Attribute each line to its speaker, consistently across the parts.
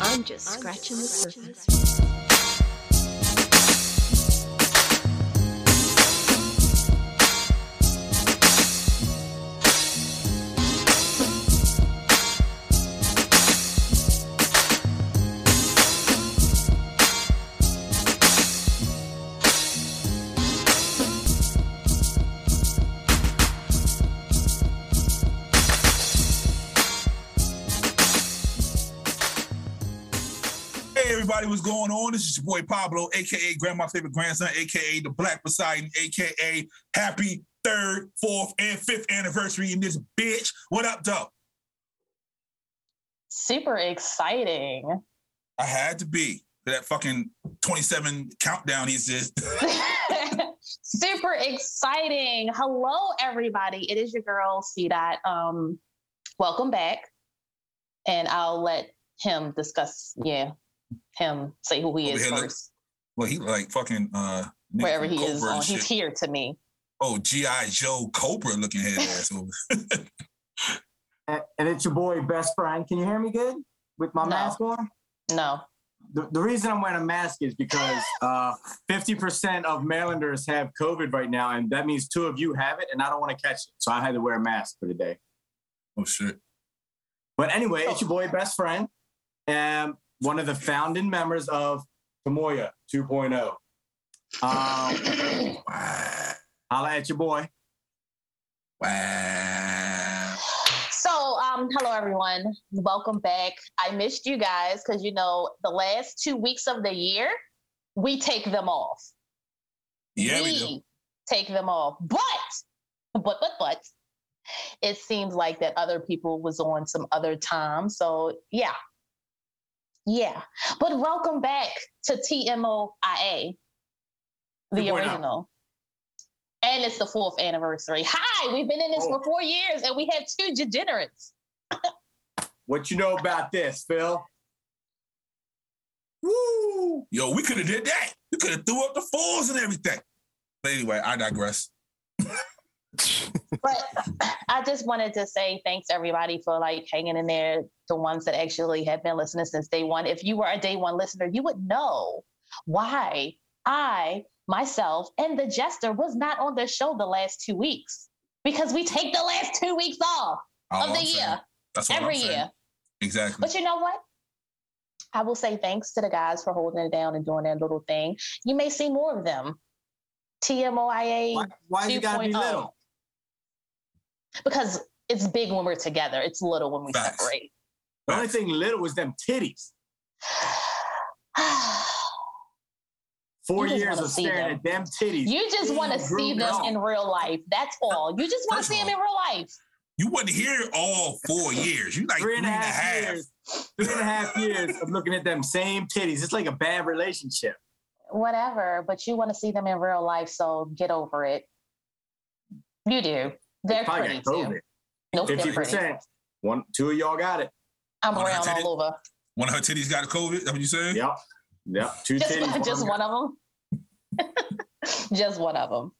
Speaker 1: I'm just scratching the surface.
Speaker 2: Hey everybody, what's going on? This is your boy Pablo, aka Grandma Favorite Grandson, aka the Black Poseidon, aka Happy Third, Fourth, and Fifth Anniversary in this bitch. What up, though?
Speaker 3: Super exciting.
Speaker 2: I had to be that fucking 27 countdown he just
Speaker 3: Super exciting. Hello, everybody. It is your girl, C. Dot. Um, welcome back. And I'll let him discuss, yeah, him say who he
Speaker 2: Over
Speaker 3: is
Speaker 2: here, look.
Speaker 3: first,
Speaker 2: Well, he like fucking uh nigga
Speaker 3: wherever
Speaker 2: from
Speaker 3: he is
Speaker 2: Cobra and
Speaker 3: on. He's
Speaker 2: shit.
Speaker 3: here to me.
Speaker 2: Oh, G.I. Joe Cobra looking head ass over.
Speaker 4: and and it's your boy best friend can you hear me good with my
Speaker 3: No.
Speaker 4: mask on
Speaker 3: No.
Speaker 4: the, the reason i'm wearing a mask is because uh, 50% of marylanders have covid right now and that means two of you have it and i don't want to catch it so i had to wear a mask for today
Speaker 2: Oh shit.
Speaker 4: but anyway it's your boy best friend and one of the founding members of Tamoya 2.0 um,
Speaker 2: Wow.
Speaker 4: holla at your boy
Speaker 2: Wow.
Speaker 3: So, um, hello everyone. Welcome back. I missed you guys because you know the last two weeks of the year, we take them off.
Speaker 2: Yeah, we
Speaker 3: we
Speaker 2: do.
Speaker 3: take them off. But, but, but, but, it seems like that other people was on some other time. So yeah, yeah. But welcome back to TMOIA, the
Speaker 4: 2.0.
Speaker 3: original. And it's the fourth anniversary. Hi, we've been in this
Speaker 4: Oh.
Speaker 3: for four years, and we had two degenerates.
Speaker 4: what you know about this phil
Speaker 2: Woo! Yo, we could have did that. We could have threw up the fools and everything. But anyway, I digress.
Speaker 3: But I just wanted to say thanks everybody for like hanging in there. The ones that actually have been listening since day one. If you were a day one listener, you would know why I, myself, and the jester was not on the show the last two weeks because we take the last two weeks off
Speaker 2: All Oh,
Speaker 3: of the
Speaker 2: I'm saying.
Speaker 3: year
Speaker 2: That's all
Speaker 3: every
Speaker 2: I'm saying.
Speaker 3: year.
Speaker 2: Exactly.
Speaker 3: But you know what? I will say thanks to the guys for holding it down and doing their little thing. You may see more of them. TMOIA
Speaker 4: why, why you gotta be
Speaker 3: 2.0.
Speaker 4: little
Speaker 3: oh. Because it's big when we're together. It's little when we
Speaker 2: Facts.
Speaker 3: separate.
Speaker 4: The only thing little was them titties. Four
Speaker 3: You just
Speaker 4: years
Speaker 3: wanna
Speaker 4: of
Speaker 3: see
Speaker 4: staring
Speaker 3: them.
Speaker 4: at them titties.
Speaker 3: you just want to
Speaker 4: Ooh,
Speaker 3: see them
Speaker 4: girl.
Speaker 3: in real life. That's all. You just want
Speaker 2: First
Speaker 3: to see
Speaker 2: of
Speaker 3: them in real life.
Speaker 2: You wasn't here all four years. You like
Speaker 4: three and a half years. Three and a half years of looking at them same titties. It's like a bad relationship.
Speaker 3: Whatever, but you want to see them in real life, so get over it. You do. They're
Speaker 4: Probably
Speaker 3: pretty
Speaker 4: got
Speaker 3: too.
Speaker 4: COVID.
Speaker 3: Nope, they're
Speaker 4: Fifty
Speaker 3: pretty.
Speaker 4: percent. One, two of y'all got it.
Speaker 3: I'm
Speaker 2: One
Speaker 3: round
Speaker 2: hundred.
Speaker 3: all over.
Speaker 2: One of her titties got COVID. Is that what you saying?
Speaker 4: Yep. Yep. Two
Speaker 3: Just,
Speaker 4: titties.
Speaker 3: just one of them. just one of them.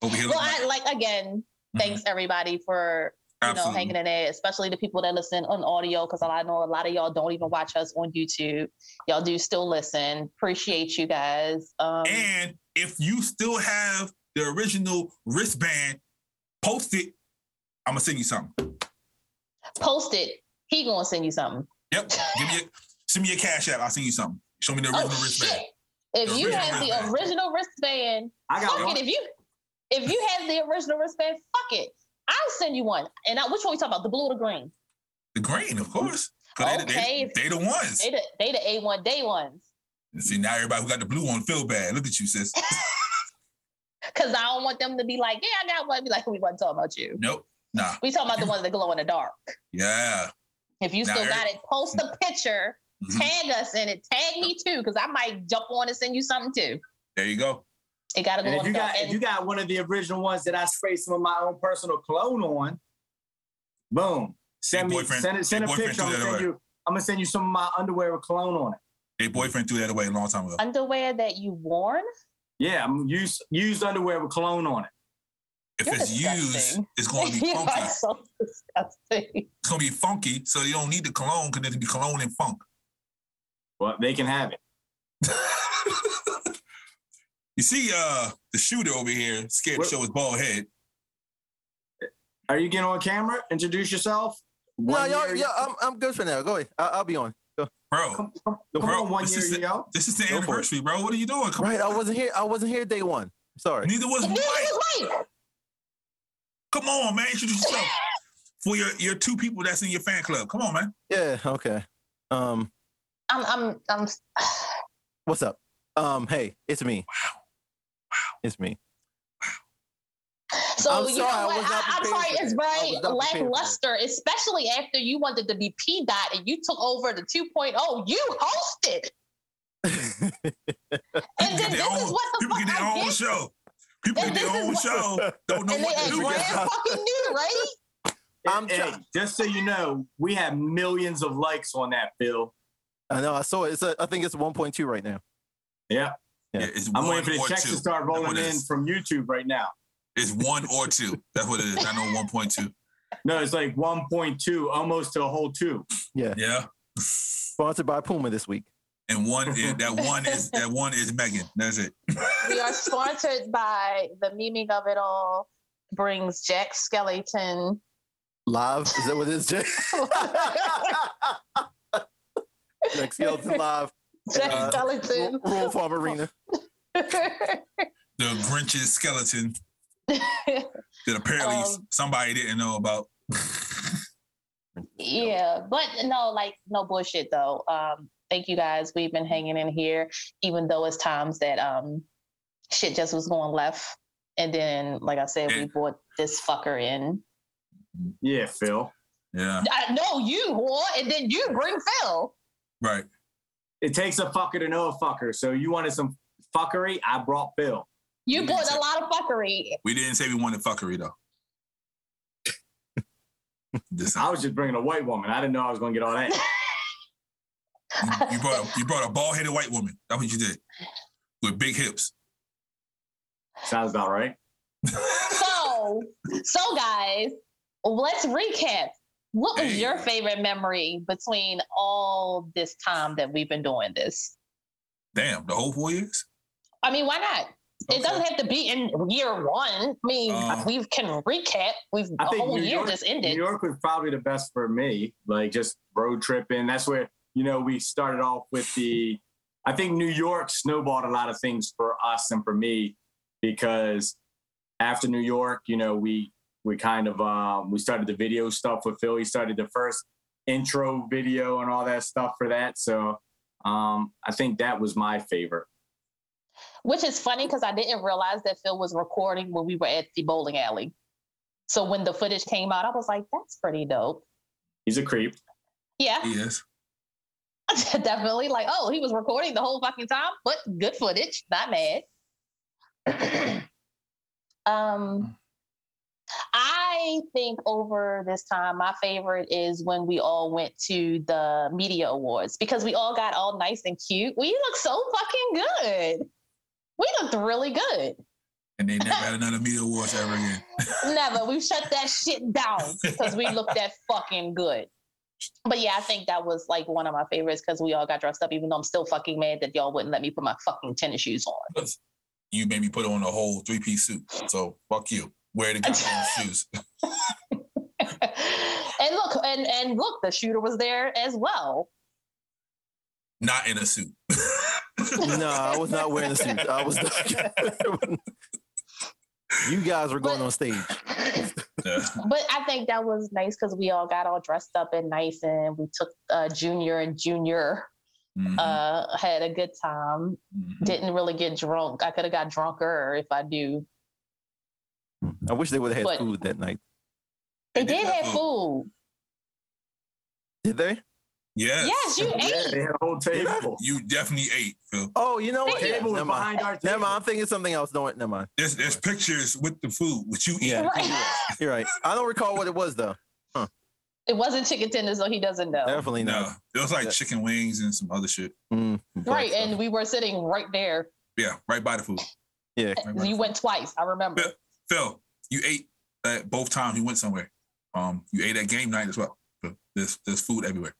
Speaker 2: Over here.
Speaker 3: Well,
Speaker 2: looking
Speaker 3: I like again.
Speaker 4: Mm-hmm.
Speaker 2: Mhm.
Speaker 3: Thanks everybody for you know,
Speaker 2: Absolutely.
Speaker 3: hanging in there, especially the people that listen on audio, because I know a lot of y'all don't even watch us on YouTube. Y'all do still listen. Appreciate you guys. Um,
Speaker 2: And if you still have the original wristband, post it. I'm gonna send you something.
Speaker 3: post it. He gonna send you something.
Speaker 2: Yep. Give me a, send me a cash app. I'll send you something. Show me the original
Speaker 3: Oh shit!
Speaker 2: wristband.
Speaker 3: If
Speaker 2: The
Speaker 3: you
Speaker 2: original
Speaker 3: have the
Speaker 2: wristband.
Speaker 3: original wristband,
Speaker 4: I got
Speaker 3: fuck it.
Speaker 4: one.
Speaker 3: If you if you have the original wristband, fuck it. I'll send you one. And I, which one we talking about? The blue or the green?
Speaker 2: The green, of course. 'Cause
Speaker 3: Okay.
Speaker 2: They, they, they the ones.
Speaker 3: They the they the A one day ones.
Speaker 2: See now everybody who got the blue one feel bad. Look at you, sis.
Speaker 3: Cause I don't want them to be like, yeah, I got one. Be like, we wasn't talking about you.
Speaker 2: Nope. Nah.
Speaker 3: We talking about the ones that glow in the dark.
Speaker 2: Yeah.
Speaker 3: If you
Speaker 2: Now,
Speaker 3: still got
Speaker 2: Eric-
Speaker 3: it, post a picture,
Speaker 2: Mhm.
Speaker 3: tag us in it, tag me too, because I might jump on and send you something too.
Speaker 2: There you go.
Speaker 3: It gotta go
Speaker 4: And if
Speaker 3: on
Speaker 4: you
Speaker 3: the
Speaker 4: got if you
Speaker 3: and
Speaker 4: got one of the original ones that I sprayed some of my own personal cologne on, boom. Send
Speaker 2: Your
Speaker 4: me
Speaker 2: boyfriend-
Speaker 4: send, it- send a
Speaker 2: your boyfriend
Speaker 4: picture. I'm
Speaker 2: threw
Speaker 4: gonna
Speaker 2: that
Speaker 4: send,
Speaker 2: away.
Speaker 4: you, I'm gonna send you some of my underwear with cologne on it.
Speaker 2: Their boyfriend threw that away a long time ago.
Speaker 3: underwear that you worn.
Speaker 4: Yeah, I'm used used underwear with cologne on it.
Speaker 2: If
Speaker 3: You're
Speaker 2: it's used,
Speaker 3: disgusting.
Speaker 2: it's gonna be
Speaker 3: you
Speaker 2: funky.
Speaker 3: are so disgusting.
Speaker 2: It's gonna be funky, so you don't need the cologne because it'll be cologne and funk.
Speaker 4: Well, they can have it.
Speaker 2: You see, uh, the shooter over here scared
Speaker 4: What-
Speaker 2: to show his bald head.
Speaker 4: Are you getting on camera? Introduce yourself.
Speaker 5: No,
Speaker 4: One
Speaker 5: y'all,
Speaker 4: year-
Speaker 5: yeah, I'm, I'm good for now. Go ahead. I, I'll be on.
Speaker 2: Bro,
Speaker 4: Come, come, come
Speaker 2: Bro,
Speaker 4: on, one
Speaker 2: this
Speaker 4: year,
Speaker 2: is the-
Speaker 4: yo.
Speaker 2: this is the
Speaker 5: for it.
Speaker 2: anniversary, bro. What are you doing? Come
Speaker 5: Right, I wasn't here. I wasn't here day one.
Speaker 2: on.
Speaker 5: Sorry.
Speaker 2: Neither was
Speaker 3: Neither
Speaker 2: Mike.
Speaker 3: was Mike.
Speaker 2: Come on, man. Introduce yourself. For your, your two people that's in your fan club. Come on, man.
Speaker 5: Yeah. Okay. Um.
Speaker 3: I'm, I'm, I'm.
Speaker 5: What's up? Um. Hey, it's me. Wow. Wow. It's me.
Speaker 3: So
Speaker 5: I'm
Speaker 3: you
Speaker 5: sorry, I
Speaker 3: know
Speaker 5: was
Speaker 3: what?
Speaker 5: not
Speaker 3: I, am
Speaker 5: prepared
Speaker 3: sorry,
Speaker 5: for
Speaker 3: it's
Speaker 5: that. I was
Speaker 3: very
Speaker 5: not prepared for
Speaker 3: lackluster, especially after you wanted to be P dot and you took over the 2.0. You hosted, and
Speaker 2: People
Speaker 3: then
Speaker 2: get
Speaker 3: this
Speaker 2: their
Speaker 3: is
Speaker 2: own-
Speaker 3: what the
Speaker 2: People
Speaker 3: fuck
Speaker 2: get their
Speaker 3: I
Speaker 2: own
Speaker 3: get,
Speaker 2: show. People
Speaker 3: And
Speaker 2: get
Speaker 3: this
Speaker 2: their
Speaker 3: is
Speaker 2: own
Speaker 3: what-
Speaker 2: show. Don't know
Speaker 3: and they
Speaker 2: what to
Speaker 3: act
Speaker 2: do.
Speaker 5: get
Speaker 3: brand
Speaker 5: out.
Speaker 3: fucking new, right?
Speaker 5: I'm
Speaker 4: Hey,
Speaker 5: trying.
Speaker 4: just so you know, we have millions of likes on that, Phil.
Speaker 5: I know. I saw it. It's a, I think it's 1.2 right now.
Speaker 4: Yeah.
Speaker 5: Yeah.
Speaker 2: it's
Speaker 4: I'm
Speaker 2: one
Speaker 4: waiting for the
Speaker 2: or
Speaker 4: checks to
Speaker 2: two.
Speaker 4: start rolling
Speaker 2: What
Speaker 4: in
Speaker 2: is-
Speaker 4: from YouTube right now.
Speaker 2: It's one or two. That's what it is. I know 1.2.
Speaker 4: No, it's like 1.2, almost to a whole two.
Speaker 2: Yeah.
Speaker 5: Sponsored by Puma this week.
Speaker 2: And one is, that one is that one is Megan. That's it.
Speaker 3: we are sponsored by the meaning of it all brings Jack Skellington.
Speaker 5: Live. Is that what it is, Jay? Next Skeleton Live.
Speaker 3: Jack
Speaker 5: Uh,
Speaker 3: Skellington.
Speaker 5: Royal Farm Arena.
Speaker 2: The Grinch's skeleton that apparently
Speaker 3: Um,
Speaker 2: somebody didn't know about.
Speaker 3: yeah, but no, like no bullshit though. Um, thank you guys. We've been hanging in here, even though it's times that um shit just was going left. And then, like I said, we
Speaker 2: Yeah.
Speaker 3: brought this fucker in.
Speaker 4: Yeah, Phil.
Speaker 2: Yeah.
Speaker 3: I, no, you whore, and then you bring Phil.
Speaker 2: Right.
Speaker 4: It takes a fucker to know a fucker. So you wanted some fuckery? I brought Phil.
Speaker 3: You
Speaker 2: Mhm.
Speaker 3: brought a lot of fuckery.
Speaker 2: We didn't say we wanted fuckery though. This-
Speaker 4: I was just bringing a white woman. I didn't know I was going to get all that.
Speaker 2: you, you brought a, you brought a bald headed white woman. That's what you did with big hips.
Speaker 4: Sounds about right.
Speaker 3: So, so guys, let's recap. What was
Speaker 2: Hey.
Speaker 3: your favorite memory between all this time that we've been doing this?
Speaker 2: Damn, the whole four years.
Speaker 3: I mean, why not? It doesn't have to be in year one. I mean,
Speaker 2: Uh,
Speaker 3: we can recap. We've
Speaker 4: Um, I
Speaker 3: a
Speaker 4: think
Speaker 3: whole
Speaker 4: New
Speaker 3: year
Speaker 4: York-
Speaker 3: just
Speaker 4: New
Speaker 3: ended.
Speaker 4: York was probably the best for me, like just road tripping. That's where, you know, we started off with the, I think New York snowballed a lot of things for us and for me because after New York, you know, we, we kind of, um, we started the video stuff with Phil. He started the first intro video and all that stuff for that. So um, I think that was my favorite.
Speaker 3: Which is funny because I didn't realize that Phil was recording when we were at the bowling alley. So when the footage came out, I was like, "That's pretty dope."
Speaker 4: He's a creep.
Speaker 3: Yeah,
Speaker 2: Yes.
Speaker 3: definitely. Like, oh, he was recording the whole fucking time, but good footage. Not mad. Um, I think over this time, my favorite is when we all went to the media awards because we all got all nice and cute. We looked so fucking good. We looked really good.
Speaker 2: And they never had another media awards ever again.
Speaker 3: Never. We shut that shit down because we looked that fucking good. But yeah, I think that was like one of my favorites because we all got dressed up, even though I'm still fucking mad that y'all wouldn't let me put my fucking tennis shoes on.
Speaker 2: You made me put on a whole three piece suit. So fuck you. Wear the goddamn shoes.
Speaker 3: and look, and and look, the shooter was there as well.
Speaker 2: Not in a suit.
Speaker 5: No, I was not wearing a suit. I was. Not, you guys were going on stage.
Speaker 2: Yeah.
Speaker 3: But I think that was nice because we all got all dressed up and nice, and we took uh, Junior and Junior
Speaker 2: Mhm,
Speaker 3: uh, had a good time.
Speaker 2: mhm.
Speaker 3: Didn't really get drunk. I could have got drunker if I do.
Speaker 5: I wish they would have had
Speaker 3: But-
Speaker 5: food that night.
Speaker 3: They
Speaker 2: They
Speaker 3: did
Speaker 2: did
Speaker 3: have
Speaker 2: have
Speaker 3: food.
Speaker 5: Did they?
Speaker 2: Yes.
Speaker 3: Yes, you
Speaker 4: Yeah,
Speaker 3: ate.
Speaker 4: they had a whole table.
Speaker 2: You definitely ate, Phil.
Speaker 5: Oh, you know what?
Speaker 3: Thank you.
Speaker 5: Yeah,
Speaker 4: table was
Speaker 5: never mind.
Speaker 4: behind our table.
Speaker 5: Never mind. I'm thinking something else. No, never mind.
Speaker 2: There's there's pictures with the food, which you eat.
Speaker 5: Yeah.
Speaker 3: Right.
Speaker 5: You're right. I don't recall what it was though.
Speaker 3: It wasn't chicken tenders, so he doesn't know.
Speaker 5: Definitely
Speaker 2: No,
Speaker 5: not.
Speaker 2: it was like
Speaker 5: Yeah.
Speaker 2: chicken wings and some other shit.
Speaker 5: Mm, black
Speaker 3: Right, and
Speaker 5: stuff.
Speaker 3: we were sitting right there.
Speaker 2: Yeah, right by the food.
Speaker 5: yeah,
Speaker 2: Right by the
Speaker 3: You
Speaker 2: food.
Speaker 3: went twice. I remember.
Speaker 2: Yeah. Phil, you ate at both times you went somewhere. Um, you ate at game night as well. There's there's food everywhere.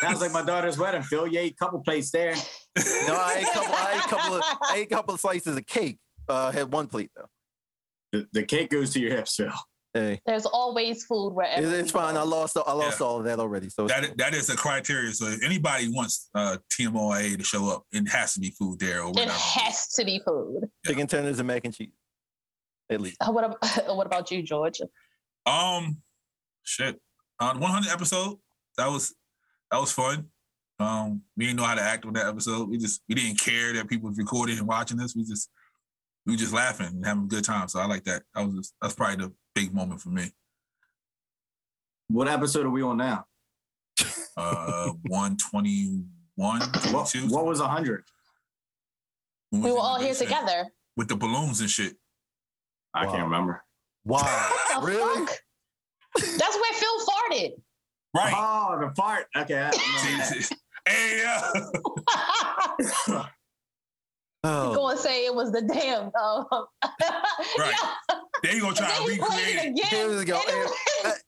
Speaker 4: Sounds like my daughter's wedding, Phil. Yeah, couple plates there.
Speaker 5: No, I ate a couple. I ate a couple of. I ate a couple of slices of cake. Uh, had one plate though.
Speaker 4: The, the cake goes to your hips, Phil.
Speaker 5: Hey,
Speaker 3: There's always food
Speaker 5: it-
Speaker 3: wherever.
Speaker 5: it's
Speaker 3: you go.
Speaker 5: fine. I lost. I lost all of that already. So it's
Speaker 2: That i- that is a criteria. So if anybody wants uh, TMOIA to show up, it has to be food there, or we're
Speaker 3: It
Speaker 2: not.
Speaker 3: has to be food.
Speaker 5: chicken tenders and mac and cheese. At least.
Speaker 3: Uh, What about, what about you, George?
Speaker 2: Um, shit. On 100 episode, that was that was fun. Um, we didn't know how to act on that episode. We just we didn't care that people was recording and watching us. We just we were just laughing and having a good time. So I like that. That was just, that's probably the big moment for me.
Speaker 4: What episode are we on now?
Speaker 2: Uh, 121,
Speaker 4: What,
Speaker 2: 22.
Speaker 4: what was 100?
Speaker 2: When
Speaker 3: We
Speaker 2: was
Speaker 3: were
Speaker 2: it?
Speaker 3: all here together.
Speaker 2: with the balloons and shit.
Speaker 4: I
Speaker 5: Wow.
Speaker 4: can't remember.
Speaker 5: Wow.
Speaker 3: What the
Speaker 5: Really?
Speaker 3: fuck? That's where Phil farted.
Speaker 2: Right.
Speaker 4: Oh, the fart. Okay. I remember that.
Speaker 2: hey, uh,
Speaker 3: He's
Speaker 5: Oh.
Speaker 3: gonna say it was the damn. Uh,
Speaker 2: Right. they gonna
Speaker 3: And
Speaker 2: try
Speaker 3: then
Speaker 2: to
Speaker 3: he played
Speaker 2: recreate
Speaker 3: it
Speaker 2: it.
Speaker 3: again.
Speaker 5: Here we go.
Speaker 3: And it was-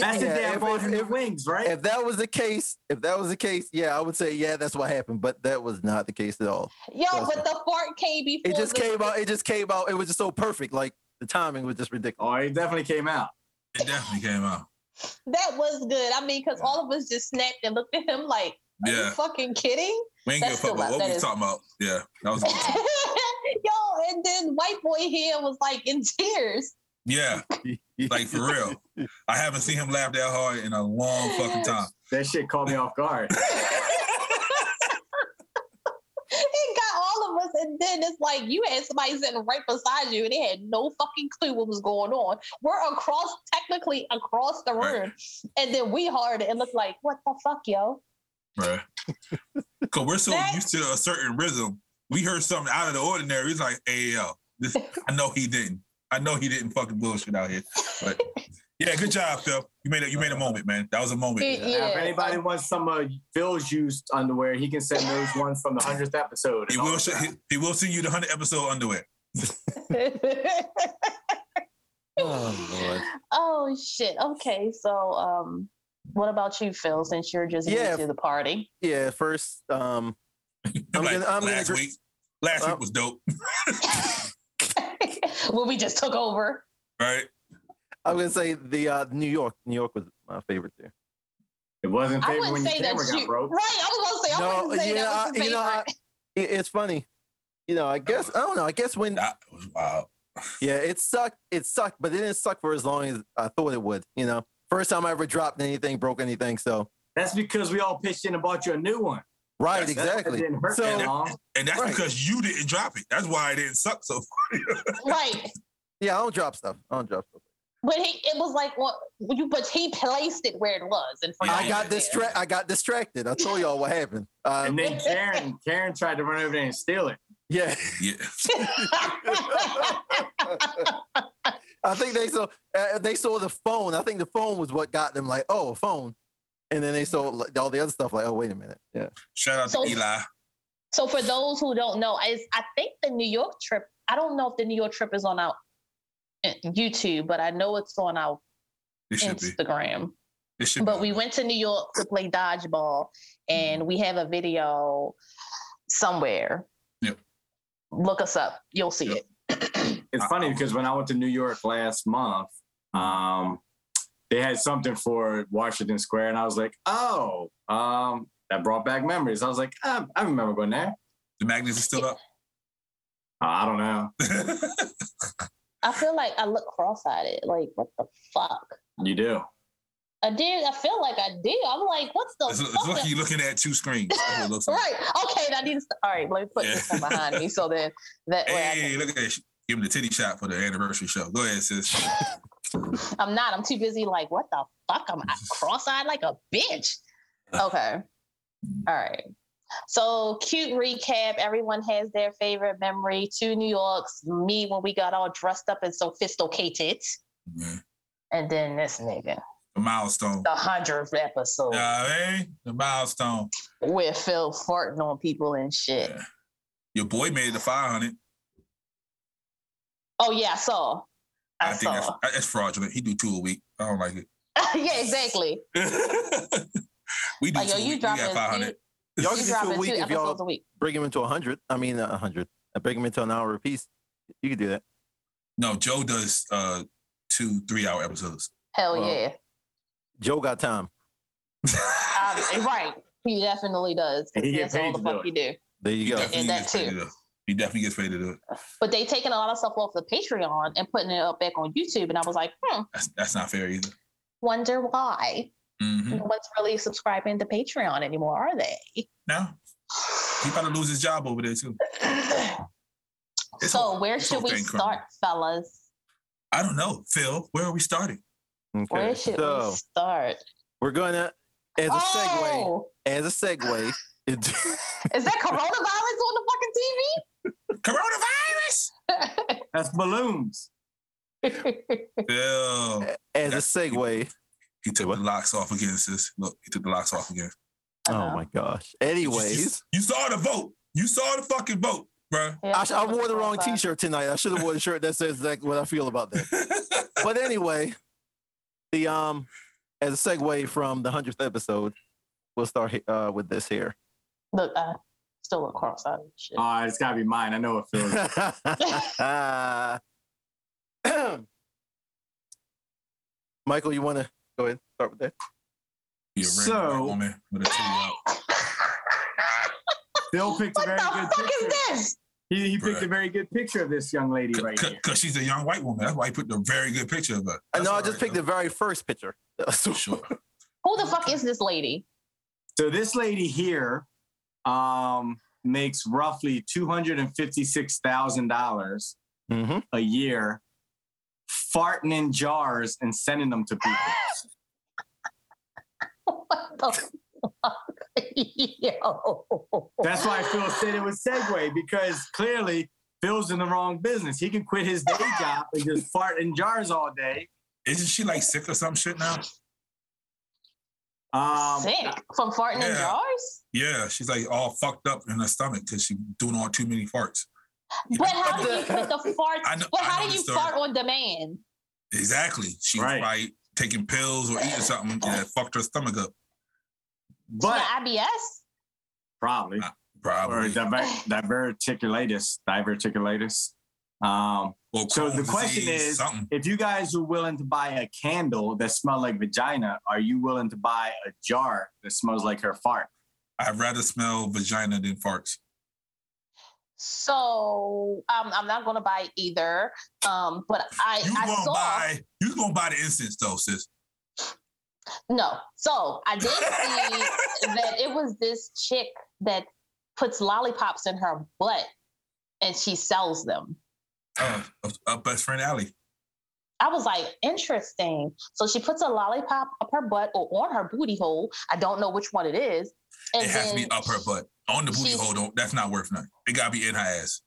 Speaker 4: That's the
Speaker 5: Yeah,
Speaker 4: day I
Speaker 5: if-
Speaker 4: bought
Speaker 5: if-
Speaker 4: him the
Speaker 5: if-
Speaker 4: wings, right?
Speaker 5: if that was the case, if that was the case, yeah, I would say yeah, that's what happened. But that was not the case at all.
Speaker 3: Yo, but the fart came before.
Speaker 5: It just
Speaker 3: the-
Speaker 5: came out. It just came out. It was just so perfect. Like the timing was just ridiculous.
Speaker 4: oh, it definitely came out.
Speaker 2: It definitely came out.
Speaker 3: That was good. I mean, because all of us just snapped and looked at him like, "Are you
Speaker 2: Yeah.
Speaker 3: fucking kidding?"
Speaker 2: We ain't give a
Speaker 3: That's
Speaker 2: fuck
Speaker 3: the
Speaker 2: about
Speaker 3: one.
Speaker 2: what
Speaker 3: That
Speaker 2: we
Speaker 3: is-
Speaker 2: talking about. Yeah, that was. a good time.
Speaker 3: Yo, and then white boy here was like in tears.
Speaker 2: Yeah, like for real. I haven't seen him laugh that hard in a long fucking time.
Speaker 4: That shit caught me off guard.
Speaker 3: It got all of us, and then it's like you had somebody sitting right beside you, and they had no fucking clue what was going on. We're across, technically across the
Speaker 2: Right.
Speaker 3: room, and then we heard it and looked like, "What the fuck, yo?"
Speaker 2: Bruh. Cause we're so
Speaker 3: Next.
Speaker 2: used to a certain rhythm. We heard something out of the ordinary. It's like, hey, yo, this, I know he didn't. I know he didn't fucking bullshit out here. But yeah, good job, Phil. You made a you made a moment, man. That was a moment.
Speaker 3: Yeah.
Speaker 4: Now, if anybody
Speaker 5: um,
Speaker 4: wants some of Phil's used underwear, he can send those ones from the 100th episode.
Speaker 2: He
Speaker 4: and all
Speaker 2: will
Speaker 4: of
Speaker 2: sh-
Speaker 4: that.
Speaker 2: he, he will send you the hundred episode underwear.
Speaker 5: Oh Lord.
Speaker 3: oh shit. Okay, so um, what about you, Phil? Since you're just
Speaker 5: Yeah.
Speaker 3: new to the party,
Speaker 5: Yeah. First, um, I'm
Speaker 2: like
Speaker 5: gonna- I'm gonna
Speaker 2: last
Speaker 5: agree-
Speaker 2: week. Last
Speaker 5: Uh,
Speaker 2: week was dope,
Speaker 3: when we just took over.
Speaker 2: right?
Speaker 5: I'm gonna say the uh, New York. New York was my favorite there.
Speaker 4: It wasn't
Speaker 3: I
Speaker 4: favorite when
Speaker 3: wouldn't
Speaker 4: your
Speaker 3: say that
Speaker 4: camera
Speaker 3: you.
Speaker 4: got broke.
Speaker 3: Right, I was gonna say. I wouldn't say that was
Speaker 2: uh,
Speaker 5: I-
Speaker 3: your favorite.
Speaker 5: you know, I, it- it's funny. You know, I guess I don't know. I guess when
Speaker 2: That was wild.
Speaker 5: yeah, it sucked. It sucked, but it didn't suck for as long as I thought it would. You know, first time I ever dropped anything, broke anything. So
Speaker 4: That's because we all pitched in and bought you a new one.
Speaker 5: right,
Speaker 2: Yes,
Speaker 4: That's why
Speaker 5: exactly.
Speaker 4: It didn't hurt
Speaker 5: So-
Speaker 4: that long.
Speaker 2: And that's
Speaker 5: Right.
Speaker 2: because you didn't drop it. That's why it didn't suck so far.
Speaker 3: right.
Speaker 5: Yeah, I don't drop stuff. I don't drop stuff.
Speaker 3: But he, it was like what you, but he placed it where it was in front.
Speaker 2: Yeah,
Speaker 3: of
Speaker 5: I got
Speaker 3: everybody.
Speaker 5: distracted. I got distracted. I told y'all what happened. Uh,
Speaker 4: And then Karen, Karen tried to run over there and steal it.
Speaker 5: yeah,
Speaker 2: Yeah.
Speaker 5: I think they saw uh, they saw the phone. I think the phone was what got them like, oh, a phone. And then they saw like, all the other stuff like, oh, wait a minute. Yeah.
Speaker 2: Shout out
Speaker 3: So-
Speaker 2: to Eli.
Speaker 3: so for those who don't know, I, I think the New York trip. I don't know if the New York trip is on our uh, YouTube, but I know it's on our
Speaker 2: It should be.
Speaker 3: Instagram.
Speaker 2: It should
Speaker 3: But
Speaker 2: be.
Speaker 3: we went to New York to play dodgeball, and we have a video somewhere.
Speaker 2: Yep.
Speaker 3: Look us up; you'll see
Speaker 2: Yep.
Speaker 3: it.
Speaker 4: It's funny because when I went to New York last month, um, they had something for Washington Square, and I was like, oh, um, that brought back memories. I was like, ah, I remember going there.
Speaker 2: The magnets is still up.
Speaker 4: Uh, I don't know.
Speaker 3: I feel like I look cross-eyed. Like, what the fuck?
Speaker 4: You do.
Speaker 3: I did. I feel like I did. I'm like, what's the
Speaker 2: it's, it's
Speaker 3: fuck?
Speaker 2: lucky you're looking at two screens. That's what it looks like.
Speaker 3: Right. Okay. Now I need to. All right. Let me put this one behind me so then that way I
Speaker 2: Hey, look at that. shit. Give him the titty shot for the anniversary show. Go ahead, sis.
Speaker 3: can- I'm not. I'm too busy. Like, what the fuck? I'm cross-eyed like a bitch. Okay. All right. So cute recap. Everyone has their favorite memory. Two New Yorks. Me when we got all dressed up and sophisticated.
Speaker 2: Yeah.
Speaker 3: And then this nigga,
Speaker 2: The milestone.
Speaker 3: the hundredth episode
Speaker 2: Nah, man. The milestone.
Speaker 3: with Phil farting on people and shit.
Speaker 2: Yeah. Your boy made the 500.
Speaker 3: Oh yeah, I saw. I,
Speaker 2: I, think
Speaker 3: saw.
Speaker 2: that's, that's fraudulent. He do two a week. I don't like it.
Speaker 3: yeah, exactly.
Speaker 2: We do
Speaker 3: Like, yo,
Speaker 2: two a
Speaker 3: you
Speaker 2: week. We
Speaker 3: dropping,
Speaker 2: got 500.
Speaker 3: you,
Speaker 5: Y'all
Speaker 3: you
Speaker 5: can do two
Speaker 3: dropping
Speaker 5: a week
Speaker 3: two
Speaker 5: if y'all
Speaker 3: episodes a week.
Speaker 5: break them into a hundred. I mean, a hundred. I break them into an hour apiece. You can do that.
Speaker 2: No, Joe does uh, two, three hour episodes.
Speaker 3: Hell
Speaker 5: Well,
Speaker 3: yeah.
Speaker 5: Joe got time.
Speaker 3: Obviously, right. He definitely does.
Speaker 4: And he get
Speaker 3: That's all
Speaker 4: paid
Speaker 3: the
Speaker 4: to
Speaker 3: fuck
Speaker 4: do
Speaker 3: you do.
Speaker 5: There you go.
Speaker 2: definitely
Speaker 3: And that
Speaker 2: gets paid
Speaker 3: too.
Speaker 2: to do it. He definitely gets paid to do it.
Speaker 3: But they taking a lot of stuff off the Patreon and putting it up back on YouTube. And I was like, hmm,
Speaker 2: That's, that's not fair either.
Speaker 3: wonder why.
Speaker 2: hmm
Speaker 3: No one's really subscribing to Patreon anymore, are they?
Speaker 2: No, he about to lose his job over there too. It's
Speaker 3: so
Speaker 2: all-
Speaker 3: where
Speaker 2: it's
Speaker 3: should
Speaker 2: all
Speaker 3: we
Speaker 2: thing
Speaker 3: start,
Speaker 2: criminal.
Speaker 3: fellas?
Speaker 2: I don't know, Phil. Where are we starting?
Speaker 5: Okay.
Speaker 3: Where should
Speaker 5: so
Speaker 3: we start?
Speaker 5: we're gonna as a segue.
Speaker 3: Oh,
Speaker 5: As a segue. into-
Speaker 3: is that coronavirus on the fucking TV?
Speaker 2: Coronavirus.
Speaker 4: That's balloons.
Speaker 2: Phil.
Speaker 5: as a
Speaker 2: That's-
Speaker 5: segue.
Speaker 2: He took
Speaker 5: What?
Speaker 2: the locks off again, sis. Look, he took the locks off again.
Speaker 5: Oh
Speaker 3: Uh-huh.
Speaker 5: my gosh.
Speaker 2: You just-
Speaker 5: Anyways,
Speaker 2: you saw the vote. You saw the fucking vote, bruh.
Speaker 3: Yeah,
Speaker 5: I, sh- I wore the wrong
Speaker 3: but-
Speaker 5: T-shirt tonight. I should have worn a shirt that says exactly what I feel about that. But anyway, the um, as a segue from the hundredth episode, we'll start he- uh, with this here.
Speaker 3: Look, I still look cross eyed. Shit.
Speaker 2: Oh.
Speaker 4: Uh, it's got to be mine. I know it feels.
Speaker 5: Michael, you want to go ahead and start with that?
Speaker 2: You're a regular
Speaker 4: So-
Speaker 2: white woman with a titty out.
Speaker 4: Phil picked a
Speaker 3: what the
Speaker 4: very good
Speaker 3: fuck
Speaker 4: picture.
Speaker 3: is this?
Speaker 4: He, he picked
Speaker 2: Bruh.
Speaker 4: a very good picture of this young lady right here.
Speaker 2: because she's a young white woman. That's why he put the very good picture of her.
Speaker 5: Uh,
Speaker 2: That's
Speaker 5: no, I
Speaker 2: all
Speaker 5: just
Speaker 2: right,
Speaker 5: picked the very first picture. So-
Speaker 2: though. Sure.
Speaker 3: Who the fuck is this lady?
Speaker 4: So this lady here um, makes roughly two hundred and fifty-six thousand dollars
Speaker 5: Mhm.
Speaker 4: a year, farting in jars and sending them to people.
Speaker 3: What the fuck? Yo.
Speaker 4: That's why Phil said it was segue because clearly Phil's in the wrong business. He can quit his day job and just fart in jars all day.
Speaker 2: Isn't she like sick or some shit now?
Speaker 4: Um,
Speaker 3: Sick from farting in
Speaker 2: Yeah.
Speaker 3: jars.
Speaker 2: Yeah, she's like all fucked up in her stomach because she doing all too many farts. Yeah,
Speaker 3: But how
Speaker 2: I
Speaker 3: do you put the fart?
Speaker 2: I know-
Speaker 3: But
Speaker 2: I
Speaker 3: how
Speaker 2: know
Speaker 3: do
Speaker 2: the
Speaker 3: you
Speaker 2: story.
Speaker 3: fart on demand?
Speaker 2: Exactly. She
Speaker 4: Right.
Speaker 2: was like taking pills or eating something and that fucked her stomach up.
Speaker 4: but
Speaker 3: Is it
Speaker 4: probably or
Speaker 2: Probably.
Speaker 4: diver- diverticulitis, diverticulitis. Um,
Speaker 2: Or
Speaker 4: So the
Speaker 2: Crohn's
Speaker 4: question is-
Speaker 2: something.
Speaker 4: if you guys are willing to buy a candle that smells like vagina, are you willing to buy a jar that smells like her fart?
Speaker 2: I'd rather smell vagina than farts.
Speaker 3: IBS? So um, I'm not gonna buy either. Um, but I,
Speaker 2: You
Speaker 3: I
Speaker 2: gonna
Speaker 3: saw
Speaker 2: buy you gonna buy the incense though, sis.
Speaker 3: no. So I did see that it was this chick that puts lollipops in her butt and she sells them.
Speaker 2: uh, uh, best friend Allie.
Speaker 3: I was like, interesting. So she puts a lollipop up her butt or on her booty hole. I don't know which one it is. And
Speaker 2: it has to be
Speaker 3: then
Speaker 2: up her butt. On the booty
Speaker 3: she's-
Speaker 2: hole, don't, that's not worth nothing. It gotta be in her ass.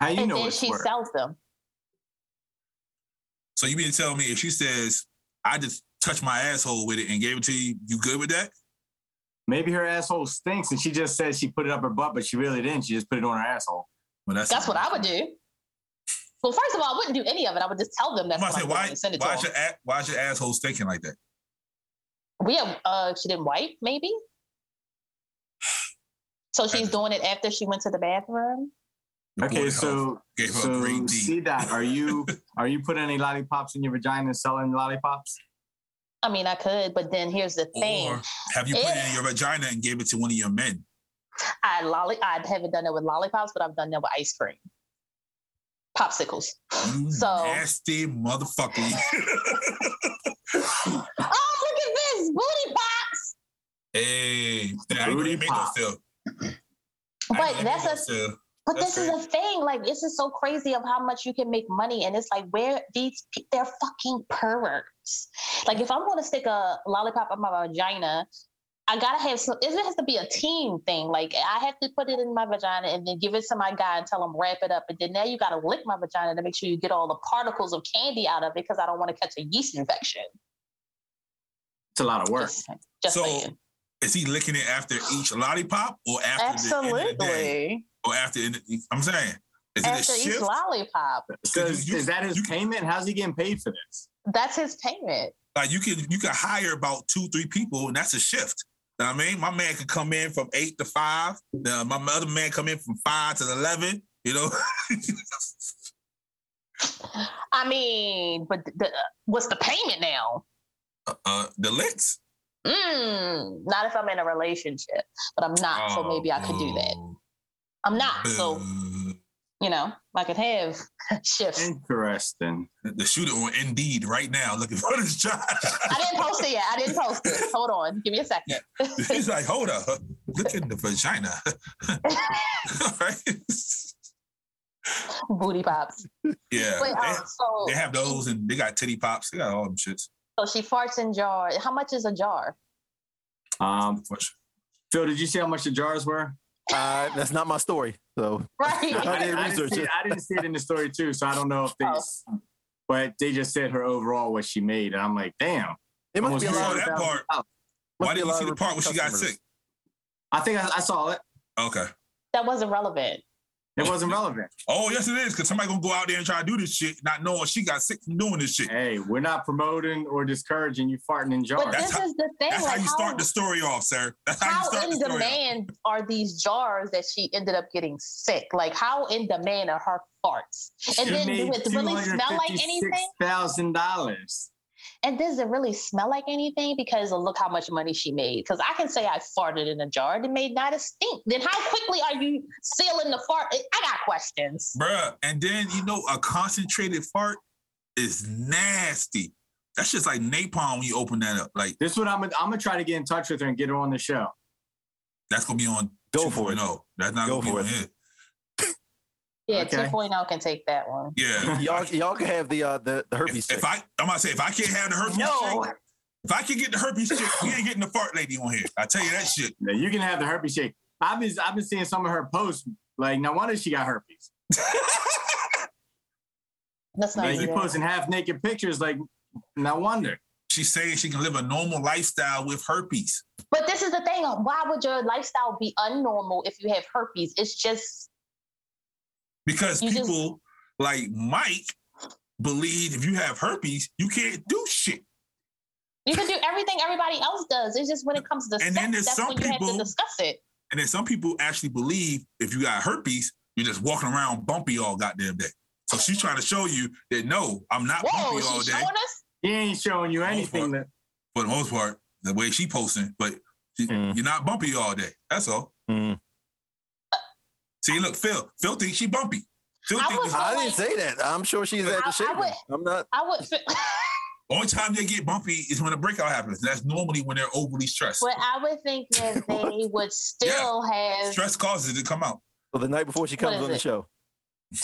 Speaker 4: How you
Speaker 3: And
Speaker 4: know
Speaker 3: then
Speaker 4: it's
Speaker 3: she
Speaker 4: work?
Speaker 3: sells them.
Speaker 2: So you mean to tell me if she says, I just touched my asshole with it and gave it to you, you good with that?
Speaker 4: Maybe her asshole stinks and she just says she put it up her butt, but she really didn't. She just put it on her asshole.
Speaker 2: Well,
Speaker 3: That's what I would do. Well, first of all, I wouldn't do any of it. I would just tell them
Speaker 2: I'm
Speaker 3: that's
Speaker 2: about
Speaker 3: what
Speaker 2: to say,
Speaker 3: I'm
Speaker 2: why,
Speaker 3: doing and send it to
Speaker 2: why,
Speaker 3: them.
Speaker 2: is your, a- why is your asshole stinking like that?
Speaker 3: We have, uh, she didn't wipe, maybe. So she's doing it after she went to the bathroom.
Speaker 2: Your board
Speaker 4: Okay,
Speaker 2: of health
Speaker 4: so
Speaker 2: gave her a
Speaker 4: so
Speaker 2: grade
Speaker 4: see
Speaker 2: D.
Speaker 4: that? Are you are you putting any lollipops in your vagina and selling lollipops?
Speaker 3: I mean, I could, but then here's the thing:
Speaker 2: Or have you put it in
Speaker 3: Eh.
Speaker 2: your vagina and gave it to one of your men?
Speaker 3: I lolly, I haven't done it with lollipops, but I've done that with ice cream, popsicles.
Speaker 2: You
Speaker 3: So-
Speaker 2: nasty motherfucker.
Speaker 3: Oh, look at this booty pops!
Speaker 2: hey, I ain't
Speaker 4: Booty
Speaker 2: gonna make no
Speaker 4: pop.
Speaker 2: sale. I ain't
Speaker 3: But
Speaker 2: gonna
Speaker 3: that's
Speaker 2: make no
Speaker 3: a
Speaker 2: sale.
Speaker 3: But
Speaker 2: That's
Speaker 3: this is a thing. Like, this is so crazy of how much you can make money. And it's like, where these, pe- they're fucking perverts. Like, if I'm going to stick a lollipop up my vagina, I gotta have some, it has to be a team thing. Like, I have to put it in my vagina and then give it to my guy and tell him wrap it up. And then now you gotta lick my vagina to make sure you get all the particles of candy out of it because I don't want to catch a yeast infection.
Speaker 4: It's a lot of work.
Speaker 3: Just, just
Speaker 2: So,
Speaker 3: saying.
Speaker 2: Is he licking it after each lollipop or after the end of the day?
Speaker 3: Absolutely.
Speaker 2: or after in the, I'm saying, is
Speaker 3: After
Speaker 2: it a
Speaker 3: each
Speaker 2: shift?
Speaker 3: lollipop,
Speaker 4: So is,
Speaker 2: you-
Speaker 4: is that his
Speaker 2: you-
Speaker 4: payment? How's he getting paid for this?
Speaker 3: that's his payment.
Speaker 2: Like you can you can hire about two three people, and that's a shift. know what I mean? My man could come in from eight to five. Uh, my other man come in from five to eleven. You know,
Speaker 3: I mean, but the, what's the payment now?
Speaker 2: uh, the licks.
Speaker 3: Mm, not if I'm in a relationship, but I'm not, Ah,
Speaker 2: Oh,
Speaker 3: so maybe I could do that. I'm not, so
Speaker 2: Boo.
Speaker 3: you know, I could have shifts.
Speaker 4: Interesting.
Speaker 2: the shooter on Indeed right now looking for this job.
Speaker 3: I didn't post it yet. I didn't post it. Hold on, give me a second.
Speaker 2: He's like, hold up, look at the vagina. right?
Speaker 3: Booty pops.
Speaker 2: Yeah,
Speaker 3: Wait,
Speaker 2: they,
Speaker 3: uh, so
Speaker 2: they have those, and they got titty pops. They got all them shits.
Speaker 3: so she farts in jar. How much is a jar?
Speaker 4: Um, Phil, did you see how much the jars were?
Speaker 5: Uh, that's not my story. So
Speaker 3: Right.
Speaker 5: I did research
Speaker 4: see,
Speaker 5: it.
Speaker 4: it- Oh. I didn't see it in the story too, so I don't know if they. But they just said her overall what she made, and I'm like, damn.
Speaker 5: it must
Speaker 4: almost
Speaker 5: be a
Speaker 2: you
Speaker 5: lot
Speaker 2: saw
Speaker 5: of.
Speaker 2: that
Speaker 5: must
Speaker 2: part.
Speaker 5: be
Speaker 2: Why
Speaker 5: a
Speaker 2: didn't you
Speaker 5: lot
Speaker 2: see
Speaker 5: of
Speaker 2: the part where she got
Speaker 5: customers.
Speaker 2: sick?
Speaker 4: I think I, I saw it.
Speaker 2: Okay.
Speaker 3: That wasn't relevant.
Speaker 4: It wasn't relevant.
Speaker 2: Oh yes, it is. Cause somebody gonna go out there and try to do this shit, not knowing she got sick from doing this shit.
Speaker 4: Hey, we're not promoting or discouraging you farting in
Speaker 3: But
Speaker 4: jars.
Speaker 2: That's
Speaker 3: this
Speaker 2: how-
Speaker 3: is the thing.
Speaker 2: That's
Speaker 3: like,
Speaker 2: how you start the story off, sir. That's how, you
Speaker 3: how
Speaker 2: start the
Speaker 3: in
Speaker 2: story. off.
Speaker 3: demand are these jars that she ended up getting sick? Like, how in demand are her farts? And
Speaker 4: You
Speaker 3: then do
Speaker 4: made
Speaker 3: it really smell like anything?
Speaker 4: $256,000.
Speaker 3: And does it really smell like anything? Because look how much money she made. Because I can say I farted in a jar. It made not a stink. Then how quickly are you sealing the fart? I got questions.
Speaker 2: Bruh. And then you know a concentrated fart is nasty. That's just like napalm when you open that up. Like
Speaker 4: This is what I'm gonna I'm gonna try to get in touch with her and get her on the show.
Speaker 2: that's gonna be on
Speaker 5: Go for it.
Speaker 2: No, that's not
Speaker 5: Go
Speaker 2: gonna be
Speaker 5: for
Speaker 2: on
Speaker 5: it.
Speaker 2: here.
Speaker 3: Yeah,
Speaker 4: Okay.
Speaker 3: 2.0 can take that one.
Speaker 2: Yeah.
Speaker 5: Y'all, y'all can have the uh, the, the herpes.
Speaker 2: If,
Speaker 5: check.
Speaker 2: if I, I'm gonna say, if I can't have the herpes
Speaker 4: No.
Speaker 2: chick, if I can get the herpes chick, we ain't getting the fart lady on here. I tell you that shit.
Speaker 4: Now, you can have the herpes shake. I've been I've been seeing some of her posts. Like, no wonder she got herpes.
Speaker 3: That's not
Speaker 4: Like, you
Speaker 3: even.
Speaker 4: posting half naked pictures. Like, no wonder.
Speaker 2: She's saying she can live a normal lifestyle with herpes.
Speaker 3: But this is the thing. Why would your lifestyle be unnormal if you have herpes? It's just
Speaker 2: Because
Speaker 3: You just-
Speaker 2: people like Mike believe if you have herpes, you can't do shit.
Speaker 3: you can do everything everybody else does. It's just when it comes to
Speaker 2: And
Speaker 3: sex,
Speaker 2: then there's
Speaker 3: that's
Speaker 2: some
Speaker 3: when you have
Speaker 2: people-
Speaker 3: to discuss it.
Speaker 2: And then some people actually believe if you got herpes, you're just walking around bumpy all goddamn day. So she's trying to show you that no, I'm not
Speaker 3: Whoa,
Speaker 2: bumpy all
Speaker 3: she's
Speaker 2: day
Speaker 3: showing us.
Speaker 4: He ain't showing you anything that
Speaker 2: for the most part. The way she posting, but she,
Speaker 5: Mm.
Speaker 2: you're not bumpy all day. That's all.
Speaker 5: Mm.
Speaker 2: See, look, Phil. Phil thinks she bumpy. Phil
Speaker 3: I
Speaker 2: thinks
Speaker 3: was-
Speaker 5: I didn't say that. I'm sure she's at
Speaker 3: I- I
Speaker 5: the shape.
Speaker 3: would-
Speaker 5: I'm not.
Speaker 3: I would. Fi-
Speaker 2: only time they get bumpy is when a breakout happens. That's normally when they're overly stressed.
Speaker 3: But I would think that they would still have stress,
Speaker 2: Stress causes it to come out.
Speaker 5: So the night before she
Speaker 3: What
Speaker 5: comes
Speaker 3: is
Speaker 5: on the
Speaker 3: it?
Speaker 5: show.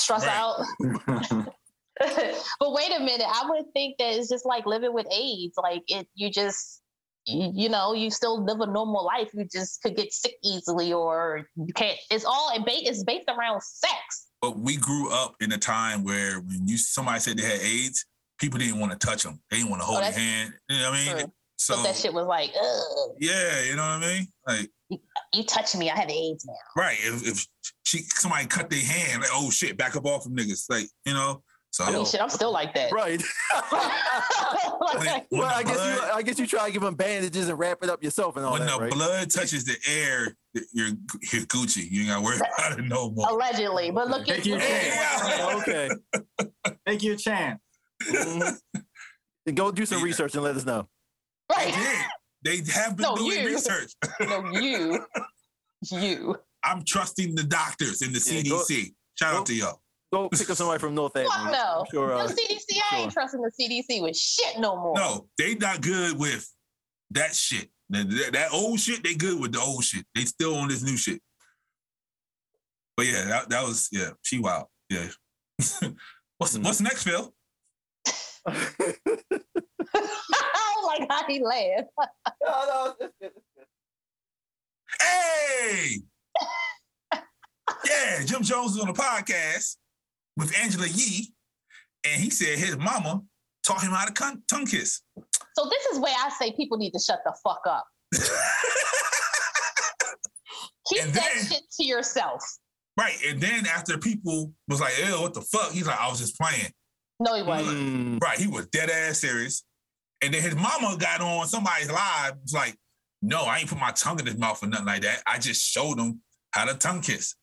Speaker 2: Right.
Speaker 3: out. but wait a minute, I would think that it's just like living with AIDS. Like it, you just you, you know you still live a normal life. You just could get sick easily, or you can't. It's all it ba- it's based around sex.
Speaker 2: But we grew up in a time where when you somebody said they had AIDS, people didn't want to touch them. They didn't want to hold their
Speaker 3: Oh, that's
Speaker 2: hand. You know what I mean?
Speaker 3: True.
Speaker 2: So
Speaker 3: but that shit was like, Ugh,
Speaker 2: yeah, you know what I mean? Like
Speaker 3: you touch me, I have AIDS now.
Speaker 2: right, if, if she somebody cut their hand, like oh shit, back up off from niggas, like you know. So
Speaker 3: I mean, shit, I'm still like that.
Speaker 5: Right.
Speaker 2: when,
Speaker 3: Like,
Speaker 2: when
Speaker 5: Well,
Speaker 2: the
Speaker 5: I guess
Speaker 2: blood-
Speaker 5: you. I guess you try to give them bandages and wrap it up yourself and all
Speaker 2: when
Speaker 5: that.
Speaker 2: the
Speaker 5: Right?
Speaker 2: blood touches the air, you're you're Gucci. You ain't got to worry about it no more.
Speaker 3: Oh, allegedly, but look at
Speaker 4: Thank you.
Speaker 3: look at-
Speaker 5: okay.
Speaker 4: take you a chance.
Speaker 5: Mhm. Go do some
Speaker 2: Yeah.
Speaker 5: research and let us know.
Speaker 2: They
Speaker 3: Right.
Speaker 2: did. They have been
Speaker 3: No,
Speaker 2: doing
Speaker 3: you.
Speaker 2: research.
Speaker 3: No, you, you.
Speaker 2: I'm trusting the doctors and the
Speaker 5: Yeah, go-
Speaker 2: CDC. Shout
Speaker 5: go-
Speaker 2: out to y'all.
Speaker 5: Go pick up somebody from North
Speaker 3: Fuck
Speaker 5: Avenue.
Speaker 3: no.
Speaker 5: I'm sure.
Speaker 3: No
Speaker 5: Uh,
Speaker 3: CDC, I ain't
Speaker 5: sure.
Speaker 3: trusting the CDC with shit no more.
Speaker 2: No, they not good with that shit. That, that- that old shit, they good with the old shit. They still on this new shit. But yeah, that, that was yeah. She wild. Yeah. what's
Speaker 5: Mm.
Speaker 2: what's next, Phil?
Speaker 3: I don't like how Oh he laughed.
Speaker 2: Hey. yeah, Jim Jones is on a podcast with Angela Yee, and he said his mama taught him how to con- tongue kiss.
Speaker 3: So this is where I say people need to shut the fuck up. Keep
Speaker 2: And
Speaker 3: that
Speaker 2: then-
Speaker 3: shit to yourself.
Speaker 2: Right. And then after people was like, ew, what the fuck? He's like, I was just playing.
Speaker 3: No, he wasn't.
Speaker 5: Mm.
Speaker 2: Right. He was dead ass serious. And then his mama got on somebody's live, was like, No, I ain't put my tongue in his mouth or nothing like that. I just showed him how to tongue kiss.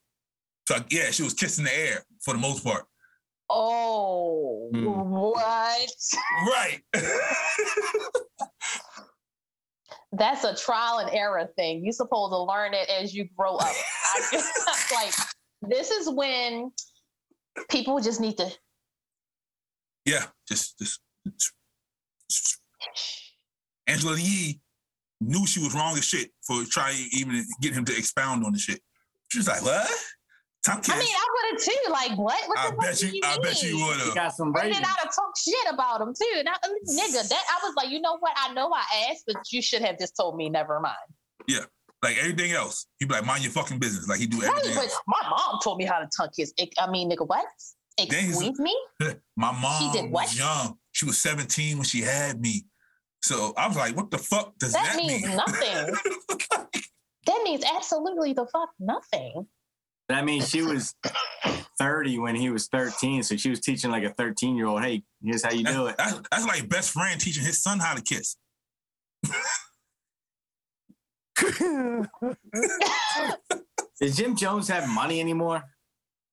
Speaker 2: So yeah, she was kissing the air for the most part.
Speaker 3: Oh,
Speaker 5: Hmm.
Speaker 3: what?
Speaker 2: Right.
Speaker 3: That's a trial and error thing. You're supposed to learn it as you grow up. I, like, this is when people just need to
Speaker 2: yeah, just, just, just- Angela Yee knew she was wrong as shit for trying even get him to expound on the shit. She was like, "What? Tongue kiss?
Speaker 3: I mean, I would have too. Like, what? what
Speaker 2: I,
Speaker 3: the fuck
Speaker 2: bet
Speaker 3: do
Speaker 2: you, I bet you
Speaker 3: mean?
Speaker 2: would
Speaker 4: She
Speaker 2: have."
Speaker 4: got some
Speaker 3: And
Speaker 4: ratings.
Speaker 3: then I'd have talked shit about him too. And I, nigga, that I was like, you know what? I know I asked, but you should have just told me. Never mind.
Speaker 2: Like everything else, he'd be like, "Mind your fucking business," like he do
Speaker 3: Right,
Speaker 2: everything.
Speaker 3: but
Speaker 2: else.
Speaker 3: my mom told me how to tongue kiss. Ex- I mean, nigga, what?
Speaker 2: he's-
Speaker 3: Excuse me?
Speaker 2: My mom
Speaker 3: did what?
Speaker 2: was young. She was 17 when she had me. So I was like, "What the fuck does
Speaker 3: That
Speaker 2: that,
Speaker 3: means
Speaker 2: mean?"
Speaker 3: nothing. That means absolutely the fuck nothing.
Speaker 4: I mean, she was 30 when he was 13, so she was teaching like a 13 year old, hey, here's how you do
Speaker 2: That's,
Speaker 4: it.
Speaker 2: that's, that's like best friend teaching his son how to kiss.
Speaker 5: hmm.
Speaker 4: Does Jim Jones have money anymore?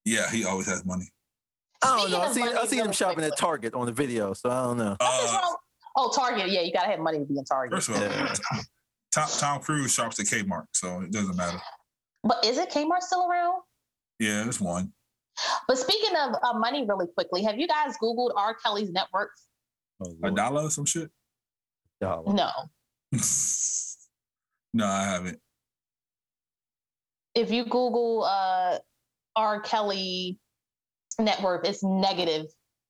Speaker 2: Yeah, he always has money.
Speaker 5: I don't
Speaker 3: Speaking
Speaker 5: know. I
Speaker 3: of
Speaker 5: see. I
Speaker 3: money,
Speaker 5: see
Speaker 3: really
Speaker 5: them shopping at
Speaker 3: quickly.
Speaker 5: Target on the video, so I don't know.
Speaker 3: Nothing's
Speaker 2: Uh,
Speaker 3: wrong- Oh, Target. Yeah, you gotta have money to be in Target.
Speaker 2: first of all,
Speaker 5: Yeah.
Speaker 2: Tom, Tom Cruise shops at Kmart, so it doesn't matter.
Speaker 3: But is it Kmart still around?
Speaker 2: Yeah, there's one.
Speaker 3: But speaking of uh, money, really quickly, have you guys Googled R. Kelly's network?
Speaker 2: A dollar or some shit?
Speaker 5: dollar.
Speaker 3: No.
Speaker 2: no, I haven't.
Speaker 3: if you Google uh, R. Kelly net worth, it's negative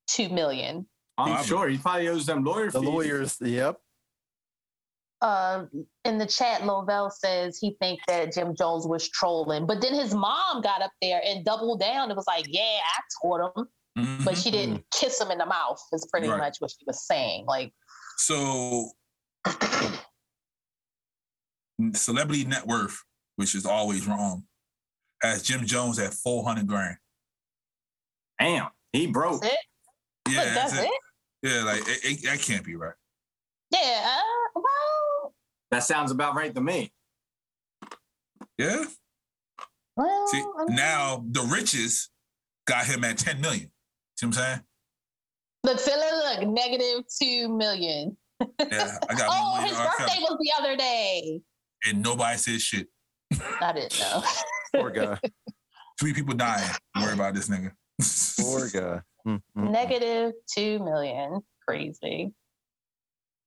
Speaker 3: two million.
Speaker 4: I'm
Speaker 2: Probably.
Speaker 4: sure he probably owes them lawyer
Speaker 5: The
Speaker 4: fees.
Speaker 5: lawyers. Yep.
Speaker 3: Uh, in the chat, Lovell says he thinks that Jim Jones was trolling, but then his mom got up there and doubled down and was like, "Yeah, I taught him,"
Speaker 2: Mhm.
Speaker 3: but she didn't kiss him in the mouth. Is pretty
Speaker 2: Right.
Speaker 3: much what she was saying. Like,
Speaker 2: So, celebrity net worth, which is always wrong, has Jim Jones at four hundred grand.
Speaker 4: Damn, he broke.
Speaker 3: that's it.
Speaker 2: Yeah,
Speaker 3: Look, that's it.
Speaker 2: Yeah, like it, it, that can't be right.
Speaker 3: Yeah. Uh, well,
Speaker 4: That sounds about right to me.
Speaker 2: Yeah.
Speaker 3: well.
Speaker 2: See,
Speaker 3: Oh, I mean,
Speaker 2: now the riches got him at ten million. See what I'm
Speaker 3: look, Philly, look, negative two million.
Speaker 2: saying? Yeah, I got
Speaker 3: Oh,
Speaker 2: my money
Speaker 3: his
Speaker 2: in R.
Speaker 3: birthday
Speaker 2: Kelly,
Speaker 3: was the other day.
Speaker 2: and nobody said shit.
Speaker 3: I didn't know.
Speaker 5: Poor guy.
Speaker 2: Three people dying. Worry about this nigga.
Speaker 5: Poor guy. Mm, mm,
Speaker 2: Mm-hmm.
Speaker 5: mm.
Speaker 3: Negative two million. Crazy.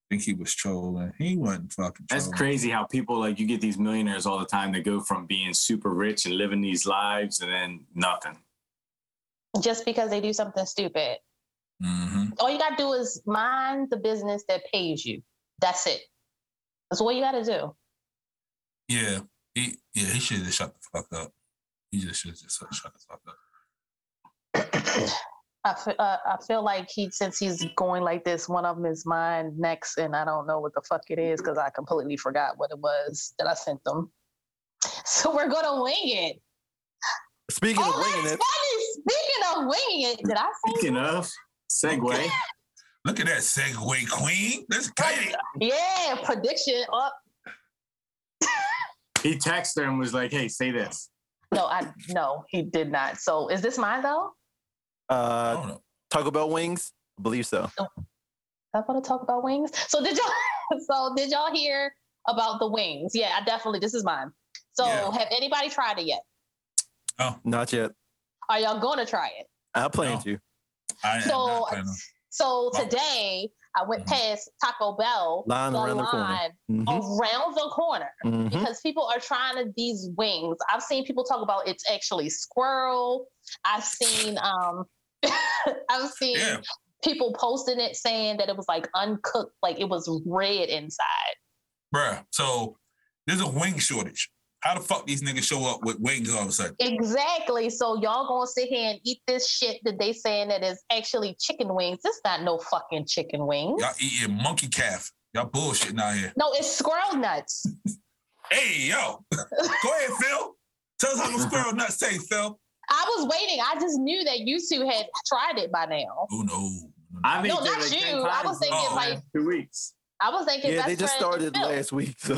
Speaker 2: think he was trolling. He wasn't fucking.
Speaker 4: That's
Speaker 2: trolling.
Speaker 4: crazy how people like you get these millionaires all the time that go from being super rich and living these lives and then nothing.
Speaker 3: Just because they do something stupid.
Speaker 2: Mhm.
Speaker 3: All you gotta do is mind the business that pays you. That's it. That's all you gotta do.
Speaker 2: Yeah, he yeah he should have shut the fuck up. He just should just shut shut the fuck up.
Speaker 3: I fe- uh, I feel like he, since he's going like this, one of them is mine next, and I don't know what the fuck it is because I completely forgot what it was that I sent them. So we're gonna wing it.
Speaker 5: Speaking
Speaker 3: Oh,
Speaker 5: of winging
Speaker 3: that's
Speaker 5: it,
Speaker 3: funny. Speaking of winging it, did I say
Speaker 4: Speaking of, segue.
Speaker 2: Look at that segue queen. Let's get it.
Speaker 3: Yeah, prediction Oh, up.
Speaker 4: He texted her and was like, hey, say this.
Speaker 3: No, I no, he did not. So is this mine though?
Speaker 2: I
Speaker 5: uh,
Speaker 2: don't know.
Speaker 5: Taco Bell wings. I believe so.
Speaker 3: I want to talk about wings. So did y'all? So did y'all hear about the wings? Yeah, I definitely. This is mine. So
Speaker 2: Yeah.
Speaker 3: have anybody tried it yet?
Speaker 5: Not yet.
Speaker 3: Are y'all going to try it?
Speaker 5: I planned
Speaker 2: No.
Speaker 5: you.
Speaker 2: I am
Speaker 3: So,
Speaker 2: not planning on-
Speaker 3: So today I went
Speaker 2: Mhm.
Speaker 3: past Taco Bell
Speaker 5: Mm-hmm. Line around the corner. Mhm,
Speaker 3: Oh. around the corner
Speaker 5: mhm.
Speaker 3: because people are trying to, these wings. I've seen people talk about it's actually squirrel. I've seen um, I've seen
Speaker 2: Yeah.
Speaker 3: people posting it saying that it was like uncooked, like it was red inside.
Speaker 2: bruh. So there's a wing shortage. How the fuck these niggas show up with wings all of a sudden?
Speaker 3: Exactly. So y'all gonna sit here and eat this shit that they saying that is actually chicken wings. It's not no fucking chicken wings.
Speaker 2: Y'all eating monkey calf. Y'all bullshitting out here.
Speaker 3: No, it's squirrel nuts.
Speaker 2: Hey yo, go ahead, Phil. Tell us how the squirrel nuts taste, Phil.
Speaker 3: I was waiting. I just knew that you two had tried it by now.
Speaker 2: Oh no.
Speaker 4: I mean,
Speaker 3: No, not you. I was thinking,
Speaker 2: Oh,
Speaker 3: like-
Speaker 4: two weeks.
Speaker 3: I was thinking
Speaker 5: Yeah,
Speaker 3: best
Speaker 5: they just
Speaker 3: friend
Speaker 5: started
Speaker 3: Phil.
Speaker 5: last week, so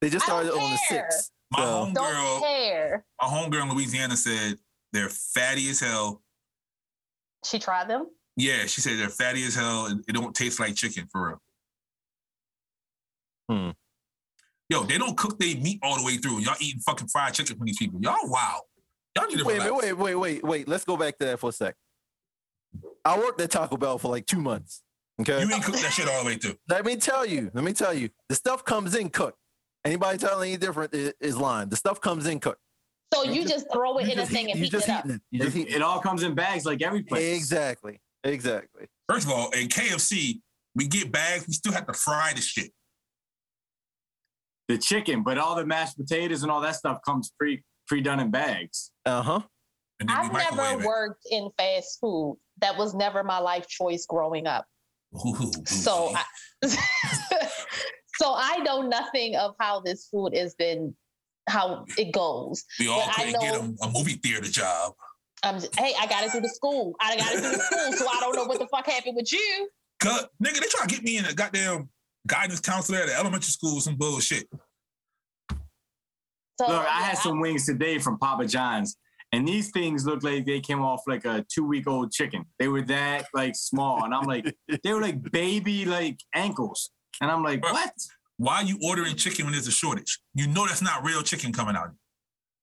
Speaker 5: They just
Speaker 3: I don't
Speaker 5: started on the
Speaker 3: care.
Speaker 5: sixth.
Speaker 2: My
Speaker 5: So-
Speaker 2: homegirl,
Speaker 3: Don't care.
Speaker 2: my homegirl in Louisiana said they're fatty as hell.
Speaker 3: She tried them.
Speaker 2: Yeah, she said they're fatty as hell and it don't taste like chicken for real.
Speaker 5: Hmm.
Speaker 2: Yo, they don't cook their meat all the way through. Y'all eating fucking fried chicken from these people. Y'all wow. Y'all need to
Speaker 5: Wait, a
Speaker 2: relax.
Speaker 5: minute, wait, wait, wait, wait. Let's go back to that for a sec. I worked at Taco Bell for like two months. Okay.
Speaker 2: You ain't cook that shit all the way through.
Speaker 5: let me tell you. Let me tell you. The stuff comes in cooked. Anybody telling any different is, is lying. The stuff comes in cooked.
Speaker 3: So
Speaker 5: You
Speaker 3: you, just, throw it in a
Speaker 5: just
Speaker 3: thing
Speaker 5: heat-
Speaker 3: and
Speaker 5: you
Speaker 3: heat
Speaker 5: just
Speaker 3: it up.
Speaker 5: heating it. You just
Speaker 4: It,
Speaker 5: heating
Speaker 4: it all comes in bags like every
Speaker 5: it.
Speaker 4: place.
Speaker 5: Exactly. Exactly.
Speaker 2: First of all, in KFC, we get bags, we still have to fry the shit.
Speaker 4: The chicken, but all the mashed potatoes and all that stuff comes pre pre done in bags.
Speaker 5: Uh huh.
Speaker 2: And then we
Speaker 3: I've never
Speaker 2: microwave it.
Speaker 3: worked in fast food. That was never my life choice growing up.
Speaker 2: Ooh, ooh,
Speaker 3: So
Speaker 2: ooh.
Speaker 3: I, so I know nothing of how this food has been, how it goes.
Speaker 2: we all
Speaker 3: but I
Speaker 2: couldn't get
Speaker 3: know-
Speaker 2: a, a movie theater job.
Speaker 3: I'm just, hey, I got to do the school. I got to do the school, so I don't know what the fuck happened with you.
Speaker 2: Cut, nigga, they try to get me in a goddamn guidance counselor at an elementary school, some bullshit.
Speaker 3: So
Speaker 2: Oh,
Speaker 4: Look, I
Speaker 3: yeah,
Speaker 4: had some wings today from Papa John's, and these things looked like they came off like a two week old chicken. They were that like small, and I'm like, they were like baby like ankles, and I'm like,
Speaker 2: Bruh.
Speaker 4: what?
Speaker 2: Why you ordering chicken when there's a shortage? You know that's not real chicken coming out.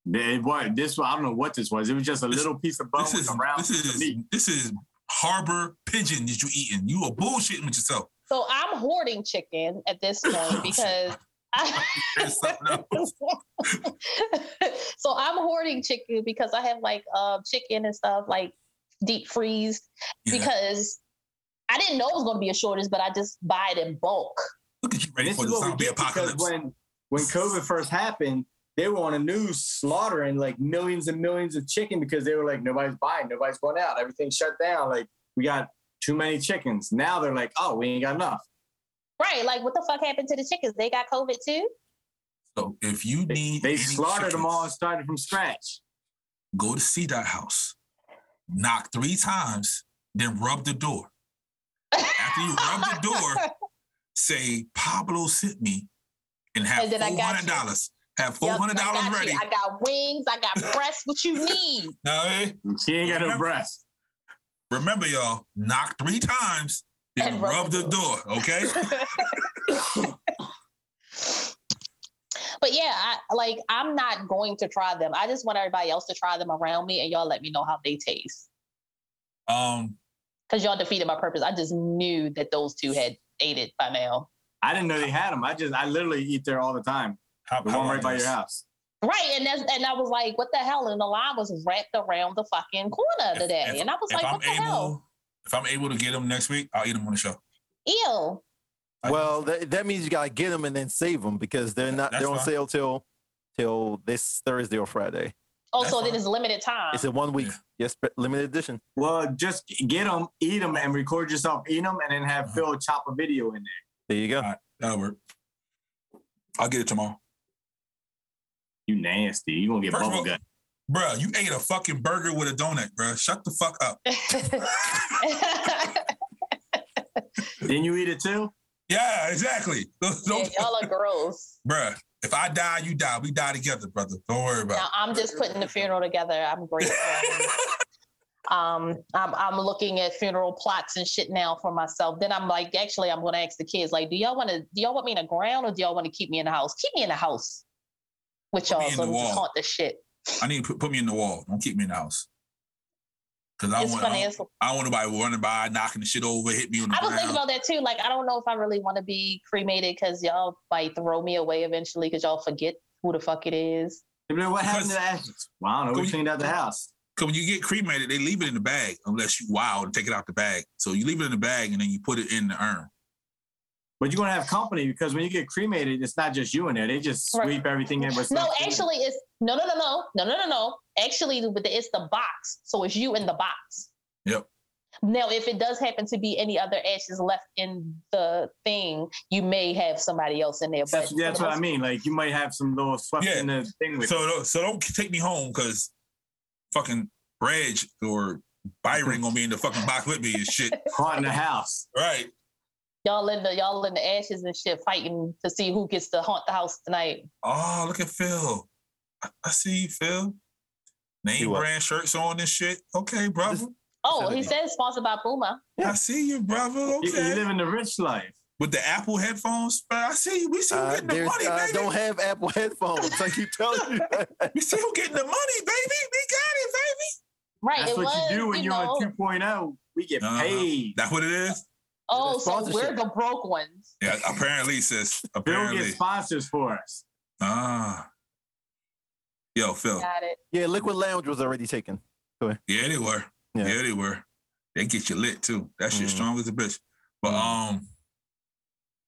Speaker 4: It, what this? I don't know what this was. It was just a
Speaker 2: This-
Speaker 4: little piece of bone
Speaker 2: this
Speaker 4: with
Speaker 2: is
Speaker 4: some round
Speaker 2: this
Speaker 4: piece of
Speaker 2: is
Speaker 4: meat.
Speaker 2: this is harbor pigeon that you eating. You are bullshitting with yourself.
Speaker 3: So I'm hoarding chicken at this point because I.
Speaker 2: There's something else.
Speaker 3: so I'm hoarding chicken because I have like uh, chicken and stuff like deep freeze
Speaker 2: Yeah.
Speaker 3: because I didn't know it was going to be a shortage, but I just buy it in bulk.
Speaker 2: Look at you ready
Speaker 4: this
Speaker 2: for
Speaker 4: is
Speaker 2: the
Speaker 4: what we
Speaker 2: zombie
Speaker 4: get because
Speaker 2: apocalypse.
Speaker 4: when when COVID first happened, they were on the news slaughtering like millions and millions of chicken because they were like nobody's buying, nobody's going out, everything shut down. Like we got too many chickens. Now they're like, oh, we ain't got enough.
Speaker 3: Right. Like, what the fuck happened to the chickens? They got COVID too?
Speaker 2: so if you
Speaker 4: They,
Speaker 2: need
Speaker 4: they
Speaker 2: any
Speaker 4: slaughtered them all and
Speaker 2: chickens,
Speaker 4: started from scratch.
Speaker 2: Go to see that house, knock three times, then rub the door. After you rub the door, say Pablo sent me, and have
Speaker 3: And then I
Speaker 2: four
Speaker 3: got
Speaker 2: hundred
Speaker 3: you.
Speaker 2: dollars. Have four
Speaker 3: Yup, I
Speaker 2: hundred dollars
Speaker 3: got you.
Speaker 2: ready.
Speaker 3: I got wings. I got breasts. What you need?
Speaker 2: Now, eh,
Speaker 4: She ain't got no
Speaker 2: Remember-
Speaker 4: breast.
Speaker 2: remember, y'all, knock three times, then
Speaker 3: And
Speaker 2: rub the door. Okay.
Speaker 3: But yeah, I, like I'm not going to try them. I just want everybody else to try them around me, and y'all let me know how they taste.
Speaker 2: Um,
Speaker 3: Cause y'all defeated my purpose. I just knew that those two had ate it by now.
Speaker 4: I didn't know they had them. I just I literally eat there all the time.
Speaker 2: how,
Speaker 4: The
Speaker 2: how
Speaker 4: one
Speaker 2: about
Speaker 4: right by
Speaker 2: this?
Speaker 4: your house.
Speaker 3: Right, and that's and I was like, what the hell? And the line was wrapped around the fucking corner
Speaker 2: If-
Speaker 3: today,
Speaker 2: if-
Speaker 3: and I was
Speaker 2: If
Speaker 3: like,
Speaker 2: I'm
Speaker 3: what the
Speaker 2: able,
Speaker 3: hell?
Speaker 2: if I'm able to get them next week, I'll eat them on the show.
Speaker 3: Ew.
Speaker 2: I-
Speaker 5: Well, that, that means you gotta get them and then save them because they're not
Speaker 2: That's
Speaker 5: they're on
Speaker 2: fine.
Speaker 5: sale till till this Thursday or Friday.
Speaker 3: Oh,
Speaker 2: That's
Speaker 3: so then
Speaker 2: fine.
Speaker 3: it's limited time.
Speaker 5: It's a one week.
Speaker 2: Yeah.
Speaker 5: Yes, but limited edition.
Speaker 4: Well, just get them, eat them, and record yourself eating them, and then have
Speaker 2: Uh-huh.
Speaker 4: Phil chop a video in there.
Speaker 5: There you go.
Speaker 2: Alright. That'll work. I'll get it tomorrow,
Speaker 4: You nasty. You gonna get
Speaker 2: First of all-
Speaker 4: bubble gut.
Speaker 2: Bruh, You ate a fucking burger with a donut, bruh. Shut the fuck up.
Speaker 4: Then you eat it too.
Speaker 2: Yeah, exactly. Don't-
Speaker 3: Yeah,
Speaker 2: don't-
Speaker 3: y'all are gross.
Speaker 2: bruh, if I die, you die. We die together, brother. Don't worry about
Speaker 3: Now I'm just putting the funeral together. I'm grateful.
Speaker 2: it.
Speaker 3: um, I'm, I'm looking at funeral plots and shit now for myself. Then I'm like, actually, I'm going to ask the kids, like, do y'all want to, do y'all want me in the ground or do y'all want to keep me in the house? Keep me in the house with
Speaker 2: me
Speaker 3: y'all
Speaker 2: in
Speaker 3: so
Speaker 2: the
Speaker 3: we can
Speaker 2: wall.
Speaker 3: haunt the shit.
Speaker 2: I need to put, put me in the wall. Don't keep me in the house. Cause I
Speaker 3: It's
Speaker 2: want,
Speaker 3: funny.
Speaker 2: I
Speaker 3: It's,
Speaker 2: don't, I don't want nobody running by, knocking the shit over, hit me on the
Speaker 3: I was
Speaker 2: ground.
Speaker 3: thinking about that too. Like, I don't know if I really want to be cremated because y'all might throw me away eventually because y'all forget who the fuck it is.
Speaker 4: They'd be like, what happened to
Speaker 2: Because-
Speaker 4: the ashes? Well, I don't know. We
Speaker 2: Go-
Speaker 4: cleaned out the house.
Speaker 2: Because when you get cremated, they leave it in the bag unless you wow and take it out the bag. So you leave it in the bag and then you put it in the urn.
Speaker 4: But you're gonna have company because when you get cremated, it's not just you in there. They just
Speaker 3: Right.
Speaker 4: sweep everything that was.
Speaker 3: No,
Speaker 4: left in.
Speaker 3: actually, it's no, no, no, no, no, no, no, no. Actually, but it's the box. So it's you in the box.
Speaker 2: Yep.
Speaker 3: Now, if it does happen to be any other ashes left in the thing, you may have somebody else in there.
Speaker 4: That's,
Speaker 3: but
Speaker 4: that's what I mean. Like you might have some little swept
Speaker 2: Yeah.
Speaker 4: in the thing with.
Speaker 2: So don't- so don't take me home because fucking Reg or Byron gonna be in the fucking box with me and shit.
Speaker 4: caught in the house.
Speaker 2: Right.
Speaker 3: Y'all in the y'all in the ashes and shit, fighting to see who gets to haunt the house tonight.
Speaker 2: Oh, look at Phil. I, I see you, Phil.
Speaker 5: He
Speaker 2: Name
Speaker 5: what?
Speaker 2: brand shirts on and shit. Okay, brother.
Speaker 3: Oh,
Speaker 5: Said
Speaker 3: he
Speaker 5: it.
Speaker 3: says sponsored by Puma.
Speaker 2: I see you, brother.
Speaker 4: You, you
Speaker 2: Okay.
Speaker 4: living the rich life.
Speaker 2: With the Apple headphones, man, I see you. We see you
Speaker 5: Uh,
Speaker 2: getting the
Speaker 5: there's,
Speaker 2: money,
Speaker 5: I
Speaker 2: baby.
Speaker 5: don't have Apple headphones. I keep telling you.
Speaker 2: We see you getting the money, baby. We got it, baby.
Speaker 3: Right.
Speaker 4: That's
Speaker 3: it
Speaker 4: what
Speaker 3: was,
Speaker 4: you do when
Speaker 3: you
Speaker 4: you're
Speaker 3: know,
Speaker 4: on 2.0. We get
Speaker 2: Uh-huh.
Speaker 4: paid.
Speaker 2: That's what it is.
Speaker 3: Oh, so we're
Speaker 5: Sponsorship.
Speaker 3: the broke ones.
Speaker 2: Yeah, apparently, sis.
Speaker 4: Bill
Speaker 2: Apparently.
Speaker 4: gets sponsors for us.
Speaker 2: Ah. Yo, Phil.
Speaker 3: Got it.
Speaker 5: Yeah, Liquid Lounge was already taken.
Speaker 2: Yeah, they were. Yeah,
Speaker 5: Yeah.
Speaker 2: they were. They get you lit too. That shit
Speaker 5: Mhm.
Speaker 2: strong as a bitch. But
Speaker 5: Mm-hmm.
Speaker 2: um,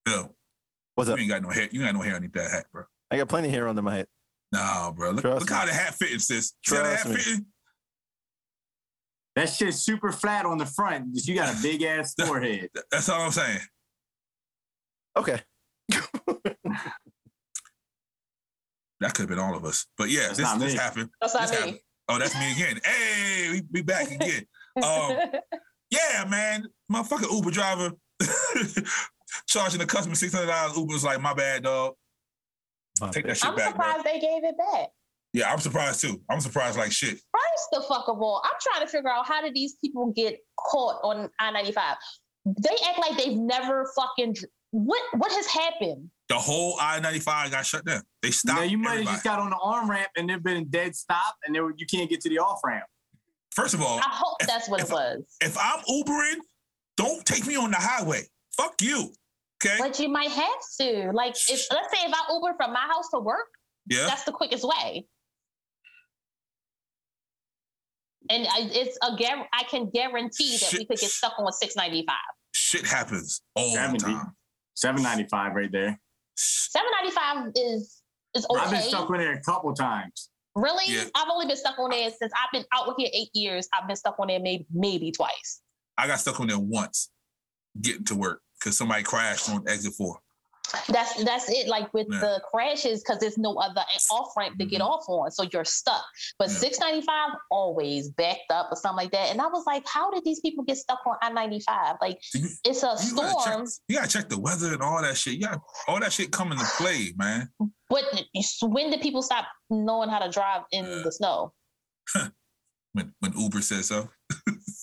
Speaker 2: Phil,
Speaker 5: What's
Speaker 2: you
Speaker 5: up?
Speaker 2: ain't got no hair. You ain't got no hair underneath that hat, bro.
Speaker 5: I got plenty of hair under my head.
Speaker 2: Nah, bro. Look,
Speaker 5: Trust
Speaker 2: look
Speaker 5: me.
Speaker 2: how the hat fitting, sis. See how the
Speaker 5: Trust
Speaker 2: hat
Speaker 5: me.
Speaker 2: fitting?
Speaker 4: That shit's super flat on the front. but You got a big ass forehead.
Speaker 2: Th- That's all I'm saying.
Speaker 5: Okay.
Speaker 2: That could have been all of us. But yeah,
Speaker 4: That's
Speaker 2: this
Speaker 4: not
Speaker 2: this
Speaker 4: me.
Speaker 2: happened.
Speaker 3: That's
Speaker 2: This
Speaker 3: not
Speaker 2: happened.
Speaker 3: me.
Speaker 2: Oh, that's me again. Hey, we, we back again.
Speaker 4: Oh,
Speaker 2: Um, yeah, man. Motherfucking Uber driver charging the customer six hundred dollars. Uber was like, my bad, dog.
Speaker 5: My
Speaker 2: Take that
Speaker 5: bad.
Speaker 2: shit
Speaker 3: I'm
Speaker 2: back, bro.
Speaker 3: surprised they gave it back.
Speaker 2: Yeah, I'm surprised too. I'm surprised like shit.
Speaker 3: First the fuck of all, I'm trying to figure out how did these people get caught on I-95? They act like they've never fucking dr- what what has happened?
Speaker 2: The whole I ninety five got shut down. They stopped.
Speaker 4: Now you might have
Speaker 2: everybody.
Speaker 4: just got on the arm ramp and there been a dead stop and there were- you can't get to the off ramp.
Speaker 2: First of all,
Speaker 3: I hope
Speaker 2: If-
Speaker 3: that's what it
Speaker 2: if-
Speaker 3: was.
Speaker 2: if I'm Ubering, don't take me on the highway. Fuck you. Okay.
Speaker 3: But you might have to. Like if let's say if I Uber from my house to work,
Speaker 2: yeah.
Speaker 3: that's the quickest way. And I, it's a guar- I can guarantee that we
Speaker 2: Shit.
Speaker 3: could get stuck on 695.
Speaker 2: Shit happens all the
Speaker 4: 70.
Speaker 2: time.
Speaker 4: 795 right there.
Speaker 3: 795 is is
Speaker 4: I've
Speaker 3: okay.
Speaker 4: been stuck on there a couple times.
Speaker 3: really?
Speaker 2: Yeah.
Speaker 3: I've only been stuck on there since I've been out here eight years. I've been stuck on there maybe maybe twice.
Speaker 2: I got stuck on there once getting to work because somebody crashed on exit four.
Speaker 3: That's that's it. Like with
Speaker 2: Yeah.
Speaker 3: the crashes, because there's no other off ramp to get
Speaker 2: Mhm.
Speaker 3: off on, so you're stuck. But
Speaker 2: Yeah.
Speaker 3: 695 always backed up or something like that. And I was like, how did these people get stuck on I-95? Like
Speaker 2: So you-
Speaker 3: it's a
Speaker 2: You gotta, check,
Speaker 3: storm,
Speaker 2: you gotta check the weather and all that shit. You got all that shit come into play, man.
Speaker 3: but when did people stop knowing how to drive in
Speaker 2: Yeah.
Speaker 3: the snow?
Speaker 2: When when Uber says so.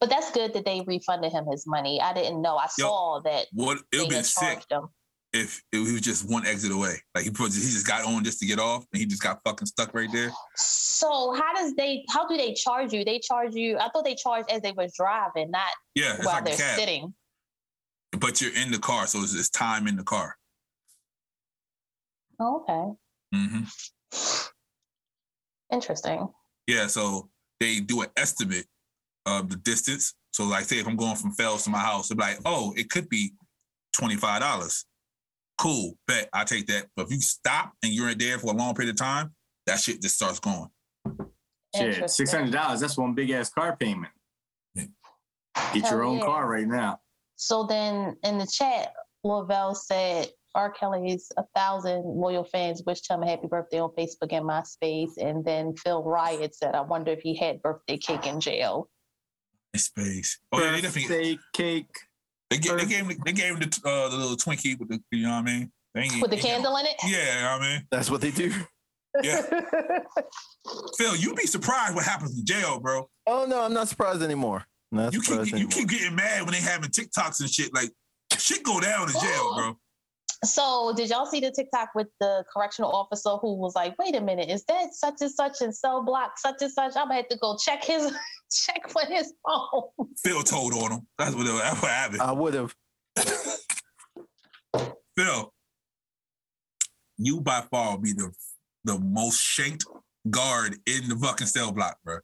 Speaker 3: But that's good that they refunded him his money. I didn't know. I
Speaker 2: Yo,
Speaker 3: saw that
Speaker 2: What it would
Speaker 3: they
Speaker 2: be
Speaker 3: had
Speaker 2: sick
Speaker 3: charged him.
Speaker 2: if it, he was just one exit away. Like he put, he just got on just to get off and he just got fucking stuck right there.
Speaker 3: So how does they? How do they charge you? They charge you. I thought they charged as they were driving, not
Speaker 2: Yeah, it's
Speaker 3: while
Speaker 2: like a
Speaker 3: they're
Speaker 2: cab.
Speaker 3: sitting.
Speaker 2: But you're in the car, so it's, it's time in the car.
Speaker 3: Oh, okay,
Speaker 2: hmm
Speaker 3: interesting.
Speaker 2: Yeah, so they do an estimate of the distance. So, like, say if I'm going from Fells to my house, they're like, oh, it could be twenty-five dollars. Cool, bet I take that. But if you stop and you're in there for a long period of time, that shit just starts going.
Speaker 4: Shit,
Speaker 3: Interesting.
Speaker 4: six hundred dollars. That's one big ass car payment. Get your
Speaker 3: Hell
Speaker 4: own
Speaker 3: yeah.
Speaker 4: car right now.
Speaker 3: So then in the chat, Lavelle said R. Kelly's a thousand loyal fans wished him a happy birthday on Facebook and MySpace. And then Phil Riot said, I wonder if he had birthday cake in jail.
Speaker 2: It's space. Oh yeah, they definitely
Speaker 4: Birthday cake.
Speaker 2: they, ga- they gave him they gave him the, uh, the little Twinkie with the you know what I mean. They ain't-
Speaker 3: With
Speaker 2: they
Speaker 3: the
Speaker 2: ain't-
Speaker 3: candle in it?
Speaker 2: Yeah, you know what I mean,
Speaker 5: That's what they do.
Speaker 2: yeah. Phil, you'd be surprised what happens in jail, bro.
Speaker 5: Oh no, I'm not surprised anymore. Not
Speaker 2: you keep
Speaker 5: surprised
Speaker 2: you
Speaker 5: anymore.
Speaker 2: keep getting mad when they having TikToks and shit. Like shit go down in jail, bro.
Speaker 3: so did y'all see the TikTok with the correctional officer who was like, wait a minute, is that such and such and so block such and such? I'm gonna have to go check his check for his phone.
Speaker 2: Phil told on him. That's what that's what happened.
Speaker 5: I would have.
Speaker 2: Phil, you by far be the the most shanked guard in the fucking cell block, bro.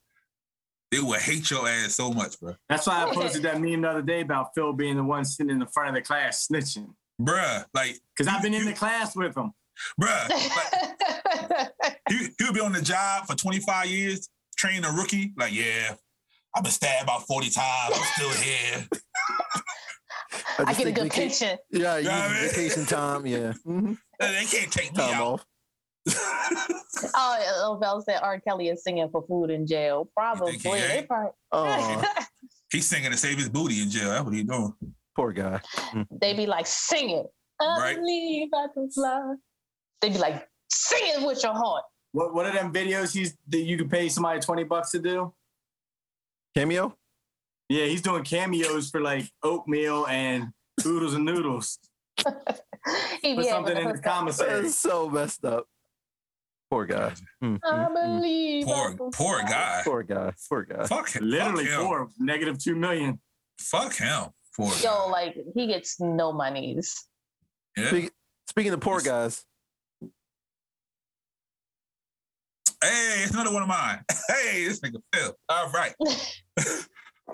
Speaker 2: They will hate your ass so much, bro.
Speaker 4: That's why I posted that meme the other day about Phil being the one sitting in the front of the class snitching.
Speaker 2: Bruh, like,
Speaker 4: Cause I've been in the class with him.
Speaker 2: bruh, like, he, he'll be on the job for 25 years, training a rookie. Like, yeah, I've been stabbed about 40 times. I'm still here.
Speaker 3: I
Speaker 5: just
Speaker 3: get a
Speaker 5: think
Speaker 3: good
Speaker 5: vaca-
Speaker 3: pension.
Speaker 5: Yeah, you
Speaker 2: Know what I mean?
Speaker 5: vacation time. Yeah, Mhm.
Speaker 2: They can't take me
Speaker 5: time
Speaker 2: out.
Speaker 5: off.
Speaker 3: Oh, Lavelle said R. Kelly is singing for food in jail. Probably.
Speaker 2: he
Speaker 3: They
Speaker 2: ain't?
Speaker 3: probably-
Speaker 5: Oh,
Speaker 2: He's singing to save his booty in jail. That's what he doing.
Speaker 5: Poor guy.
Speaker 3: They be like, sing it. I
Speaker 2: Right.
Speaker 3: believe I can fly. They be like, sing it with your heart.
Speaker 4: What what are them videos he's that you could pay somebody twenty bucks to do?
Speaker 5: Cameo?
Speaker 4: Yeah, he's doing cameos for like oatmeal and oodles and noodles.
Speaker 3: He
Speaker 4: Put
Speaker 3: be able
Speaker 4: something
Speaker 3: to
Speaker 4: in the
Speaker 3: hook up.
Speaker 4: commissary.
Speaker 5: That's so messed up. Poor guy. Mm,
Speaker 3: I
Speaker 5: mm, mm.
Speaker 3: believe. I
Speaker 2: Poor,
Speaker 3: can
Speaker 2: poor
Speaker 3: fly.
Speaker 2: guy.
Speaker 5: Poor guy. Poor guy.
Speaker 2: Fuck him.
Speaker 4: Literally
Speaker 2: Fuck him.
Speaker 4: for negative two million.
Speaker 2: Fuck him. Poor
Speaker 3: Yo,
Speaker 2: guy.
Speaker 3: like he gets no monies.
Speaker 2: Yeah.
Speaker 5: Speak- Speaking of poor guys,
Speaker 2: Hey, it's another one of mine. Hey, this nigga Phil. All right.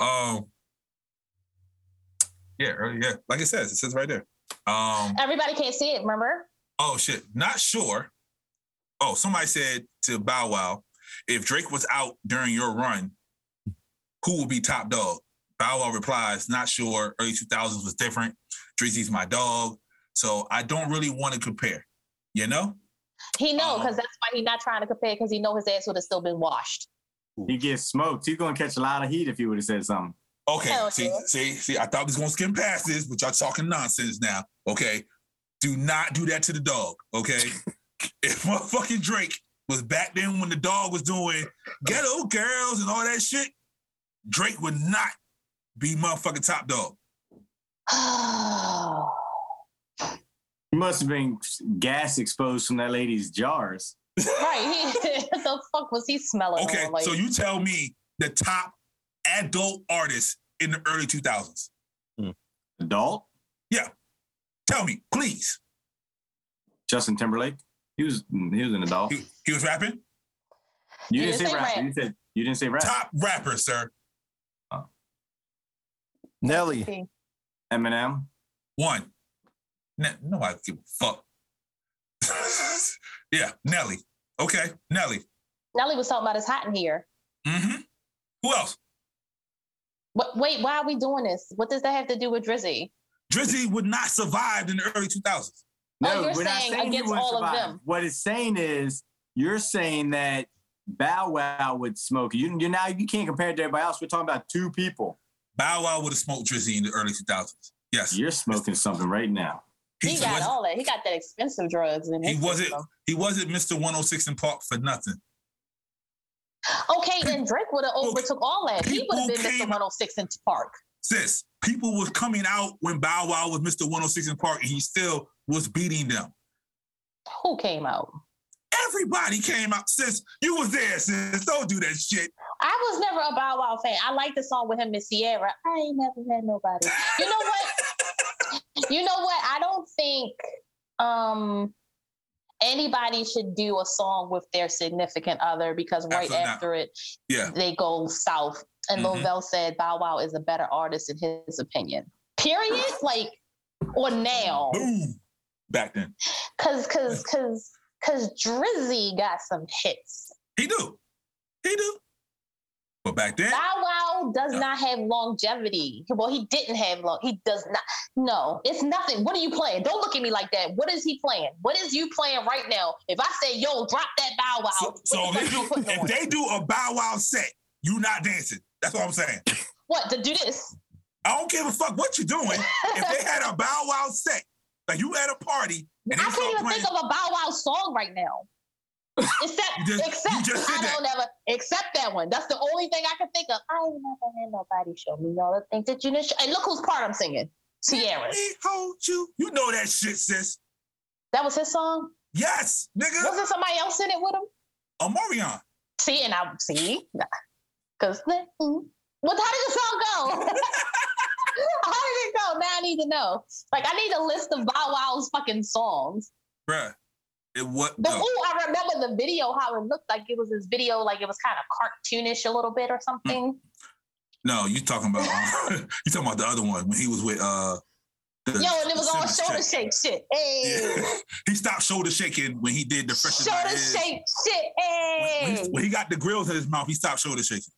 Speaker 2: um. Yeah, early- yeah. Like it says, it says right there. Um.
Speaker 3: Everybody can't see it, remember?
Speaker 2: Oh shit. Not sure. Oh, somebody said to Bow Wow, if Drake was out during your run, who will be top dog? Bow Wow replies, not sure. Early 2000s was different. Drizzy's my dog. So I don't really want to compare. You know?
Speaker 3: He know
Speaker 2: Oh.
Speaker 3: because that's why he's not trying to compare because he know his ass would have still been washed.
Speaker 4: He gets smoked. He's gonna catch a lot of heat if you would have said something.
Speaker 2: Okay,
Speaker 3: Hell
Speaker 2: see,
Speaker 3: yeah.
Speaker 2: see, see, I thought we was gonna skim past this, but y'all talking nonsense now. Okay. Do not do that to the dog, okay? if motherfucking Drake was back then when the dog was doing ghetto girls and all that shit, Drake would not be motherfucking top dog.
Speaker 3: right.
Speaker 4: He must have been gas exposed from that lady's jars.
Speaker 3: He, the fuck was he smelling?
Speaker 2: Okay,
Speaker 3: on? Uh, Like,
Speaker 2: so you tell me the top adult artist in the early 2000s.
Speaker 4: Adult
Speaker 2: Tell me, please.
Speaker 4: Justin Timberlake. He was he was an adult.
Speaker 2: He, he was rapping?
Speaker 4: You didn't say rap. You said you didn't say rap.
Speaker 2: Top rapper, sir.
Speaker 5: Nelly.
Speaker 4: Eminem.
Speaker 2: One. Ne- no, I give a fuck. yeah, Nelly. Okay, Nelly.
Speaker 3: Nelly was talking about it's hot in here.
Speaker 2: Mm-hmm. Who else?
Speaker 3: What, wait, why are we doing this? What does that have to do with Drizzy?
Speaker 2: Drizzy would not survive in the early 2000s.
Speaker 3: Oh, you're saying against
Speaker 4: wouldn't
Speaker 3: all of
Speaker 4: survive.
Speaker 3: them.
Speaker 4: What it's saying is you're saying that Bow Wow would smoke you. You're now you can't compare it to everybody else. We're talking about two people.
Speaker 2: Bow Wow would have smoked Drizzy in the early 2000s. Yes.
Speaker 4: You're smoking something right now.
Speaker 3: He,
Speaker 2: just
Speaker 3: got
Speaker 2: wasn't-
Speaker 3: all that. He got that expensive drugs. In
Speaker 2: He
Speaker 3: his
Speaker 2: wasn't-
Speaker 3: system.
Speaker 2: he wasn't Mr. 106 in Park for nothing.
Speaker 3: Okay, then Drake would have
Speaker 2: People-
Speaker 3: overtook all that. He would
Speaker 2: people
Speaker 3: have been Mr.
Speaker 2: came-
Speaker 3: 106 in Park.
Speaker 2: Sis, people was coming out when Bow Wow was Mr. 106 in Park and he still was beating them.
Speaker 3: Who came out?
Speaker 2: Everybody came out. Sis, you was there, sis. Don't do that shit.
Speaker 3: I was never a Bow Wow fan. I like the song with him and Sierra. I ain't never had nobody. You know what? you know what? I don't think um anybody should do a song with their significant other because right
Speaker 2: Absolutely not.
Speaker 3: after it
Speaker 2: Yeah.
Speaker 3: they go south. And
Speaker 2: Mhm.
Speaker 3: Lil Vel said Bow Wow is a better artist in his opinion. Period. Like or now.
Speaker 2: Boom. Back then.
Speaker 3: Cause cause cause cause Drizzy got some hits.
Speaker 2: He do. He do. But back then,
Speaker 3: Bow Wow does
Speaker 2: Yeah.
Speaker 3: not have longevity. Well, he didn't have long. He does not. No, it's nothing. What are you playing? Don't look at me like that. What is he playing? What is you playing right now? If I say, "Yo, drop that Bow Wow,"
Speaker 2: so,
Speaker 3: what
Speaker 2: so
Speaker 3: the fuck
Speaker 2: if,
Speaker 3: you
Speaker 2: you-
Speaker 3: putting
Speaker 2: if
Speaker 3: on?
Speaker 2: they do a Bow Wow set, you not dancing. That's what I'm saying.
Speaker 3: what to do this?
Speaker 2: I don't give a fuck what you're doing. If they had a Bow Wow set, like you at a party,
Speaker 3: I
Speaker 2: and they
Speaker 3: can't
Speaker 2: start
Speaker 3: even
Speaker 2: playing,
Speaker 3: think of a Bow Wow song right now. Except,
Speaker 2: You just- you
Speaker 3: except
Speaker 2: just
Speaker 3: I
Speaker 2: did that.
Speaker 3: don't ever except that one. That's the only thing I can think of. I ain't never had nobody show me all the things that you didn't. Show. And look whose part I'm singing. Sierra.
Speaker 2: "Me hold you. You know that shit, sis.
Speaker 3: That was his song.
Speaker 2: Yes, nigga.
Speaker 3: Wasn't somebody else in it with him?
Speaker 2: Omarion.
Speaker 3: See, and I see, because what? How did the song go? how did it go? Now I need to know. Like, I need a list of Bow Wow's fucking songs.
Speaker 2: Bruh. It what
Speaker 3: The,
Speaker 2: no.
Speaker 3: Oh, I remember the video. How it looked like it was this video, like it was kind of cartoonish a little bit or something.
Speaker 2: no, you talking about um, you talking about the other one when he was with uh the,
Speaker 4: Mm.
Speaker 3: Yo, and it was all
Speaker 2: Simmons
Speaker 3: shoulder
Speaker 2: chick.
Speaker 3: shake shit. Hey,
Speaker 2: Yeah. he stopped shoulder shaking when he did the fresh
Speaker 3: shoulder shake shit.
Speaker 2: when,
Speaker 3: Hey,
Speaker 2: he- when he got the grills in his mouth, he stopped shoulder shaking.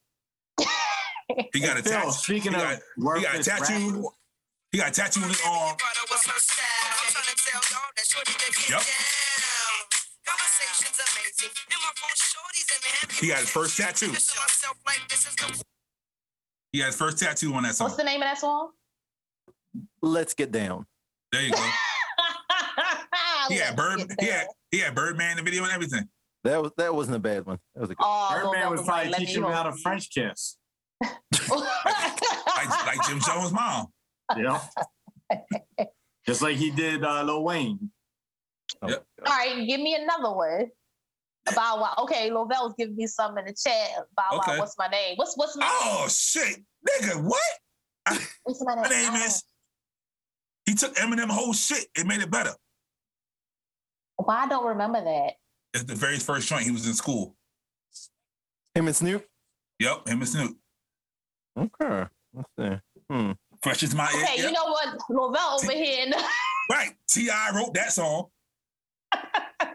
Speaker 2: He got a
Speaker 4: Phil,
Speaker 2: tattoo.
Speaker 4: speaking
Speaker 2: he
Speaker 4: of
Speaker 2: got,
Speaker 4: work
Speaker 2: he got a tattoo. He got a tattoo on his arm. Yep. He got his first tattoo. He got his first tattoo on that song.
Speaker 3: what's the name of that song?
Speaker 5: Let's get down.
Speaker 2: There you go. Yeah,
Speaker 3: Let's
Speaker 2: Bird.
Speaker 3: get
Speaker 2: Yeah,
Speaker 3: down.
Speaker 2: yeah, Birdman, the video and everything.
Speaker 5: That was that wasn't a bad one. That was a good.
Speaker 3: Oh,
Speaker 4: Birdman
Speaker 3: Lord,
Speaker 4: was
Speaker 3: Lord,
Speaker 4: probably
Speaker 3: let me
Speaker 4: teaching him how to
Speaker 3: hold you.
Speaker 4: French kiss.
Speaker 2: Like, like Jim Jones' mom.
Speaker 4: You know, just like he did uh, Lil Wayne.
Speaker 3: All right, give me another one. Bow Wow. Okay, Lovell was giving me some in the chat. Bow Wow,
Speaker 2: Okay.
Speaker 3: what's my name? What's what's my
Speaker 2: Oh shit, nigga, what?
Speaker 3: What's my name?
Speaker 2: My name is. He took Eminem whole shit and made it better.
Speaker 3: Oh, Why I don't remember that?
Speaker 2: It's the very first joint he was in school.
Speaker 5: Him and Snoop.
Speaker 2: Yep, him and Snoop.
Speaker 5: Okay. Let's see. Hmm.
Speaker 2: Fresh as my ear.
Speaker 3: Okay,
Speaker 2: Yep.
Speaker 3: you know what? Lovell over here. And
Speaker 2: Right. T.I. wrote that song.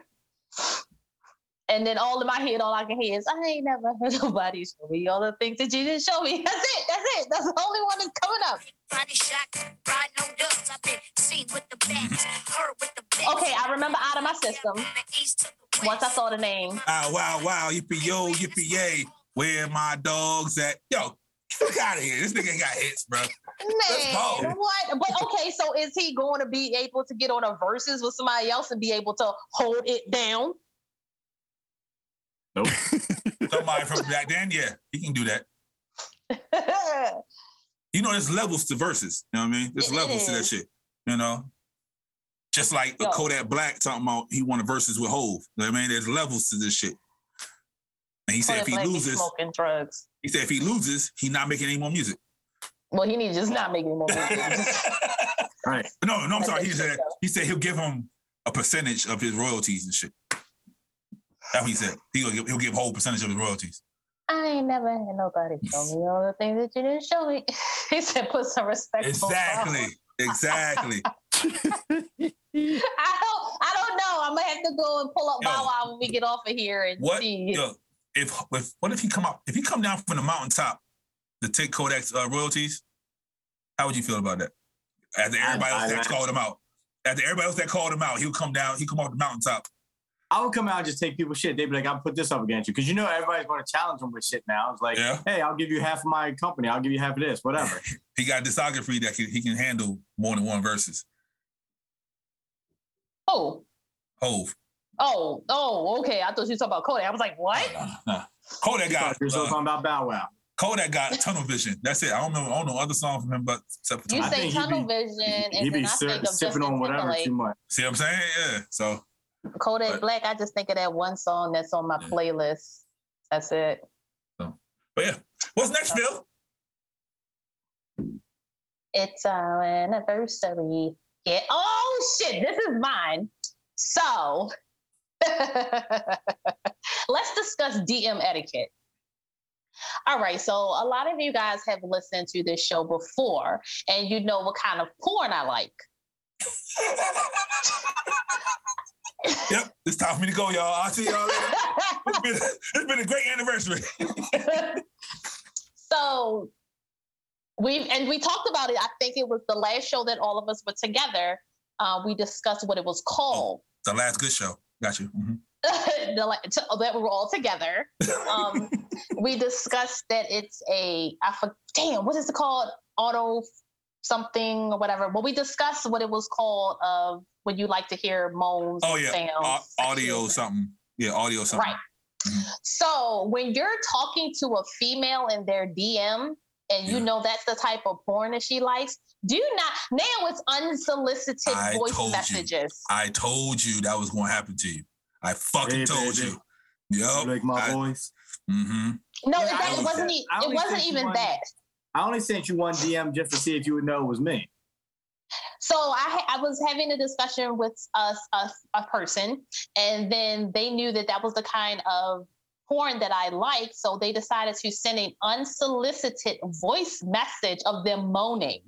Speaker 3: And then all in my head, all I can hear is, I ain't never heard nobody show me all the things that you didn't show me. That's it. That's it. That's the only one that's coming up.
Speaker 6: Body shot, ride no dubs. I've been seen with the bands,
Speaker 2: Mm-hmm.
Speaker 6: heard with the best.
Speaker 3: Okay, I remember Out of My System. Once I saw the name,
Speaker 2: Ah, wow, wow, yippee yo, yippee yay. Where my dogs at? Yo, fuck out of here. This nigga ain't got hits, bro.
Speaker 3: man,
Speaker 2: go.
Speaker 3: what? But okay, so is he going to be able to get on a verses with somebody else and be able to hold it down?
Speaker 2: Somebody from back then, yeah, he can do that. You know, there's levels to verses. You know what I mean? There's
Speaker 3: It
Speaker 2: levels to that
Speaker 3: is.
Speaker 2: shit. You know, just like
Speaker 3: Yo.
Speaker 2: Kodak Black talking about he won a verses with Hove. You know what I mean? There's levels to this shit. And he said if he
Speaker 3: Black be
Speaker 2: loses,
Speaker 3: smoking drugs.
Speaker 2: he said if he loses, he not making any more music.
Speaker 3: Well, he needs to just not make any more movies.
Speaker 4: Right.
Speaker 2: No, no, I'm
Speaker 3: Like
Speaker 2: sorry.
Speaker 3: they
Speaker 2: He said
Speaker 3: should.
Speaker 2: he said he'll give him a percentage of his royalties and shit. That's what he said. He'll give, he'll give whole percentage of his royalties.
Speaker 3: I ain't never had nobody show me all the things that you didn't show me. he said, put some respect. on
Speaker 2: Exactly. Exactly.
Speaker 3: I don't. I don't know. I'm gonna have to go and pull up
Speaker 2: Yo.
Speaker 3: Bow Wow when we get off of here and
Speaker 2: What?
Speaker 3: see.
Speaker 2: Yo, if if what if he come out if he come down from the mountaintop to take Kodak's uh, royalties, how would you feel about that? After everybody
Speaker 4: I-
Speaker 2: else that
Speaker 4: I-
Speaker 2: called him out, after everybody else that called him out, he'll come down. He come off the mountaintop.
Speaker 4: I would come out and just take people's shit. They'd be like, I'll put this up against you. Because you know everybody's going to challenge them with shit now. It's like,
Speaker 2: Yeah.
Speaker 4: hey, I'll give you half of my company. I'll give you half of this, whatever.
Speaker 2: He got discography that can, he can handle more than one verses.
Speaker 3: Oh,
Speaker 2: Hove.
Speaker 3: oh, oh. Okay. I thought you were talking about Cody. I was like, what?
Speaker 2: Nah, nah, nah. Kodak got
Speaker 4: You're still
Speaker 2: uh,
Speaker 4: talking about Bow Wow.
Speaker 2: Kodak got tunnel vision. That's it. I don't know. I don't know other song from him, but except for
Speaker 3: You
Speaker 2: tunnel.
Speaker 3: say
Speaker 4: I think he
Speaker 3: tunnel
Speaker 4: be-
Speaker 3: vision, and
Speaker 4: He
Speaker 3: then I
Speaker 4: be sir-
Speaker 3: think of
Speaker 4: sipping
Speaker 3: Justin
Speaker 4: on whatever
Speaker 3: Timberlake.
Speaker 4: too much.
Speaker 2: see what I'm saying? Yeah. So
Speaker 3: Kodak
Speaker 2: But-
Speaker 3: Black. I just think of that one song that's on my
Speaker 2: Yeah.
Speaker 3: playlist. That's it.
Speaker 2: but yeah. What's next, Phil?
Speaker 3: It's our anniversary. Yeah. Oh shit, this is mine. So let's discuss DM etiquette. All right, so a lot of you guys have listened to this show before, and you know what kind of porn I like.
Speaker 2: Yep. It's time for me to go, y'all. I'll see y'all later. It's been, it's been a great anniversary.
Speaker 3: so we and we talked about it. I think it was the last show that all of us were together. Uh, we discussed what it was called.
Speaker 2: The last good show. Got you. Mhm.
Speaker 3: the, la- to, that we were all together. Um, we discussed that it's a I for, damn what is it called auto something or whatever. But we discussed what it was called of when you like to hear moans.
Speaker 2: Oh,
Speaker 3: and
Speaker 2: yeah.
Speaker 3: sounds,
Speaker 2: Au- audio
Speaker 3: sexual-
Speaker 2: something. Yeah. Audio something.
Speaker 3: Right.
Speaker 2: Mhm.
Speaker 3: So when you're talking to a female in their DM and you
Speaker 2: Yeah.
Speaker 3: know that's the type of porn that she likes, do not now it's unsolicited
Speaker 2: I
Speaker 3: voice
Speaker 2: told you.
Speaker 3: messages.
Speaker 2: I told you that was going to happen to you. I fucking
Speaker 4: Hey,
Speaker 2: told
Speaker 4: baby.
Speaker 2: you. Yep.
Speaker 4: Like my
Speaker 2: Oh, I-
Speaker 4: voice.
Speaker 2: hmm
Speaker 3: No,
Speaker 4: Yeah,
Speaker 3: it,
Speaker 4: I
Speaker 3: that, it
Speaker 4: only
Speaker 3: wasn't.
Speaker 4: said-
Speaker 3: e-
Speaker 4: I
Speaker 3: It
Speaker 4: only
Speaker 3: wasn't
Speaker 4: said she
Speaker 3: even
Speaker 4: wanted-
Speaker 3: that.
Speaker 4: I only sent you one DM just to see if you would know it was me.
Speaker 3: So I, ha- I was having a discussion with us a, a person, and then they knew that that was the kind of porn that I like. So they decided to send an unsolicited voice message of them moaning.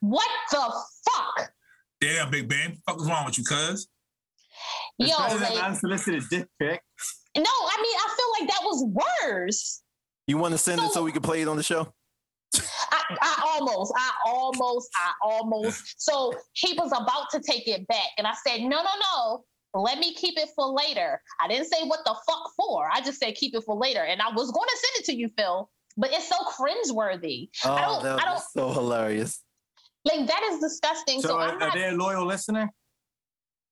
Speaker 3: What the fuck,
Speaker 2: Damn, Big Ben. Fuck was wrong with you, cuz?
Speaker 4: It's
Speaker 3: yo?
Speaker 4: better than
Speaker 3: like-
Speaker 4: unsolicited dick pic.
Speaker 3: no, I mean I feel like that was worse.
Speaker 5: You want to send it so
Speaker 3: So-
Speaker 5: we can play it on the show?
Speaker 3: I, I almost, I almost, I almost. So he was about to take it back. And I said, no, no, no. Let me keep it for later. I didn't say what the fuck for. I just said keep it for later. And I was going to send it to you, Phil, but it's so cringeworthy.
Speaker 5: Oh,
Speaker 3: don't-
Speaker 5: that
Speaker 3: I
Speaker 5: was so hilarious.
Speaker 3: Like that is disgusting. So,
Speaker 4: So, are,
Speaker 3: I'm
Speaker 4: are
Speaker 3: not,
Speaker 4: they a loyal listener?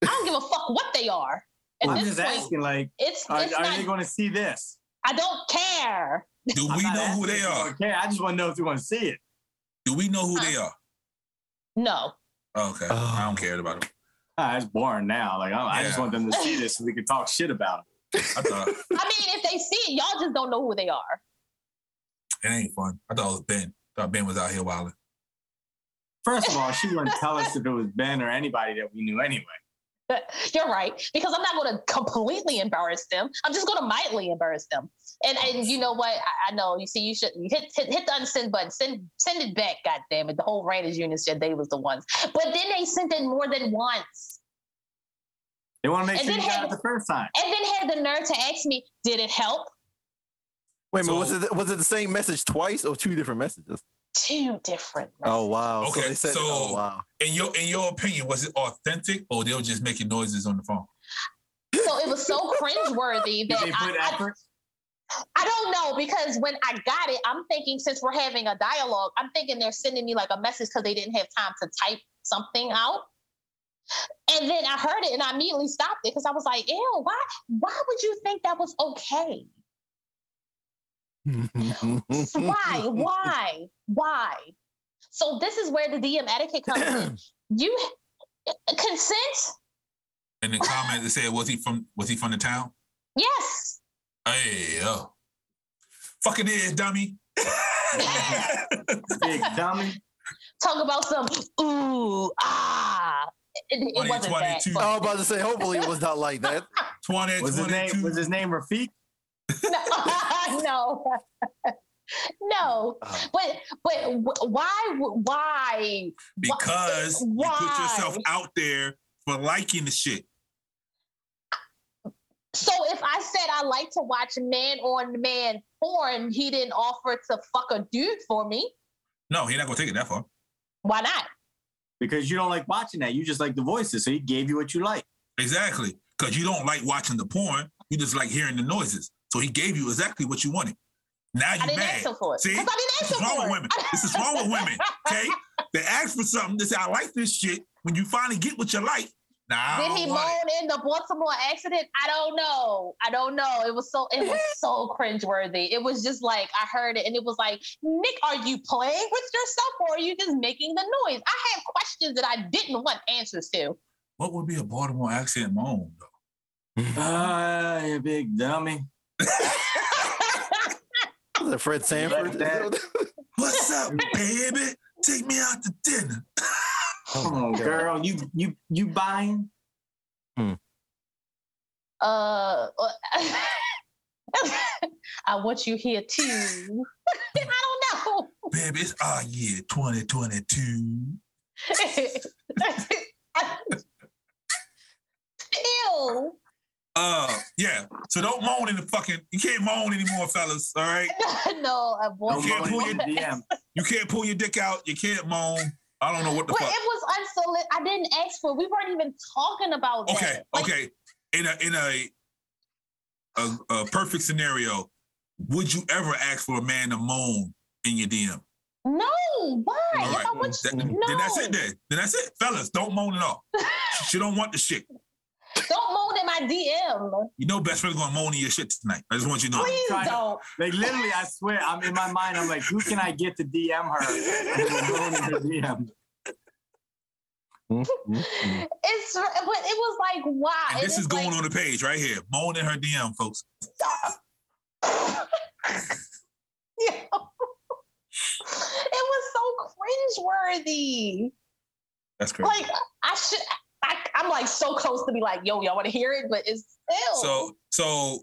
Speaker 3: I don't give a fuck what they are. At
Speaker 4: I'm
Speaker 3: this
Speaker 4: just
Speaker 3: point,
Speaker 4: asking, like,
Speaker 3: it's,
Speaker 4: are,
Speaker 3: it's
Speaker 4: are
Speaker 3: not,
Speaker 4: they going to see this?
Speaker 3: I don't care.
Speaker 2: Do we
Speaker 4: I'm not
Speaker 2: know who
Speaker 4: asking
Speaker 2: they
Speaker 4: if they're
Speaker 2: are?
Speaker 4: gonna care. I just want to know if they're going to see it.
Speaker 2: Do we know who they are? Oh,
Speaker 3: No.
Speaker 2: Okay,
Speaker 4: Oh.
Speaker 2: I don't care about them.
Speaker 4: Ah, it's boring now. Like, I, I just
Speaker 2: Yeah.
Speaker 4: want them to see this so we can talk shit about it.
Speaker 2: I thought it
Speaker 3: I mean, if they see it, y'all just don't know who they are.
Speaker 2: ain't fun. I thought it was Ben. Thought Ben was out here wilding.
Speaker 4: First of all, she wouldn't tell us if it was Ben or anybody that we knew anyway.
Speaker 3: You're right, because I'm not going to completely embarrass them. I'm just going to mildly embarrass them. And and you know what? I, I know. You see, you should you hit, hit hit the unsend button. Send send it back. God damn it! The whole Rangers union said they was the ones, but then they sent it more than once,
Speaker 4: They want to make
Speaker 3: And
Speaker 4: sure
Speaker 3: then
Speaker 4: you got
Speaker 3: had-
Speaker 4: it the first time.
Speaker 3: and then had the nerve to ask me, "Did it help?"
Speaker 5: Wait a minute, was
Speaker 2: So-
Speaker 5: it was it the same message twice or two different messages?
Speaker 3: Two different.
Speaker 5: Oh wow!
Speaker 2: Okay,
Speaker 5: so they said, oh
Speaker 2: so-
Speaker 5: wow.
Speaker 2: In your in your opinion, was it authentic or they were just making noises on the phone?
Speaker 3: So it was so cringeworthy
Speaker 4: Did
Speaker 3: that
Speaker 4: they put
Speaker 3: I, I,
Speaker 4: effort?
Speaker 3: I don't know because when I got it, I'm thinking since we're having a dialogue, I'm thinking they're sending me like a message because they didn't have time to type something out. And then I heard it and I immediately stopped it because I was like, ew, why why would you think that was okay? why? Why? Why? So this is where the DM etiquette comes in. You consent?
Speaker 2: And the comment that said, "Was he from? Was he from the town?"
Speaker 3: Yes.
Speaker 2: Hey, yo, fuck it is, dummy.
Speaker 4: Big dummy.
Speaker 3: Talk about some ooh, ah. It, it wasn't that.
Speaker 2: 2022.
Speaker 5: I was about to say, hopefully it was not like that.
Speaker 2: Twenty
Speaker 4: Was his name? Was
Speaker 2: twenty-two.
Speaker 4: his name Rafiq?
Speaker 3: no, no, no.
Speaker 5: Oh.
Speaker 3: But but wh- why w- why
Speaker 2: Because you put
Speaker 3: Why?
Speaker 2: yourself out there for liking the shit.
Speaker 3: So if I said I like to watch man on man porn, he didn't offer to fuck a dude for me.
Speaker 2: No, he not gonna take it that far.
Speaker 3: Why not?
Speaker 4: because you don't like watching that. You just like the voices. So he gave you what you like.
Speaker 2: Exactly, because you don't like watching the porn. You just like hearing the noises. So he gave you exactly what you wanted. Now you
Speaker 3: I didn't
Speaker 2: mad.
Speaker 3: ask him for it.
Speaker 2: See?
Speaker 3: 'Cause I
Speaker 2: This is
Speaker 3: didn't ask
Speaker 2: wrong
Speaker 3: him
Speaker 2: with
Speaker 3: for
Speaker 2: women. This is wrong with women. Okay, they ask for something. They say, "I like this shit." When you finally get what you like, nah. I
Speaker 3: Did
Speaker 2: don't
Speaker 3: he
Speaker 2: want it.
Speaker 3: moan in the Baltimore accident? I don't know. I don't know. It was so it was so cringeworthy. It was just like I heard it and it was like, Nick, are you playing with yourself or are you just making the noise? I had questions that I didn't want answers to.
Speaker 2: What would be a Baltimore accent moan though?
Speaker 4: Ah, you big dummy.
Speaker 5: Was it Fred Sanford?
Speaker 4: that-
Speaker 2: What's up, baby? Take me out to dinner.
Speaker 4: Come on, girl. You you you buying?
Speaker 3: Uh I want you here too. I don't know.
Speaker 2: Baby, it's ah, our year 2022.
Speaker 3: Ew.
Speaker 2: Uh, yeah. So don't moan in the fucking. You can't moan anymore, fellas. All right.
Speaker 3: no, I
Speaker 4: Don't
Speaker 3: want
Speaker 2: Okay,
Speaker 4: moan
Speaker 2: who
Speaker 4: in the DM.
Speaker 2: You can't pull your dick out. You can't moan. I don't know what the
Speaker 3: Well,
Speaker 2: fuck.
Speaker 3: it was unsolicited. I didn't ask for. it. We weren't even talking about that.
Speaker 2: Okay.
Speaker 3: Like,
Speaker 2: Okay. In a in a, a a perfect scenario, would you ever ask for a man to moan in your DM?
Speaker 3: No. Why?
Speaker 2: All
Speaker 3: If I
Speaker 2: right.
Speaker 3: want
Speaker 2: That-
Speaker 3: you, no.
Speaker 2: Then that's it. Then then that's it, fellas. Don't moan at all. she don't want the shit.
Speaker 3: Don't moan in my DM.
Speaker 2: You know, best friend's gonna moan in your shit tonight. I just want you to know.
Speaker 3: Please
Speaker 4: trying to-
Speaker 3: don't.
Speaker 4: Like literally, I swear. I'm in my mind. I'm like, who can I get to DM her? I'm going in her DM.
Speaker 3: It's but it was like wow.
Speaker 2: Mm. And this
Speaker 3: it's
Speaker 2: is going
Speaker 3: like,
Speaker 2: on the page right here. Moan in her DM, folks.
Speaker 3: it was so cringeworthy.
Speaker 2: That's crazy.
Speaker 3: Like I should. I, I'm like so close to be like, yo, y'all want to hear it, but it's still.
Speaker 2: so, so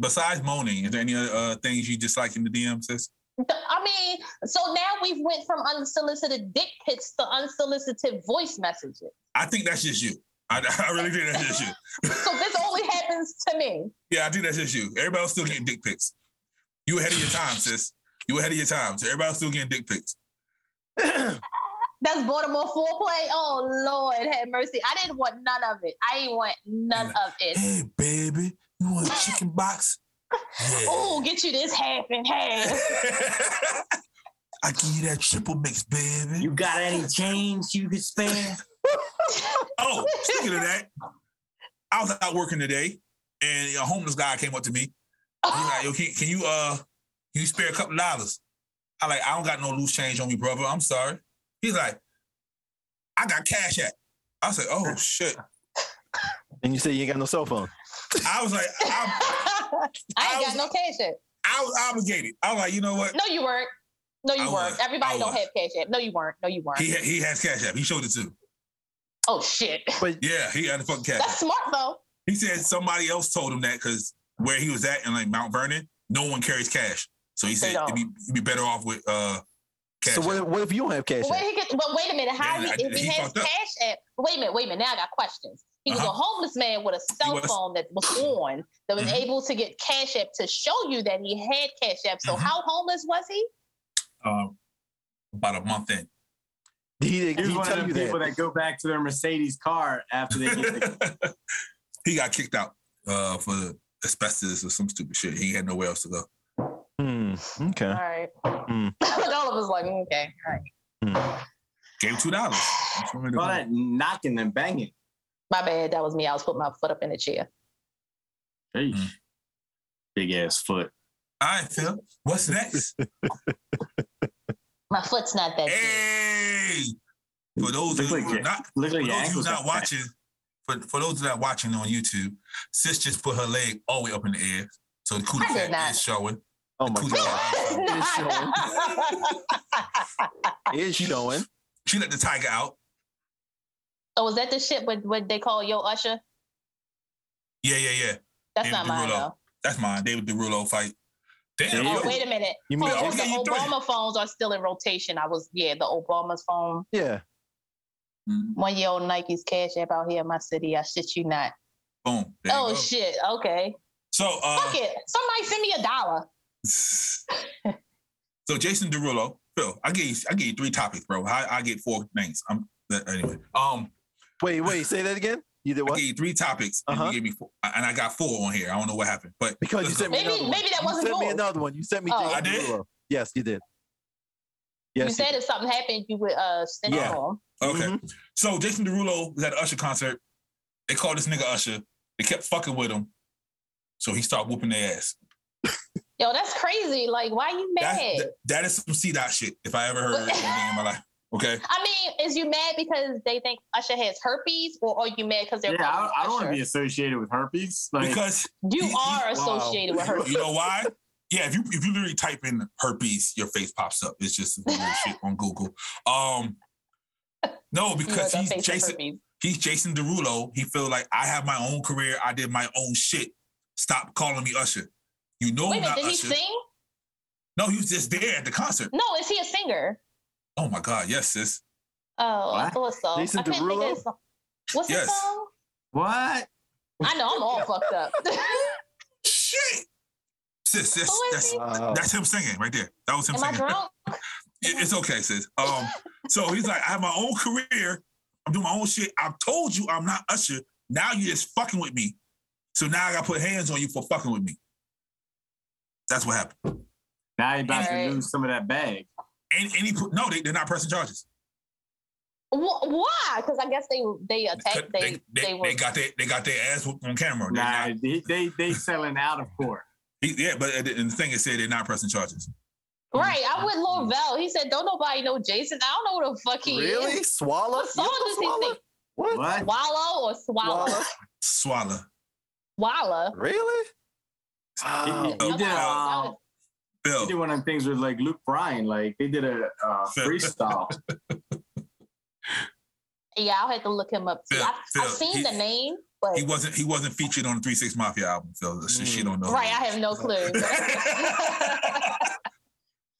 Speaker 2: besides moaning, is there any other uh, things you dislike in the DM, sis?
Speaker 3: I mean, so now we've went from unsolicited dick pics to unsolicited voice messages.
Speaker 2: I think that's just you. I, I really think that's just you.
Speaker 3: So this only happens to me.
Speaker 2: Yeah, I think that's just you. Everybody else still getting dick pics. You ahead of your time, sis. You ahead of your time. So everybody's still getting dick pics.
Speaker 3: That's Baltimore foreplay. Oh Lord, have mercy. I didn't want none of it. I ain't want none of it.
Speaker 2: Hey, baby, you want a chicken box? Yeah.
Speaker 3: Oh, get you this half and half.
Speaker 2: I give you that triple mix, baby.
Speaker 4: You got any change you could spare?
Speaker 2: Oh, speaking of that, I was out working today, and a homeless guy came up to me. He like, "Yo, can, can you uh, can you spare a couple dollars?" I like, I don't got no loose change on me, brother. I'm sorry. He's like, I got cash app. I said, "Oh shit!"
Speaker 5: And you say you ain't got no cell phone.
Speaker 2: I was like, I'm,
Speaker 3: I
Speaker 2: I
Speaker 3: ain't
Speaker 2: was-
Speaker 3: got no cash app.
Speaker 2: I was obligated. I was like, you know what?
Speaker 3: No, you weren't. No, you
Speaker 2: I
Speaker 3: weren't.
Speaker 2: was. I
Speaker 3: Everybody don't
Speaker 2: was.
Speaker 3: have cash app. No, you weren't. No, you weren't.
Speaker 2: He he has cash app. He showed it to. me.
Speaker 3: oh shit.
Speaker 5: But
Speaker 2: Yeah, he had a fucking cash app.
Speaker 3: That's smart though.
Speaker 2: He said somebody else told him that because where he was at in like Mount Vernon, no one carries cash. So he
Speaker 3: They
Speaker 2: said it'd be, it'd be better off with uh, cash.
Speaker 5: so what,
Speaker 2: app.
Speaker 5: if- what if you don't have cash?
Speaker 3: But wait,
Speaker 5: App?
Speaker 3: he get, but wait a minute. How
Speaker 2: Yeah,
Speaker 3: he,
Speaker 2: I-
Speaker 3: if he,
Speaker 2: he
Speaker 3: has
Speaker 2: fucked up.
Speaker 3: cash app? Wait a minute. Wait a minute. Now I got questions. He was
Speaker 2: Uh-huh.
Speaker 3: a homeless man with a cell
Speaker 2: was.
Speaker 3: phone that was on that was
Speaker 2: Mhm.
Speaker 3: able to get cash app to show you that he had cash app. So
Speaker 2: Mhm.
Speaker 3: how homeless was he?
Speaker 2: Um, about a month in.
Speaker 5: He, he,
Speaker 4: He was one
Speaker 5: tell
Speaker 4: of
Speaker 5: you
Speaker 4: the people
Speaker 5: that.
Speaker 4: that go back to their Mercedes car after they get the
Speaker 2: he got kicked out uh, for asbestos or some stupid shit. He had nowhere else to go.
Speaker 5: Hmm, okay.
Speaker 3: All right.
Speaker 5: Mm.
Speaker 3: All of us like mm, okay. All right.
Speaker 2: Gave him two dollars.
Speaker 4: all that knocking and banging.
Speaker 3: My bad. That was me. I was putting my foot up in the chair.
Speaker 4: Sheesh. Big ass foot.
Speaker 2: All right, Phil. What's next?
Speaker 3: My foot's not that big.
Speaker 2: hey, for those of
Speaker 4: Look
Speaker 2: you
Speaker 4: like
Speaker 2: who are
Speaker 4: it.
Speaker 2: not
Speaker 4: Look like
Speaker 2: For
Speaker 4: your
Speaker 2: those who's
Speaker 4: ankles
Speaker 2: not
Speaker 4: got fat.
Speaker 2: watching, for, for those that are watching on YouTube, sis just put her leg all the way up in the air. So the cootie
Speaker 3: I did
Speaker 2: fat
Speaker 3: not.
Speaker 2: is showing.
Speaker 5: Oh my
Speaker 2: Cool.
Speaker 5: god, It's showing. it's showing.
Speaker 2: She let the tiger out.
Speaker 3: oh, was that the shit with what they call Yo Usher?
Speaker 2: Yeah, yeah, yeah.
Speaker 3: That's
Speaker 2: David
Speaker 3: not mine
Speaker 2: Derulo.
Speaker 3: though.
Speaker 2: That's mine. David Derulo fight. Damn.
Speaker 4: Yeah.
Speaker 3: Oh,
Speaker 2: yo.
Speaker 3: wait a minute.
Speaker 5: You mean
Speaker 3: Oh,
Speaker 2: okay,
Speaker 3: the
Speaker 2: you doing it.
Speaker 3: Obama phones are still in rotation. I was, yeah, the Obama's phone.
Speaker 5: Yeah.
Speaker 2: Mm,
Speaker 3: One year old Nike's cash app out here in my city. I shit you not.
Speaker 2: Boom. There you
Speaker 3: oh,
Speaker 2: go.
Speaker 3: shit. Okay.
Speaker 2: So, uh,
Speaker 3: Fuck it. Somebody send me a dollar.
Speaker 2: so Jason Derulo, Phil, I gave you, I gave you three topics, bro. I, I get four things. I'm but anyway. Um,
Speaker 5: Wait, wait. Say that again. You did
Speaker 2: I
Speaker 5: what?
Speaker 2: gave you three topics, and
Speaker 5: Uh-huh.
Speaker 2: you gave me four, and I got four on here. I don't know what happened, but
Speaker 5: Because you
Speaker 2: let's
Speaker 5: sent me
Speaker 3: Maybe-
Speaker 5: another
Speaker 3: maybe that
Speaker 5: one.
Speaker 3: wasn't
Speaker 5: You sent me
Speaker 3: yours.
Speaker 5: another one. You sent me.
Speaker 3: Oh.
Speaker 5: Jason
Speaker 2: I did?
Speaker 5: Derulo. Yes, you did. Yes.
Speaker 3: you said if something happened, you would uh, send
Speaker 2: Yeah.
Speaker 3: it home.
Speaker 2: go. okay.
Speaker 5: Mhm.
Speaker 2: So Jason Derulo was at an Usher concert. They called this nigga Usher. They kept fucking with him. So he started whooping their ass.
Speaker 3: Yo, that's crazy. Like, why you
Speaker 2: That's,
Speaker 3: mad?
Speaker 2: that, that is some C dot shit, if I ever heard of it in my life. Okay.
Speaker 3: I mean, is you mad because they think Usher has herpes, or are you mad because they're
Speaker 4: Yeah, I,
Speaker 3: calling
Speaker 4: I don't want to be
Speaker 3: Usher?
Speaker 4: associated with herpes. Like,
Speaker 2: Because
Speaker 3: You
Speaker 2: he- he-
Speaker 3: are
Speaker 2: wow.
Speaker 3: associated with herpes.
Speaker 2: you know why? Yeah, if you if you literally type in herpes, your face pops up. It's just weird shit on Google. Um no,
Speaker 3: You know,
Speaker 2: because
Speaker 3: the
Speaker 2: he's
Speaker 3: face of
Speaker 2: Jason
Speaker 3: herpes.
Speaker 2: he's Jason Derulo. He feel like I have my own career. I did my own shit. Stop calling me Usher. You know
Speaker 3: Wait a
Speaker 2: I'm not
Speaker 3: minute, did he
Speaker 2: Usher.
Speaker 3: sing?
Speaker 2: No, he was just there at the concert.
Speaker 3: No, is he a singer?
Speaker 2: Oh my God, yes, sis.
Speaker 3: Oh, I
Speaker 4: What?
Speaker 3: thought so.
Speaker 5: Jason
Speaker 3: I couldn't think
Speaker 5: Derulo?
Speaker 3: of his song. What's
Speaker 2: Yes.
Speaker 3: the song?
Speaker 4: what?
Speaker 3: I know I'm all fucked up. Am
Speaker 2: Shit. Sis, sis,
Speaker 3: Who is
Speaker 2: that's,
Speaker 3: he?
Speaker 5: Wow.
Speaker 2: that's him singing right there. That was him
Speaker 3: I
Speaker 2: singing.
Speaker 3: drunk?
Speaker 2: It- It's okay, sis. Um, so he's like, I have my own career. I'm doing my own shit. I've told you I'm not Usher. Now you just fucking with me. So now I got to put hands on you for fucking with me. That's what happened.
Speaker 4: Now you're about
Speaker 3: Alright.
Speaker 4: to lose some of that bag.
Speaker 2: And any no, they, they're not pressing charges.
Speaker 3: Wh- Why? Because I guess they they attacked. They they,
Speaker 2: they,
Speaker 3: were.
Speaker 2: got their they got their ass whooped on camera. They're
Speaker 4: Nah,
Speaker 2: not-
Speaker 4: they, they they selling out of court.
Speaker 2: he- yeah, but and the and the thing is, said they're not pressing charges.
Speaker 3: right. I'm with Lil Val. He said, "Don't nobody know Jason." I don't know who the fuck he
Speaker 5: Really?
Speaker 3: is.
Speaker 5: Swallow?
Speaker 3: What song
Speaker 5: You know
Speaker 3: does he
Speaker 5: Swallow?
Speaker 3: sing?
Speaker 5: What?
Speaker 4: What?
Speaker 3: Wallow or swallow?
Speaker 5: Swallow?
Speaker 2: Swallow.
Speaker 3: Walla.
Speaker 5: Really?
Speaker 4: He- he-
Speaker 5: Wow.
Speaker 4: he did a, um,
Speaker 2: Bill.
Speaker 4: They did one of the things with like Luke Bryan, like they did a uh, freestyle.
Speaker 3: Yeah, I'll have to look him up too.
Speaker 2: Phil,
Speaker 3: I,
Speaker 2: Phil,
Speaker 3: I've seen
Speaker 2: he-
Speaker 3: the name, but
Speaker 2: he wasn't he wasn't featured on the Three Six Mafia album, so she, she don't know.
Speaker 3: Mm. right, I have no clue.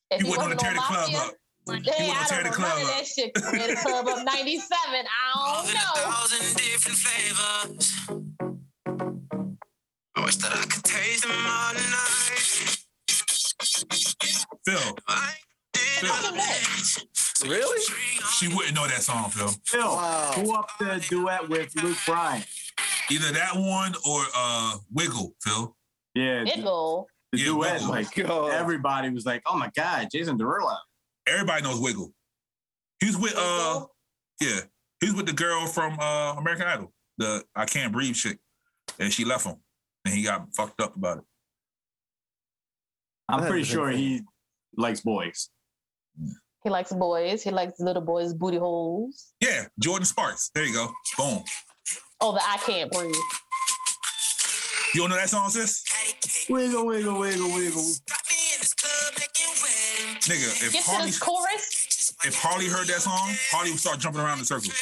Speaker 3: If
Speaker 2: He wasn't on the Tear the Club
Speaker 3: Mafia,
Speaker 2: Up. He
Speaker 3: Hey,
Speaker 2: wasn't on
Speaker 3: I
Speaker 2: Tear
Speaker 3: don't
Speaker 2: the
Speaker 3: know
Speaker 2: Club
Speaker 3: none of
Speaker 2: Up.
Speaker 3: that shit. Tear the club up '97.
Speaker 7: Oh,
Speaker 3: I don't know.
Speaker 7: thousand different flavors. I wish that I could taste them all tonight.
Speaker 2: Phil,
Speaker 7: I did
Speaker 2: Phil,
Speaker 5: Really?
Speaker 2: she wouldn't know that song, Phil.
Speaker 4: Phil,
Speaker 5: Wow.
Speaker 4: who up the duet with Luke Bryan?
Speaker 2: Either that one or uh Wiggle, Phil.
Speaker 4: Yeah, the,
Speaker 3: Niggle.
Speaker 4: the
Speaker 2: Yeah,
Speaker 4: duet.
Speaker 2: Wiggle.
Speaker 4: Like
Speaker 5: God.
Speaker 4: everybody was like, "Oh my God, Jason Derulo!"
Speaker 2: Everybody knows Wiggle. He's with uh yeah. He's with the girl from uh American Idol, the I Can't Breathe chick. And she left him. And he got fucked up about it.
Speaker 4: I'm
Speaker 5: That
Speaker 4: pretty
Speaker 5: is
Speaker 4: sure he likes boys.
Speaker 3: He likes boys. He likes little boys' booty holes.
Speaker 2: Yeah, Jordan Sparks. There you go. Boom.
Speaker 3: Oh, the I can't breathe.
Speaker 2: You don't know that song, sis?
Speaker 4: Wiggle, wiggle, wiggle, wiggle.
Speaker 2: Nigga, if
Speaker 3: Get to
Speaker 2: Harley
Speaker 3: this chorus.
Speaker 2: if Harley heard that song, Harley would start jumping around in circles.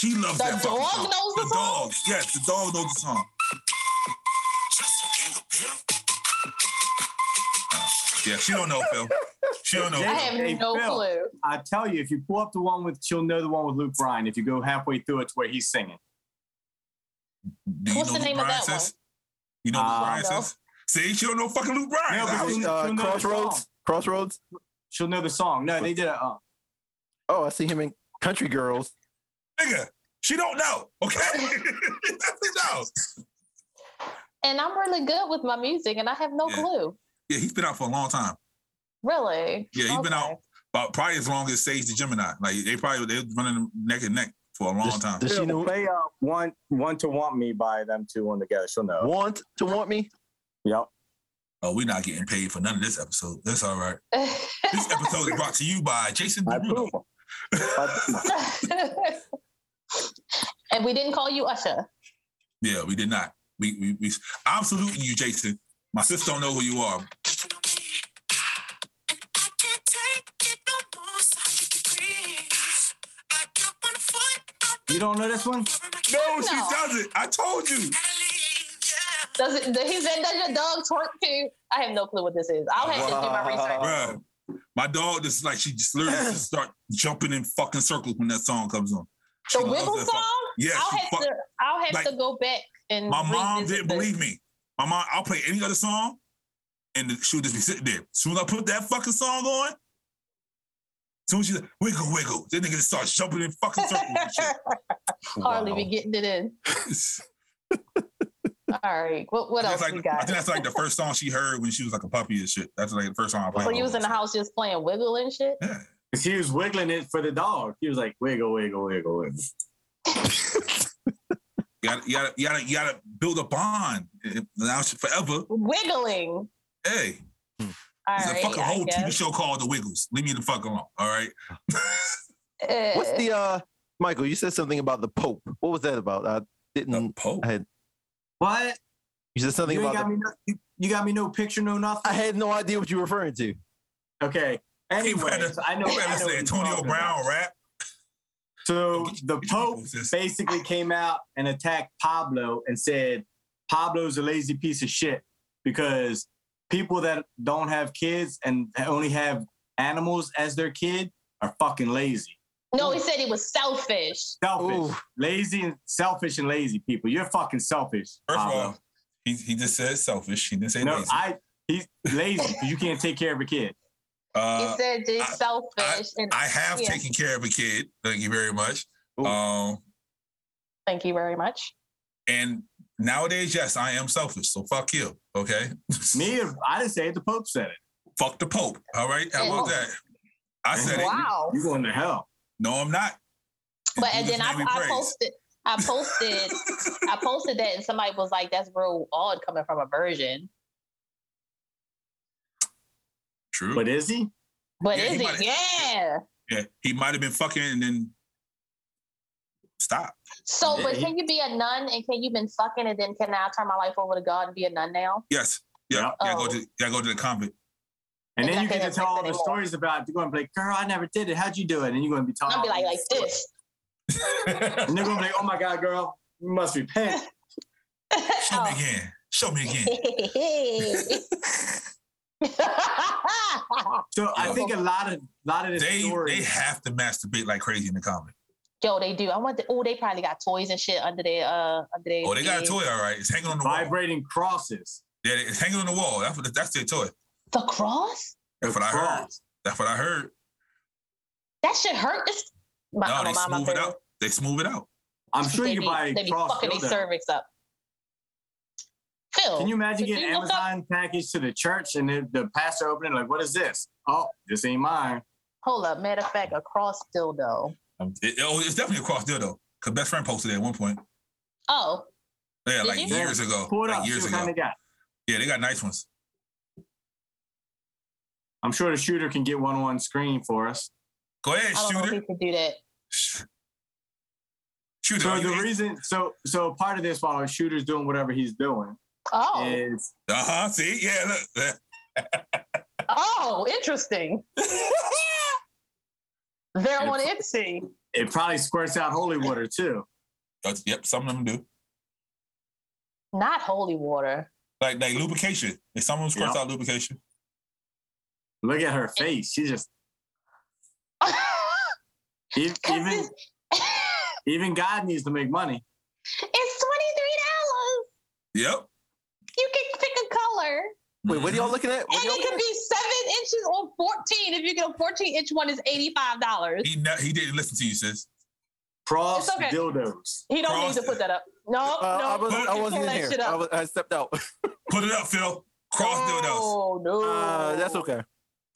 Speaker 2: She loves
Speaker 3: The
Speaker 2: that fucking
Speaker 3: dog
Speaker 2: song.
Speaker 3: knows the
Speaker 2: the
Speaker 3: song?
Speaker 2: dog. Yes, the dog knows the song. Uh, Yeah, she don't know, Phil. She don't know.
Speaker 3: I
Speaker 4: Hey,
Speaker 3: have
Speaker 4: hey,
Speaker 3: no
Speaker 4: Phil.
Speaker 3: clue.
Speaker 4: I tell you, if you pull up the one with, she'll know the one with Luke Bryan. If you go halfway through it to where he's singing,
Speaker 2: Do you
Speaker 3: What's
Speaker 2: know
Speaker 3: the
Speaker 2: Luke
Speaker 3: name of
Speaker 2: Bryan
Speaker 3: that one?
Speaker 2: says? You know
Speaker 4: Uh,
Speaker 2: Luke Bryan
Speaker 3: no.
Speaker 2: says? See, she don't know fucking Luke Bryan.
Speaker 4: No, but
Speaker 2: Nah,
Speaker 4: she-
Speaker 5: Uh,
Speaker 4: She'll know the song.
Speaker 5: crossroads. Crossroads.
Speaker 4: she'll know the song. No, they did a. Uh,
Speaker 5: Oh, I see him in Country Girls.
Speaker 2: nigga, she don't know. Okay, she knows.
Speaker 3: And I'm really good with my music, and I have no
Speaker 2: Yeah.
Speaker 3: clue.
Speaker 2: Yeah, he's been out for a long time.
Speaker 3: Really?
Speaker 2: Yeah, he's been
Speaker 3: Okay.
Speaker 2: out about probably as long as Sage the Gemini. Like they probably they was running neck and neck for a long
Speaker 5: Does-
Speaker 2: time.
Speaker 5: Does she know
Speaker 4: play uh, "Want Want to Want Me" by them two on together. She'll know.
Speaker 5: want to want me?
Speaker 4: Yep.
Speaker 2: Oh, we're not getting paid for none of this episode. That's all right. This episode is brought to you by Jason
Speaker 4: I
Speaker 2: Derulo.
Speaker 4: approve. I approve.
Speaker 3: and we didn't call you Usher.
Speaker 2: Yeah, we did not. We we, we I'm saluting you, Jason. My sister don't know who you are.
Speaker 4: You don't know this one?
Speaker 2: No, she
Speaker 3: No.
Speaker 2: doesn't. I told you.
Speaker 3: Does it? He said, "Does your dog twerk too?" I have no clue what this is. I'll have to do my research.
Speaker 2: Bruh, my dog just like she just literally just start jumping in fucking circles when that song comes on. She
Speaker 3: The
Speaker 2: loves
Speaker 3: Wiggle
Speaker 2: that fuck-
Speaker 3: song.
Speaker 2: Yeah,
Speaker 3: I'll
Speaker 2: she
Speaker 3: have
Speaker 2: fuck-
Speaker 3: to. I'll have
Speaker 2: like-
Speaker 3: to go back and.
Speaker 2: my mom
Speaker 3: revisit
Speaker 2: didn't
Speaker 3: this.
Speaker 2: believe me. My mom, I'll play any other song, and she'll just be sitting there. Soon as I put that fucking song on, soon as she's like, wiggle wiggle, then nigga just starts jumping in fucking circles. and shit.
Speaker 3: Hardly be getting it in. All right. What What
Speaker 2: That's like,
Speaker 3: else we
Speaker 2: I
Speaker 3: got?
Speaker 2: think that's like the first song she heard when she was like a puppy and shit. That's like the first song I played.
Speaker 3: So you was in the house just playing wiggle and shit.
Speaker 2: Yeah.
Speaker 4: Because he was wiggling it for the dog. He was like, wiggle, wiggle, wiggle, wiggle.
Speaker 2: You gotta, you gotta, you gotta, you gotta build a bond. It- Now it's forever.
Speaker 3: Wiggling.
Speaker 2: Hey,
Speaker 3: All
Speaker 2: there's
Speaker 3: right.
Speaker 2: a fucking
Speaker 3: I
Speaker 2: whole TV
Speaker 3: guess.
Speaker 2: show called The Wiggles. Leave me the fuck alone. All right.
Speaker 3: Uh,
Speaker 5: What's the uh Michael, you said something about the Pope. What was that about? I
Speaker 2: The
Speaker 5: didn't
Speaker 2: Pope.
Speaker 5: I-
Speaker 4: What?
Speaker 5: you said something
Speaker 4: you, ain't
Speaker 5: about
Speaker 4: got
Speaker 5: the,
Speaker 4: me no, you, you got me no picture, no nothing?
Speaker 5: I had no idea what you were referring to.
Speaker 4: okay. Anyway,
Speaker 2: better-
Speaker 4: I know.
Speaker 2: You ever
Speaker 4: I know what
Speaker 2: say
Speaker 4: you're
Speaker 2: Antonio
Speaker 4: talking
Speaker 2: Brown
Speaker 4: about.
Speaker 2: rap?
Speaker 4: So the
Speaker 2: Get your
Speaker 4: Pope
Speaker 2: Wiggles, sis.
Speaker 4: basically came out and attacked Pablo and said, Pablo's a lazy piece of shit because people that don't have kids and only have animals as their kid are fucking lazy.
Speaker 3: no, he said he was selfish.
Speaker 4: Selfish.
Speaker 5: Ooh.
Speaker 4: Lazy and selfish and lazy people. You're fucking selfish.
Speaker 2: First of
Speaker 4: Pablo.
Speaker 2: all, he, he just said selfish. He didn't say
Speaker 4: No,
Speaker 2: lazy.
Speaker 4: I he's lazy because you can't take care of a kid.
Speaker 2: Uh,
Speaker 3: he said he's
Speaker 2: I-
Speaker 3: selfish. and
Speaker 2: I have
Speaker 3: Yeah.
Speaker 2: taken care of a kid. Thank you very much.
Speaker 5: Ooh.
Speaker 2: Um,
Speaker 3: thank you very much.
Speaker 2: and nowadays, yes, I am selfish. So fuck you. Okay.
Speaker 4: Me, I didn't say it. The Pope said it.
Speaker 2: Fuck the Pope. All right. How about that? I said it.
Speaker 3: Wow.
Speaker 4: You going to hell?
Speaker 2: No, I'm not.
Speaker 3: But
Speaker 2: In
Speaker 3: and then
Speaker 2: Jesus'
Speaker 3: I,
Speaker 2: name we
Speaker 3: I
Speaker 2: praise.
Speaker 3: posted, I posted, I posted that, and somebody was like, "That's real odd coming from a virgin."
Speaker 2: True.
Speaker 4: But is he?
Speaker 3: But
Speaker 2: Yeah,
Speaker 3: is
Speaker 2: he
Speaker 3: it?
Speaker 2: might-
Speaker 3: Yeah.
Speaker 2: yeah, he might have been fucking and then stop.
Speaker 3: So, but
Speaker 4: Yeah, he-
Speaker 3: can you be a nun and can you been fucking and then can I turn my life over to God and be a nun now?
Speaker 2: Yes. Yeah.
Speaker 4: Yeah.
Speaker 2: Yeah. Go
Speaker 3: Oh.
Speaker 2: to. Yeah. Go to the convent.
Speaker 4: And then
Speaker 3: Yeah,
Speaker 4: you
Speaker 3: I
Speaker 4: get to
Speaker 3: think
Speaker 4: tell all the
Speaker 3: that's what
Speaker 4: stories about. You're going to be like, "Girl, I never did it. How'd you do it?" And you're going to be
Speaker 3: And
Speaker 4: talking.
Speaker 3: I'll be like,
Speaker 4: all
Speaker 3: like
Speaker 4: these stories.
Speaker 3: this.
Speaker 4: And they're going to be like, "Oh my God, girl, you must repent."
Speaker 2: Show
Speaker 3: Oh.
Speaker 2: me again. Show me again.
Speaker 4: So I
Speaker 2: Yeah.
Speaker 4: think a lot of lot of this
Speaker 2: they
Speaker 4: story.
Speaker 2: they have to masturbate like crazy in the convent.
Speaker 3: Yo, they do. I want the. Oh, they probably got toys and shit under their. Uh, under their.
Speaker 2: Oh, they got a
Speaker 3: bed.
Speaker 2: toy. All right. It's hanging on the wall.
Speaker 4: Vibrating crosses.
Speaker 2: Yeah, it's hanging on the wall. That's what, that's their toy.
Speaker 3: The cross?
Speaker 2: That's what I heard.
Speaker 4: Cross.
Speaker 2: That's what I heard.
Speaker 3: That shit hurt. This. My,
Speaker 2: No,
Speaker 3: my
Speaker 2: they
Speaker 3: mom- my
Speaker 2: smooth it
Speaker 3: favorite.
Speaker 2: out. They smooth it out.
Speaker 4: I'm sure
Speaker 3: they
Speaker 4: you
Speaker 3: be,
Speaker 4: can buy
Speaker 3: they
Speaker 4: a
Speaker 3: be
Speaker 4: cross
Speaker 3: fucking their
Speaker 4: dildo.
Speaker 3: cervix up. Phil,
Speaker 4: Can you imagine
Speaker 3: Could
Speaker 4: getting
Speaker 3: you look up-
Speaker 4: Amazon package to the church and the, the pastor opening like, "What is this? Oh, this ain't mine."
Speaker 3: Hold up. Matter of fact, a cross dildo.
Speaker 2: It- oh, it's definitely a cross dildo. Cause best friend posted it at one point.
Speaker 3: Oh,
Speaker 2: Yeah,
Speaker 3: Did
Speaker 2: like
Speaker 3: you?
Speaker 2: years ago.
Speaker 4: Pull it
Speaker 2: like
Speaker 4: up.
Speaker 2: years
Speaker 4: see what
Speaker 2: ago.
Speaker 4: kind they got.
Speaker 2: yeah, they got nice ones.
Speaker 4: I'm sure the shooter can get one on screen for us.
Speaker 2: Go ahead,
Speaker 3: I don't know if
Speaker 2: shooter.
Speaker 3: you could do that.
Speaker 2: Sh- Shooter.
Speaker 4: So
Speaker 2: are
Speaker 4: the
Speaker 2: you-
Speaker 4: reason, so so part of this while the shooter's doing whatever he's doing
Speaker 3: Oh,
Speaker 4: is
Speaker 2: uh-huh. See, yeah, look.
Speaker 3: oh, interesting. They're on Etsy.
Speaker 4: it probably squirts out holy water too.
Speaker 2: Uh, yep, some of them do.
Speaker 3: Not holy water.
Speaker 2: Like like lubrication. If some of them squirts out lubrication.
Speaker 4: Look at her face. She just e-
Speaker 3: 'Cause
Speaker 4: even
Speaker 3: it's,
Speaker 4: even God needs to make money.
Speaker 3: it's twenty three dollars.
Speaker 2: Yep.
Speaker 3: You can pick a color,
Speaker 5: Wait, what are y'all looking at? What
Speaker 3: and
Speaker 5: y'all
Speaker 3: it
Speaker 5: looking
Speaker 3: could be seven inches or fourteen. If you get a fourteen inch one, is eighty five dollars.
Speaker 2: He ne- he didn't listen to you, sis.
Speaker 4: Cross
Speaker 3: It's okay.
Speaker 4: dildos.
Speaker 3: He don't need to
Speaker 2: Cross-
Speaker 3: put that up. No,
Speaker 5: at? Uh,
Speaker 3: no,
Speaker 5: I, was,
Speaker 3: you
Speaker 2: don't
Speaker 5: I
Speaker 3: pull
Speaker 5: wasn't in
Speaker 3: that
Speaker 5: here.
Speaker 3: shit up.
Speaker 5: I, was, I stepped out.
Speaker 2: Put it up, Phil. Cross dildos.
Speaker 3: Oh no,
Speaker 5: Uh, that's okay.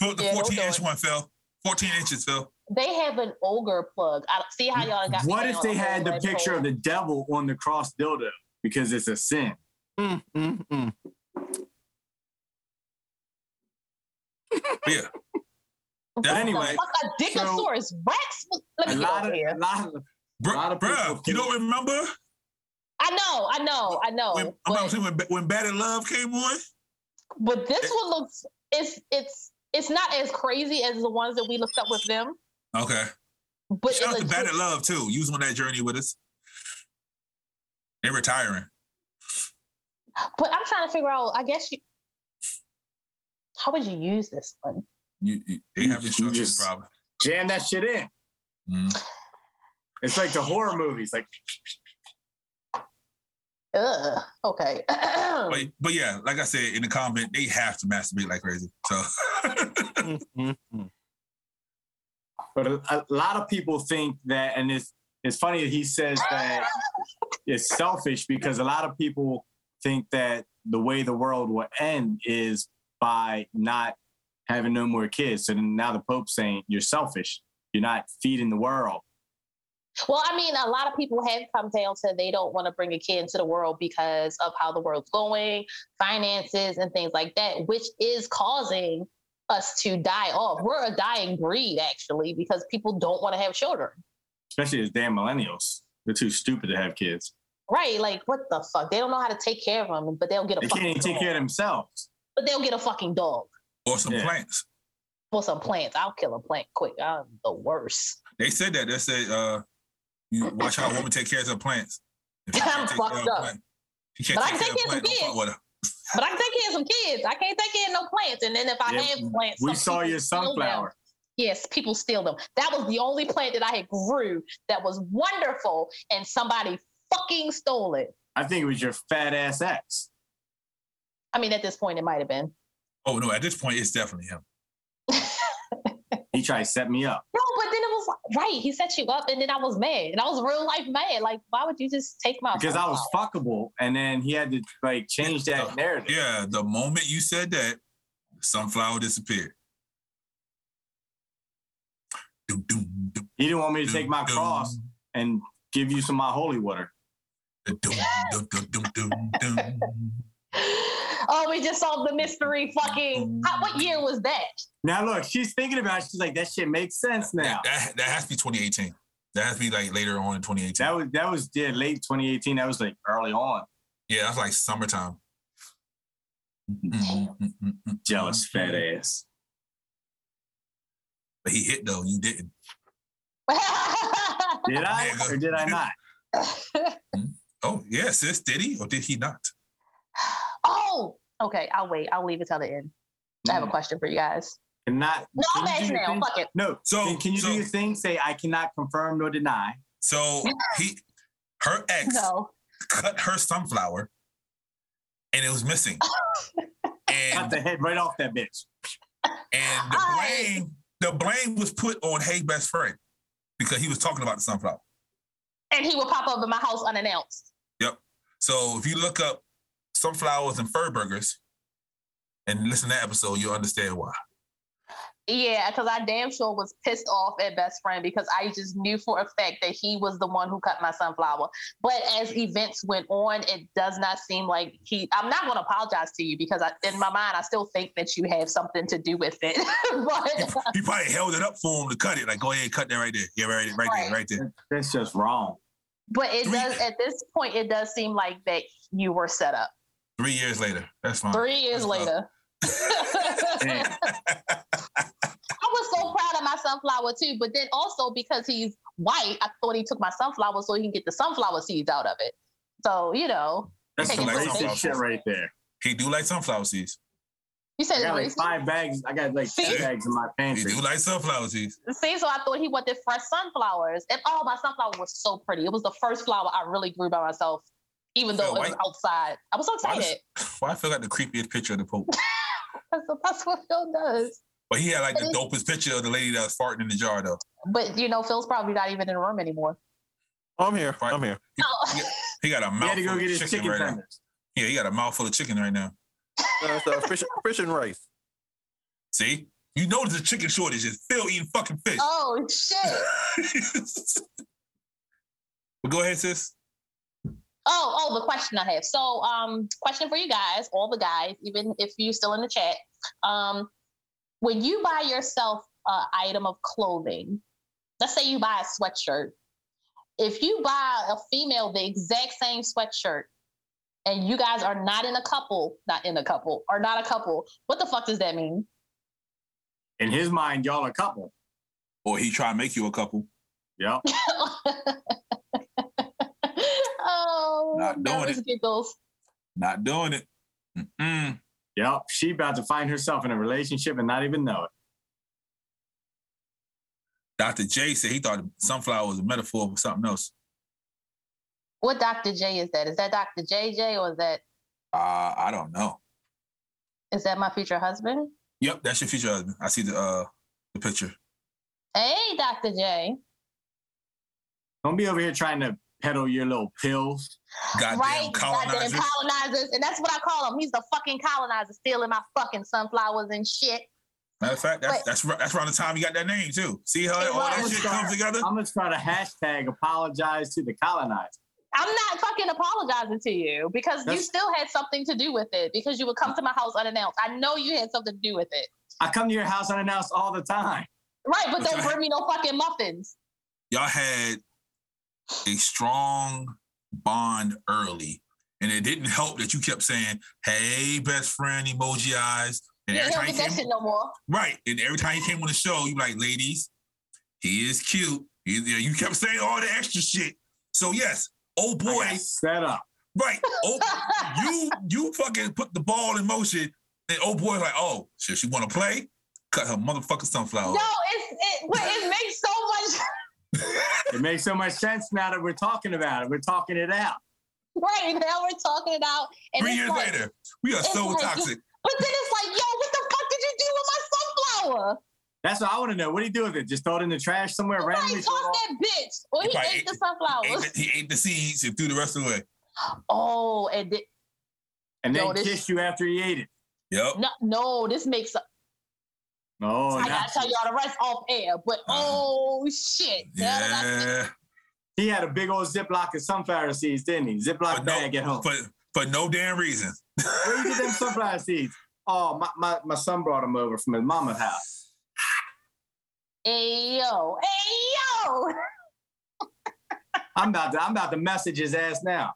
Speaker 2: Put the
Speaker 3: Yeah, don't
Speaker 2: 14
Speaker 3: do
Speaker 2: inch
Speaker 3: it.
Speaker 2: one, Phil. 14 inches, Phil.
Speaker 3: They have an ogre plug. I don't see how y'all got. me
Speaker 4: What if
Speaker 3: down
Speaker 4: they
Speaker 3: on
Speaker 4: had the
Speaker 3: red
Speaker 4: picture
Speaker 3: pole.
Speaker 4: of the devil on the cross dildo because it's a sin?
Speaker 5: Mm, mm, mm.
Speaker 2: Yeah.
Speaker 4: But anyway,
Speaker 3: Fuck a Dickosaurus Rex. Let
Speaker 4: a
Speaker 3: me get
Speaker 4: lot
Speaker 3: over
Speaker 4: of
Speaker 3: here.
Speaker 4: a lot of
Speaker 2: Bru-
Speaker 4: lot of people
Speaker 2: bruh, you
Speaker 4: think-
Speaker 2: don't remember
Speaker 3: I know, I know, I know.
Speaker 2: when, I'm
Speaker 3: but,
Speaker 2: about to say when, Ba- when Bad in Love came on?
Speaker 3: but this one looks it's it's it's not as crazy as the ones that we looked up with them.
Speaker 2: Okay.
Speaker 3: But it
Speaker 2: Shout out to
Speaker 3: legit-
Speaker 2: Bad at Love too. You was on that journey with us. They're retiring.
Speaker 3: but I'm trying to figure out. I guess you. How would you use this one?
Speaker 2: You, you- they have
Speaker 4: You
Speaker 2: instructions
Speaker 4: just-
Speaker 2: problem.
Speaker 4: jam that shit in.
Speaker 2: Mhm.
Speaker 4: It's like the horror movies. Like
Speaker 3: Ugh. Okay.
Speaker 2: But, but yeah, like I said in the convent, they have to masturbate like crazy. So
Speaker 5: mm, mm, mm.
Speaker 4: But a, a lot of people think that, and it's it's funny that he says that it's selfish because a lot of people think that the way the world will end is by not having no more kids. So then now the Pope's saying you're selfish. You're not feeding the world.
Speaker 3: well, I mean, a lot of people have come down to they don't want to bring a kid into the world because of how the world's going, finances, and things like that, which is causing us to die off. We're a dying breed, actually, because people don't want to have children.
Speaker 4: Especially as damn millennials. They're too stupid to have kids.
Speaker 3: Right, like what the fuck? They don't know how to take care of them, but they'll get a
Speaker 4: They
Speaker 3: fucking
Speaker 4: can't even take
Speaker 3: dog.
Speaker 4: care of themselves.
Speaker 3: But they'll get a fucking dog
Speaker 2: or some
Speaker 4: Yeah.
Speaker 2: plants.
Speaker 3: for some plants. I'll kill a plant quick. I'm the worst.
Speaker 2: They said that. They said uh you watch how a woman take care of her plants. If she
Speaker 3: I'm
Speaker 2: can't take care
Speaker 3: fucked
Speaker 2: of a
Speaker 3: up.
Speaker 2: plant- She can't
Speaker 3: But I
Speaker 2: take
Speaker 3: can
Speaker 2: care of
Speaker 3: take
Speaker 2: a
Speaker 3: care of
Speaker 2: plant, don't fuck
Speaker 3: some kids.
Speaker 2: with her.
Speaker 3: But I can take care of some kids. I can't take care of no plants. And then if I
Speaker 4: Yeah,
Speaker 3: have plants,
Speaker 4: We
Speaker 3: some
Speaker 4: saw
Speaker 3: people
Speaker 4: your
Speaker 3: steal them.
Speaker 4: sunflower.
Speaker 3: Yes, people steal them. That was the only plant that I had grew that was wonderful, and somebody fucking stole it.
Speaker 4: I think it was your fat ass ex.
Speaker 3: I mean, at this point, it might have been.
Speaker 2: Oh no, at this point it's definitely him.
Speaker 4: He tried to set me up.
Speaker 3: No, but then it was like, right. He set you up, and then I was mad, and I was real life mad. Like, why would you just take my?
Speaker 4: Because I was
Speaker 3: sunflower?
Speaker 4: fuckable. And then he had to like change that narrative.
Speaker 2: Yeah, the moment you said that, sunflower disappeared. Doom, doom, doom,
Speaker 4: He didn't want me to take
Speaker 2: doom,
Speaker 4: my
Speaker 2: doom.
Speaker 4: cross and give you some of my holy water.
Speaker 2: Doom, doom, doom, doom, doom, doom.
Speaker 3: Oh, we just solved the mystery. Fucking, how, what year was that?
Speaker 4: Now look, she's thinking about. It. She's like, that shit makes sense now.
Speaker 2: That, that, that has to be 2018. That has to be like later on in 2018.
Speaker 4: That was that was yeah, late 2018. That was like early on.
Speaker 2: yeah, that's like summertime.
Speaker 3: Damn.
Speaker 2: Mm-mm-mm-mm-mm.
Speaker 4: Jealous fat ass.
Speaker 2: But he hit though. You didn't.
Speaker 4: Did I or did I not?
Speaker 2: Oh yeah, sis. Did he or did he not?
Speaker 3: oh, okay. I'll wait. I'll leave it till the end. I have a question for you guys.
Speaker 4: And not.
Speaker 3: No,
Speaker 4: can
Speaker 3: I'm
Speaker 4: you do
Speaker 3: asking
Speaker 4: your
Speaker 3: now.
Speaker 4: thing?
Speaker 3: Fuck it.
Speaker 4: No.
Speaker 2: So
Speaker 4: can, can you
Speaker 2: so,
Speaker 4: do your thing? Say I cannot confirm nor deny.
Speaker 2: so he her ex
Speaker 3: No.
Speaker 2: cut her sunflower, and it was missing.
Speaker 4: Cut
Speaker 2: and
Speaker 4: the head right off that bitch.
Speaker 2: and the
Speaker 3: I-
Speaker 2: blame the blame was put on Hey Best Friend because he was talking about the sunflower.
Speaker 3: And he would pop up in my house unannounced.
Speaker 2: So if you look up sunflowers and fur burgers and listen to that episode, you'll understand why.
Speaker 3: Yeah, because I damn sure was pissed off at best friend because I just knew for a fact that he was the one who cut my sunflower. But as events went on, it does not seem like he. I'm not going to apologize to you because I, in my mind, I still think that you have something to do with it. but
Speaker 2: He probably held it up for him to cut it. Like, go ahead, cut that right there. Yeah, right, right there, right there.
Speaker 4: That's just wrong.
Speaker 3: but it does at this point, it does seem like that you were set up.
Speaker 2: Three years later. That's fine.
Speaker 3: Three years
Speaker 2: That's
Speaker 3: later.
Speaker 4: Damn.
Speaker 3: I was so proud of my sunflower too, but then also because he's white, I thought he took my sunflower so he can get the sunflower seeds out of it. So, you know,
Speaker 4: That's
Speaker 3: Take
Speaker 4: some
Speaker 3: it from
Speaker 4: racist
Speaker 2: South
Speaker 4: shit
Speaker 2: Africa.
Speaker 4: right there.
Speaker 2: He do like sunflower seeds.
Speaker 3: you said
Speaker 4: I
Speaker 3: it's
Speaker 4: got like
Speaker 3: racist.
Speaker 4: five bags. I got like
Speaker 3: See?
Speaker 4: ten bags in my
Speaker 2: He
Speaker 4: pantry.
Speaker 2: do like sunflower seeds.
Speaker 3: See, so I thought he wanted fresh sunflowers. And oh, my sunflower was so pretty. It was the first flower I really grew by myself, even
Speaker 2: Yo,
Speaker 3: though it was
Speaker 2: why-
Speaker 3: outside. I was so
Speaker 2: why does-
Speaker 3: excited.
Speaker 2: Why I feel like the creepiest picture of the Pope.
Speaker 3: That's, that's what Phil does.
Speaker 2: But he had like the
Speaker 3: But
Speaker 2: dopest picture of the lady that was farting in the jar though.
Speaker 3: But, you know, Phil's probably not even in the room anymore.
Speaker 5: I'm here. I'm here.
Speaker 3: Oh,
Speaker 2: He got a
Speaker 4: He had to
Speaker 2: mouthful
Speaker 4: go
Speaker 2: of
Speaker 4: get his
Speaker 2: chicken,
Speaker 4: chicken
Speaker 2: right now.
Speaker 4: tenders.
Speaker 2: Yeah, he got a mouthful of chicken right now.
Speaker 5: Uh, so fish, fish and rice.
Speaker 2: See? You know there's a chicken shortage. It's Phil eating fucking fish.
Speaker 3: oh shit.
Speaker 2: but go ahead, sis.
Speaker 3: Oh, oh, the question I have. So, um, question for you guys, all the guys, even if you're still in the chat. Um, when you buy yourself an item of clothing, let's say you buy a sweatshirt. If you buy a female the exact same sweatshirt, and you guys are not in a couple, not in a couple, are not a couple, what the fuck does that mean?
Speaker 4: In his mind, y'all a couple.
Speaker 2: Or he try to make you a couple.
Speaker 4: Yep.
Speaker 3: oh,
Speaker 2: Not doing
Speaker 3: nervous giggles.
Speaker 2: Not doing it. Mm-mm.
Speaker 4: Yep. She about to find herself in a relationship and not even know it.
Speaker 2: Dr. J said he thought sunflower was a metaphor for something else.
Speaker 3: What Dr. J is that? Is that Dr. JJ or is that
Speaker 2: Uh, I don't know.
Speaker 3: is that my future husband?
Speaker 2: Yep, that's your future husband. I see the uh the picture.
Speaker 3: Hey, Dr. J.
Speaker 4: Don't be over here trying to peddle your little pills.
Speaker 2: Goddamn
Speaker 3: right?
Speaker 2: colonizers.
Speaker 3: Goddamn colonizers. And that's what I call him. He's the fucking colonizer stealing my fucking sunflowers and shit.
Speaker 2: Matter of fact, that's,
Speaker 3: But-
Speaker 2: that's ri- that's around the time he got that name too. See how
Speaker 3: It
Speaker 2: all that
Speaker 3: was.
Speaker 2: shit comes together?
Speaker 4: I'm gonna start a hashtag apologize to the colonizer.
Speaker 3: I'm not fucking apologizing to you because you
Speaker 4: That's-
Speaker 3: still had something to do with it because you would come to my house unannounced. I know you had something to do with it.
Speaker 4: I come to your house unannounced all the time.
Speaker 3: Right, but
Speaker 2: But
Speaker 3: don't
Speaker 2: y'all-
Speaker 3: bring me no fucking muffins.
Speaker 2: Y'all had a strong bond early, and it didn't help that you kept saying, "Hey, best friend," emoji eyes, and
Speaker 3: You
Speaker 2: every
Speaker 3: don't
Speaker 2: time
Speaker 3: get
Speaker 2: he
Speaker 3: that
Speaker 2: came,
Speaker 3: shit no more.
Speaker 2: right, and every time he came on the show, you like, "Ladies, he is cute." He- yeah, you kept saying all the extra shit. So yes, oh
Speaker 4: I
Speaker 2: boy,
Speaker 4: got set up.
Speaker 2: right, oh you you fucking put the ball in motion, and oh boy's like, "Oh, shit, she want to play." Cut her motherfucking sunflower.
Speaker 3: No, it's it, but it makes so much
Speaker 4: It makes so much sense now that we're talking about it. We're talking it out.
Speaker 3: right now. We're talking about and
Speaker 2: Three
Speaker 3: it's
Speaker 2: years
Speaker 3: like-
Speaker 2: later, we are
Speaker 3: it's
Speaker 2: so
Speaker 3: like-
Speaker 2: toxic.
Speaker 3: But then it's like, yo, what the fuck did you do with my sunflower?
Speaker 4: That's what I want to know. What do you do with it? Just throw it in the trash somewhere randomly?
Speaker 3: Right, toss that bitch. Or he
Speaker 2: He probably
Speaker 3: ate
Speaker 2: He
Speaker 3: the
Speaker 2: ate
Speaker 3: sunflowers.
Speaker 2: the- he ate the seeds and threw the rest away.
Speaker 3: Oh, and thi-
Speaker 4: And
Speaker 3: Yo,
Speaker 4: then
Speaker 3: this-
Speaker 4: kiss you after he ate it.
Speaker 2: Yep.
Speaker 3: no, no, this makes.
Speaker 4: Oh,
Speaker 3: I
Speaker 4: now-
Speaker 3: gotta tell y'all the rest off air, but oh shit, now that I think-
Speaker 2: Yeah.
Speaker 4: he had a big old Ziploc of sunflower seeds, didn't he? Ziploc
Speaker 2: But
Speaker 4: bag at
Speaker 2: no,
Speaker 4: home.
Speaker 2: for, for no damn reason.
Speaker 4: Where you get them sunflower seeds? Oh, my, my, my son brought them over from his mama's house.
Speaker 3: Ayo, ayo.
Speaker 4: I'm about to I'm about to message his ass now.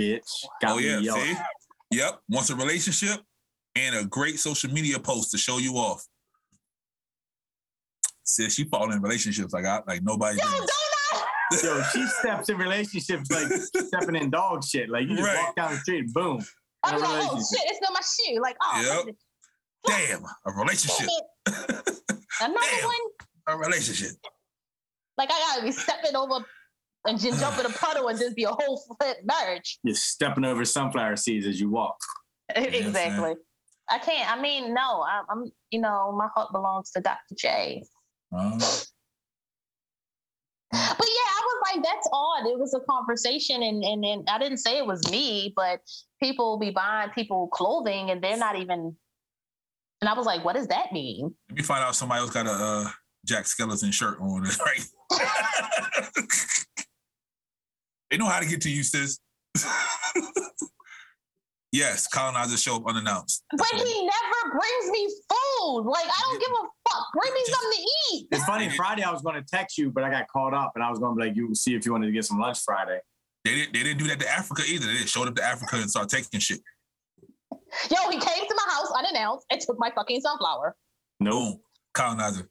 Speaker 4: Bitch. Got
Speaker 2: oh, yeah.
Speaker 4: me yelling.
Speaker 2: See? Yep. Wants a relationship and a great social media post to show you off. Sis, you fall in relationships like I like nobody.
Speaker 3: Yo,
Speaker 2: business.
Speaker 3: don't I?
Speaker 4: Yo, she steps in relationships like stepping in dog shit. Like you just
Speaker 2: Right.
Speaker 4: walk down the street, boom.
Speaker 3: I
Speaker 4: in
Speaker 3: be like,
Speaker 4: a
Speaker 3: oh
Speaker 4: relationship.
Speaker 3: shit, it's not my shoe. Like, oh,
Speaker 2: Yep.
Speaker 3: wait
Speaker 2: Damn, a
Speaker 3: a
Speaker 2: relationship.
Speaker 3: minute. Another
Speaker 2: Damn.
Speaker 3: one.
Speaker 2: A relationship.
Speaker 3: Like, I gotta be stepping over and just jump in a puddle and just be a whole flip merge.
Speaker 4: You're stepping over sunflower seeds as you walk.
Speaker 2: I'm saying?
Speaker 3: exactly. I can't. I mean, no. I, I'm. You know, my heart belongs to Dr. J.
Speaker 2: Uh,
Speaker 3: But yeah, I was like, that's odd. It was a conversation, and and, and I didn't say it was me, but people be buying people clothing, and they're not even And I was like, what does that mean?
Speaker 2: Let me find out if somebody else got a uh, Jack Skeleton shirt on. Right? they know how to get to you, sis. yes, colonizers show up unannounced.
Speaker 3: But he never brings me food. Like, I don't give a fuck. Bring me something to eat.
Speaker 4: It's funny. Friday, I was going to text you, but I got caught up, and I was going to be like, "You see if you wanted to get some lunch Friday."
Speaker 2: They didn't. They didn't do that to Africa either. They just showed up to Africa and started taking shit.
Speaker 3: Yo, he came to my house unannounced and took my fucking sunflower.
Speaker 4: No,
Speaker 2: Boom, colonizer.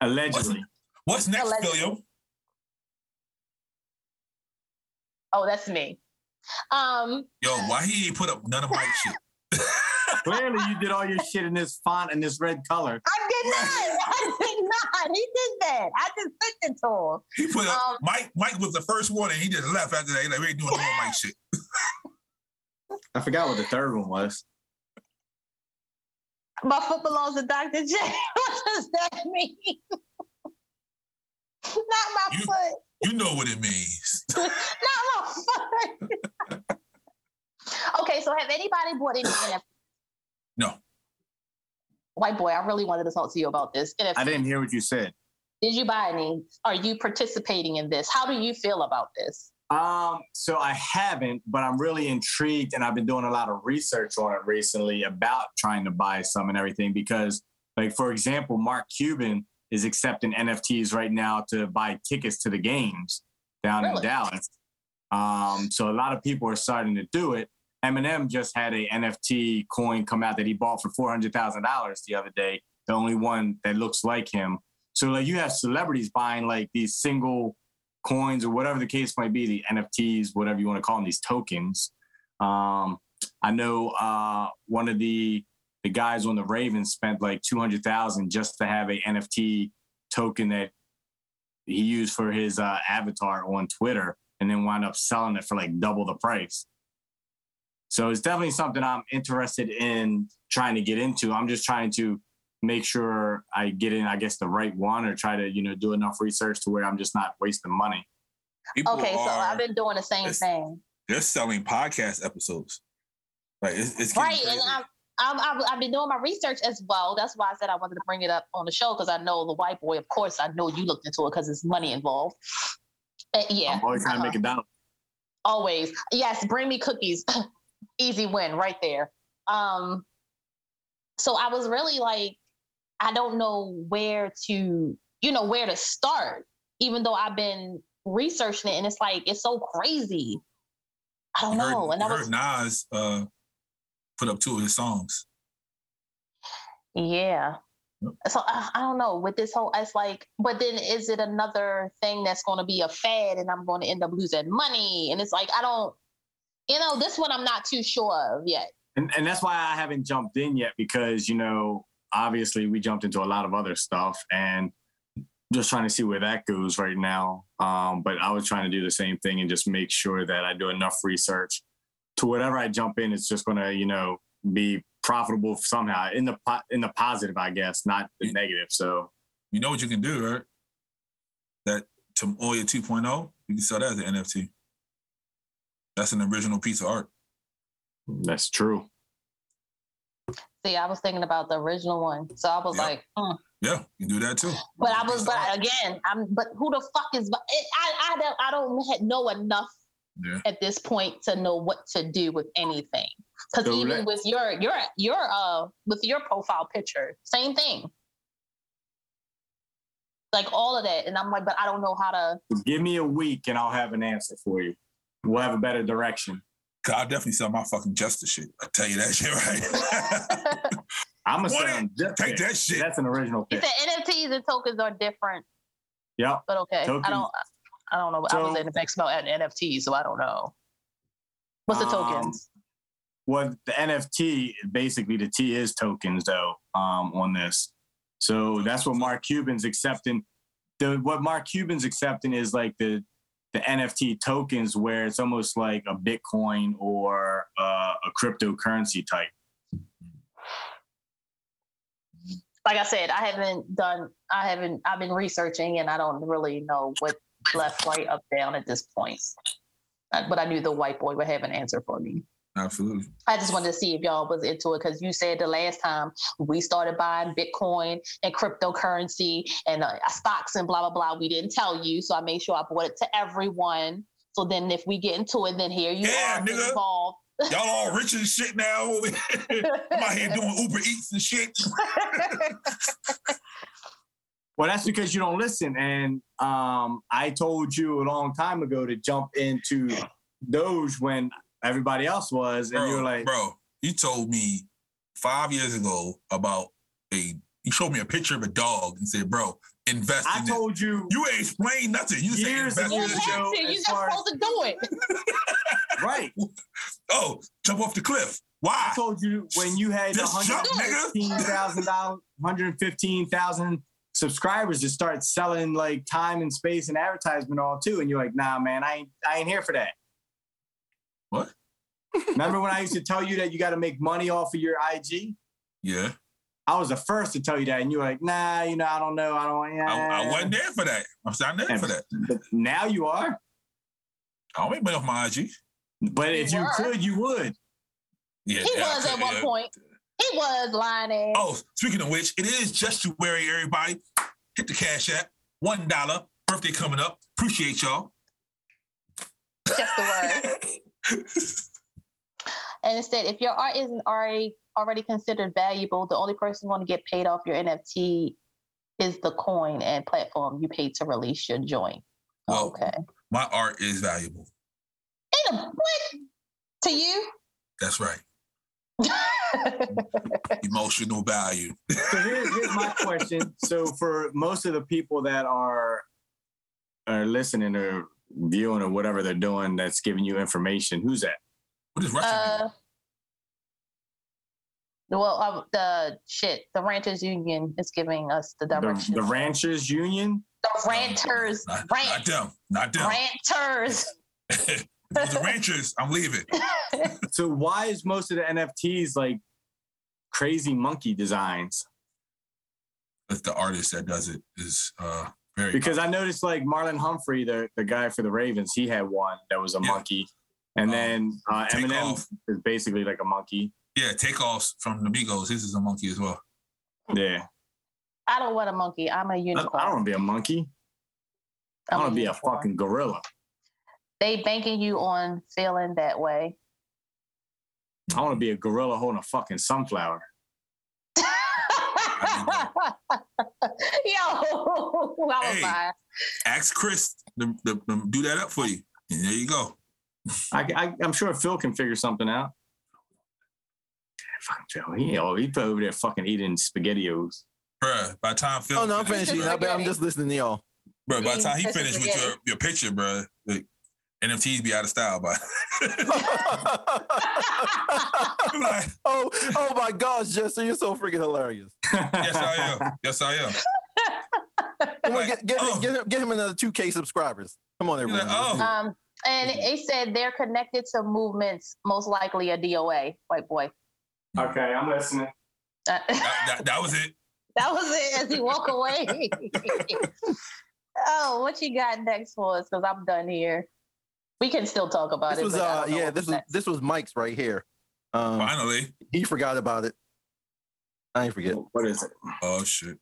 Speaker 4: allegedly.
Speaker 2: What's next,
Speaker 3: Allegedly.
Speaker 2: William?
Speaker 3: Oh, that's me. Um,
Speaker 2: Yo, why he ain't put up none of my shit?
Speaker 4: Clearly, you did all your shit in this font and this red color.
Speaker 3: I did not. I did not. He did that. I just listened to him.
Speaker 2: He put up
Speaker 3: Um,
Speaker 2: Mike. Mike was the first one, and he just left after that. He like we ain't doing no more Mike shit.
Speaker 4: I forgot what the third one was.
Speaker 3: My foot belongs to Dr. J. what does that mean? not my
Speaker 2: You-
Speaker 3: foot.
Speaker 2: You know what it means.
Speaker 3: Not my foot. okay, so have anybody bought any NFT?
Speaker 2: No.
Speaker 3: White boy, I really wanted to talk to you about this. NFT.
Speaker 4: I didn't hear what you said.
Speaker 3: Did you buy any? Are you participating in this? How do you feel about this?
Speaker 4: Um, so I haven't, but I'm really intrigued, and I've been doing a lot of research on it recently about trying to buy some and everything. Because, like for example, Mark Cuban is accepting NFTs right now to buy tickets to the games down in
Speaker 3: Really?
Speaker 4: Dallas. Um, so a lot of people are starting to do it. Eminem just had a NFT coin come out that he bought for four hundred thousand dollars the other day. The only one that looks like him. So like you have celebrities buying like these single coins or whatever the case might be, the NFTs, whatever you want to call them, these tokens. Um, I know uh, one of the the guys on the Ravens spent like two hundred thousand just to have a NFT token that he used for his uh, avatar on Twitter, and then wound up selling it for like double the price. So it's definitely something I'm interested in trying to get into. I'm just trying to make sure I get in, I guess, the right one, or try to you know do enough research to where I'm just not wasting money.
Speaker 2: People
Speaker 3: Okay, so I've been doing the same
Speaker 2: Yes.
Speaker 3: thing,
Speaker 2: they're selling podcast episodes. Like it's, it's getting
Speaker 3: right? And
Speaker 2: crazy.
Speaker 3: I'm, I'm, I've, I've been doing my research as well. That's why I said I wanted to bring it up on the show because I know the white boy. Of course, I know you looked into it because there's money involved. But yeah, uh-huh.
Speaker 4: I'm always trying to make a dollar.
Speaker 3: always yes bring me cookies easy win right there um so i was really like i don't know where to you know where to start even though i've been researching it and it's like it's so crazy i don't
Speaker 2: You heard,
Speaker 3: know and
Speaker 2: you
Speaker 3: i was
Speaker 2: heard Nas uh, put up two of his songs.
Speaker 3: yeah so uh, I, I don't know with this whole it's like but then is it another thing that's going to be a fad and i'm going to end up losing money and it's like i don't you know this one i'm not too sure of yet
Speaker 4: And, and that's why I haven't jumped in yet because, you know, obviously we jumped into a lot of other stuff and just trying to see where that goes right now. Um, but I was trying to do the same thing and just make sure that I do enough research to whatever I jump in, it's just going to, you know, be profitable somehow in the po- in the positive, I guess, not the negative. So
Speaker 2: You know what you can do, right? That Tamoya 2.0, you can sell that as an NFT. That's an original piece of art.
Speaker 4: that's true.
Speaker 3: See, I was thinking about the original one, so I was
Speaker 2: Yep.
Speaker 3: like, mm.
Speaker 2: Yeah, you can do that too.
Speaker 3: but I was,
Speaker 2: Piece of
Speaker 3: but
Speaker 2: art.
Speaker 3: I- again, I'm, but who the fuck is? But it, I, I don't, I don't ha- know enough
Speaker 2: Yeah.
Speaker 3: at this point to know what to do with anything. Because
Speaker 4: So
Speaker 3: even
Speaker 4: let-
Speaker 3: with your, your, your, uh, with your profile picture, same thing. Like all of that, and I'm like, but I don't know how to.
Speaker 4: Give me a week and I'll have an answer for you. We'll have a better direction.
Speaker 2: God, I'll definitely sell my fucking justice shit. I tell you that shit right.
Speaker 4: I'm going to
Speaker 2: What?
Speaker 4: sound
Speaker 2: Take that shit.
Speaker 4: That's an original
Speaker 3: you
Speaker 4: pick.
Speaker 3: said NFTs and tokens are different,
Speaker 4: Yep.
Speaker 3: but okay, I
Speaker 4: Tokens.
Speaker 3: don't, I don't know. I was
Speaker 4: So-
Speaker 3: in the Expo at NFTs, so I don't know. What's the
Speaker 4: Um,
Speaker 3: tokens?
Speaker 4: well the nft basically the t is tokens though um, on this so that's what mark cuban's accepting the what mark cuban's accepting is like the the nft tokens where it's almost like a bitcoin or uh, a cryptocurrency type
Speaker 3: like I said, I haven't done, I haven't, I've been researching and I don't really know what left, right, up, down at this point. Uh, But I knew the white boy would have an answer for me.
Speaker 2: Absolutely.
Speaker 3: I just wanted to see if y'all was into it because you said the last time we started buying Bitcoin and cryptocurrency and uh, stocks and blah blah blah. We didn't tell you, so I made sure I brought it to everyone. So then, if we get into it, then here you
Speaker 2: Yeah,
Speaker 3: are
Speaker 2: nigga.
Speaker 3: involved.
Speaker 2: Y'all all rich and shit now. over here. I'm out here doing Uber Eats and shit.
Speaker 4: Well, that's because you don't listen. And um, I told you a long time ago to jump into Doge when everybody else was, and
Speaker 2: Bro,
Speaker 4: you were like,
Speaker 2: bro, you told me five years ago about a. You showed me a picture of a dog and said, "Bro, invest
Speaker 4: I
Speaker 2: in it."
Speaker 4: told you,
Speaker 2: You ain't explain nothing. You just
Speaker 4: Years
Speaker 2: said invest in
Speaker 4: ago.
Speaker 3: Well,
Speaker 2: this
Speaker 4: Yeah.
Speaker 2: shit.
Speaker 3: listen,
Speaker 4: As
Speaker 3: you just
Speaker 4: far as-
Speaker 3: supposed to do it.
Speaker 4: right?
Speaker 2: Oh, jump off the cliff. Why?
Speaker 4: I told you when you had
Speaker 2: Just jump, nigga.
Speaker 4: 115,000 dollars, 115,000 subscribers to start selling like time and space and advertisement all too, and you're like, nah, man, I ain't, I ain't here for that.
Speaker 2: What?
Speaker 4: Remember when I used to tell you that you got to make money off of your IG?
Speaker 2: Yeah,
Speaker 4: I was the first to tell you that, and you were like, "Nah, you know, I don't know, I don't." Yeah.
Speaker 2: I, I wasn't there for that. I was not there for that.
Speaker 4: But now you are.
Speaker 2: I don't make money off my IG.
Speaker 4: But
Speaker 3: You
Speaker 4: if you
Speaker 3: were.
Speaker 4: could, you would.
Speaker 2: Yeah,
Speaker 3: He
Speaker 2: yeah, I
Speaker 3: was at
Speaker 2: could,
Speaker 3: one
Speaker 2: yeah.
Speaker 3: point. He was lying. ass.
Speaker 2: Oh, speaking of which, it is January, everybody. Hit the cash app. One dollar. Birthday coming up. Appreciate y'all.
Speaker 3: just the word. and instead, if your art isn't already already considered valuable, the only person going to get paid off your NFT is the coin and platform you paid to release your joint.
Speaker 2: Well,
Speaker 3: okay.
Speaker 2: My art is valuable.
Speaker 3: Ain't a what to you?
Speaker 2: That's right. Emotional value.
Speaker 4: So here's, here's my question. So for most of the people that are are listening or viewing or whatever they're doing, that's giving you information. Who's that?
Speaker 2: What is Russian?
Speaker 3: uh, well, uh, the shit, the Ranters Union is giving us the
Speaker 4: The,
Speaker 3: direction.
Speaker 4: the Ranchers Union.
Speaker 3: The Ranters,
Speaker 2: not, not
Speaker 3: rant,
Speaker 2: them. Not them.
Speaker 3: Ranters.
Speaker 2: if it was the ranchers, I'm leaving.
Speaker 4: So why is most of the NFTs like crazy monkey designs?
Speaker 2: But the artist that does it is uh, very
Speaker 4: Because I noticed like Marlon Humphrey, the, the guy for the Ravens, he had one that was a
Speaker 2: Yeah.
Speaker 4: monkey.
Speaker 2: Um,
Speaker 4: And then uh,
Speaker 2: take
Speaker 4: Eminem
Speaker 2: off.
Speaker 4: is basically like a monkey.
Speaker 2: Yeah, takeoffs from the Migos. His is a monkey as well.
Speaker 4: Yeah.
Speaker 3: I don't want a monkey. I'm a
Speaker 4: I, I
Speaker 3: unicorn.
Speaker 4: don't want to be a monkey. I
Speaker 3: I'm
Speaker 4: want to be a
Speaker 3: unicorn.
Speaker 4: fucking gorilla.
Speaker 3: they banking you on feeling that way.
Speaker 4: I want to be a gorilla holding a fucking sunflower.
Speaker 3: Yo, I was
Speaker 2: Hey.
Speaker 3: lying.
Speaker 2: Ask Chris to, to- to do that up for you. And there you go.
Speaker 4: I, I, am sure Phil can figure something out. Fucking Phil, he, oh, he probably over there fucking eating Spaghettios.
Speaker 2: Bruh, by the time Phil,
Speaker 5: Oh no, I'm
Speaker 2: finished,
Speaker 5: finishing.
Speaker 2: bruh,
Speaker 5: I bet I'm just listening to y'all.
Speaker 2: bruh, by the time he
Speaker 3: This is
Speaker 2: finished with your,
Speaker 3: spaghetti.
Speaker 2: your picture, bruh, like, NFTs be out of style by. I'm like,
Speaker 5: oh, oh my gosh, Jester, you're so freaking hilarious.
Speaker 2: yes, I am. Yes, I am.
Speaker 5: Come on,
Speaker 2: Like,
Speaker 5: get, get, him-
Speaker 2: oh.
Speaker 5: get, him, get him another 2K subscribers. Come on,
Speaker 2: He's
Speaker 5: everyone.
Speaker 2: like, oh,
Speaker 3: Um, and it said they're connected to movements, most likely a DOA, white boy.
Speaker 4: okay, I'm listening.
Speaker 3: Uh,
Speaker 2: that, that, that was it.
Speaker 3: that was it as he walked away. oh, what you got next for us? Because I'm done here. We can still talk about
Speaker 5: This
Speaker 3: it.
Speaker 5: was
Speaker 3: but I
Speaker 5: uh
Speaker 3: don't know
Speaker 5: yeah,
Speaker 3: what
Speaker 5: this
Speaker 3: was
Speaker 5: was
Speaker 3: next.
Speaker 5: this was Mike's right here. Um,
Speaker 2: Finally.
Speaker 5: he forgot about it. I ain't forget.
Speaker 4: What is it?
Speaker 2: Oh shit.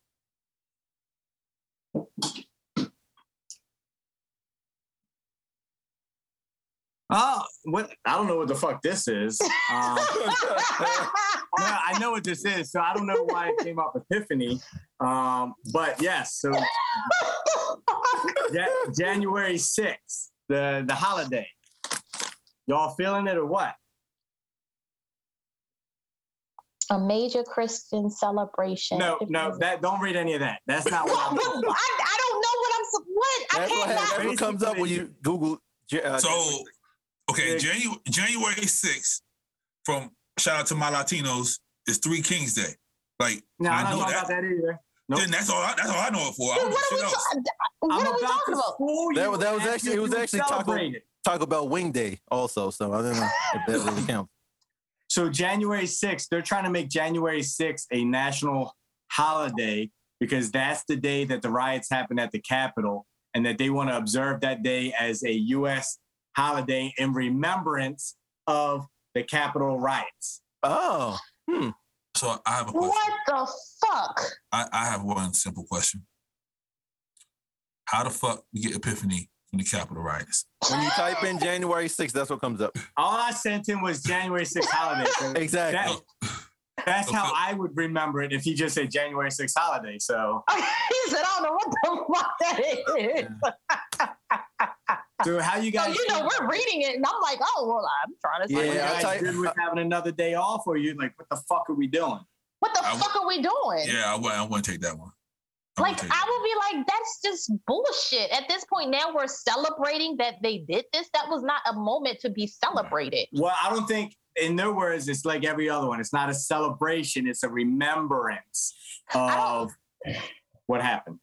Speaker 4: Oh, what? I don't know what the fuck this is. Um, no, I know what this is, so I don't know why it came up Epiphany. Um, but yes, so Ja- January 6th, the, the holiday. Y'all feeling it or what?
Speaker 3: a major Christian celebration.
Speaker 4: No, no, that don't read any of that. That's not
Speaker 3: What-
Speaker 4: what
Speaker 3: what-
Speaker 4: I'm
Speaker 3: I, I don't know what I'm. su- What I
Speaker 5: That's what,
Speaker 3: can't.
Speaker 5: that's what comes up when you Google. J- Uh,
Speaker 2: So, okay,
Speaker 4: Yeah.
Speaker 2: January January 6th, from shout out to my Latinos, is Three Kings Day. Like,
Speaker 4: No,
Speaker 2: I
Speaker 4: I don't
Speaker 2: know
Speaker 4: know
Speaker 2: that.
Speaker 4: about that either. Nope.
Speaker 2: then that's all. I, that's all I know it for. I
Speaker 3: Dude,
Speaker 2: don't know
Speaker 3: what are
Speaker 2: shit
Speaker 3: we,
Speaker 2: else.
Speaker 3: ta- what
Speaker 4: I'm
Speaker 3: are we
Speaker 4: about
Speaker 3: talking
Speaker 4: to
Speaker 3: about?
Speaker 4: fool
Speaker 5: That
Speaker 4: you
Speaker 5: was- that was
Speaker 4: and
Speaker 5: actually- it
Speaker 4: you
Speaker 5: was
Speaker 4: can
Speaker 5: actually Taco-
Speaker 4: celebrate it.
Speaker 5: Talk about Wing Day also. So I don't know if that really counts.
Speaker 4: So January 6th, they're trying to make January 6th a national holiday because that's the day that the riots happened at the Capitol and that they want to observe that day as a U.S. holiday in remembrance of the Capitol riots.
Speaker 5: Oh,
Speaker 2: So I have a question.
Speaker 3: What the fuck?
Speaker 2: I, I have one simple question. How the fuck we get Epiphany from the Capitol riots?
Speaker 5: when you type in January 6th, that's what comes up.
Speaker 4: All I sent him was January 6th holiday. so
Speaker 5: Exactly.
Speaker 4: that- that's how I would remember it if he just said January 6th holiday. So,
Speaker 3: he said, I don't know what the fuck that is.
Speaker 4: so how you
Speaker 3: So,
Speaker 4: guys?
Speaker 3: you know, we're reading it, and I'm like, oh, well, I'm trying to
Speaker 4: Like,
Speaker 3: see
Speaker 4: you
Speaker 5: Yeah, I
Speaker 4: guys
Speaker 5: type-
Speaker 4: good with having another day off, or you like, what the fuck are we doing?
Speaker 3: what the
Speaker 2: I w-
Speaker 3: fuck are we doing?
Speaker 2: Yeah, I wouldn't, I wouldn't take that one. I
Speaker 3: Like
Speaker 2: wouldn't take that.
Speaker 3: I would be like, that's just bullshit. At this point, now we're celebrating that they did this. That was not a moment to be celebrated.
Speaker 4: Well, I don't think, in their words, it's like every other one. It's not a celebration, it's a remembrance
Speaker 3: don't-
Speaker 4: of what happened.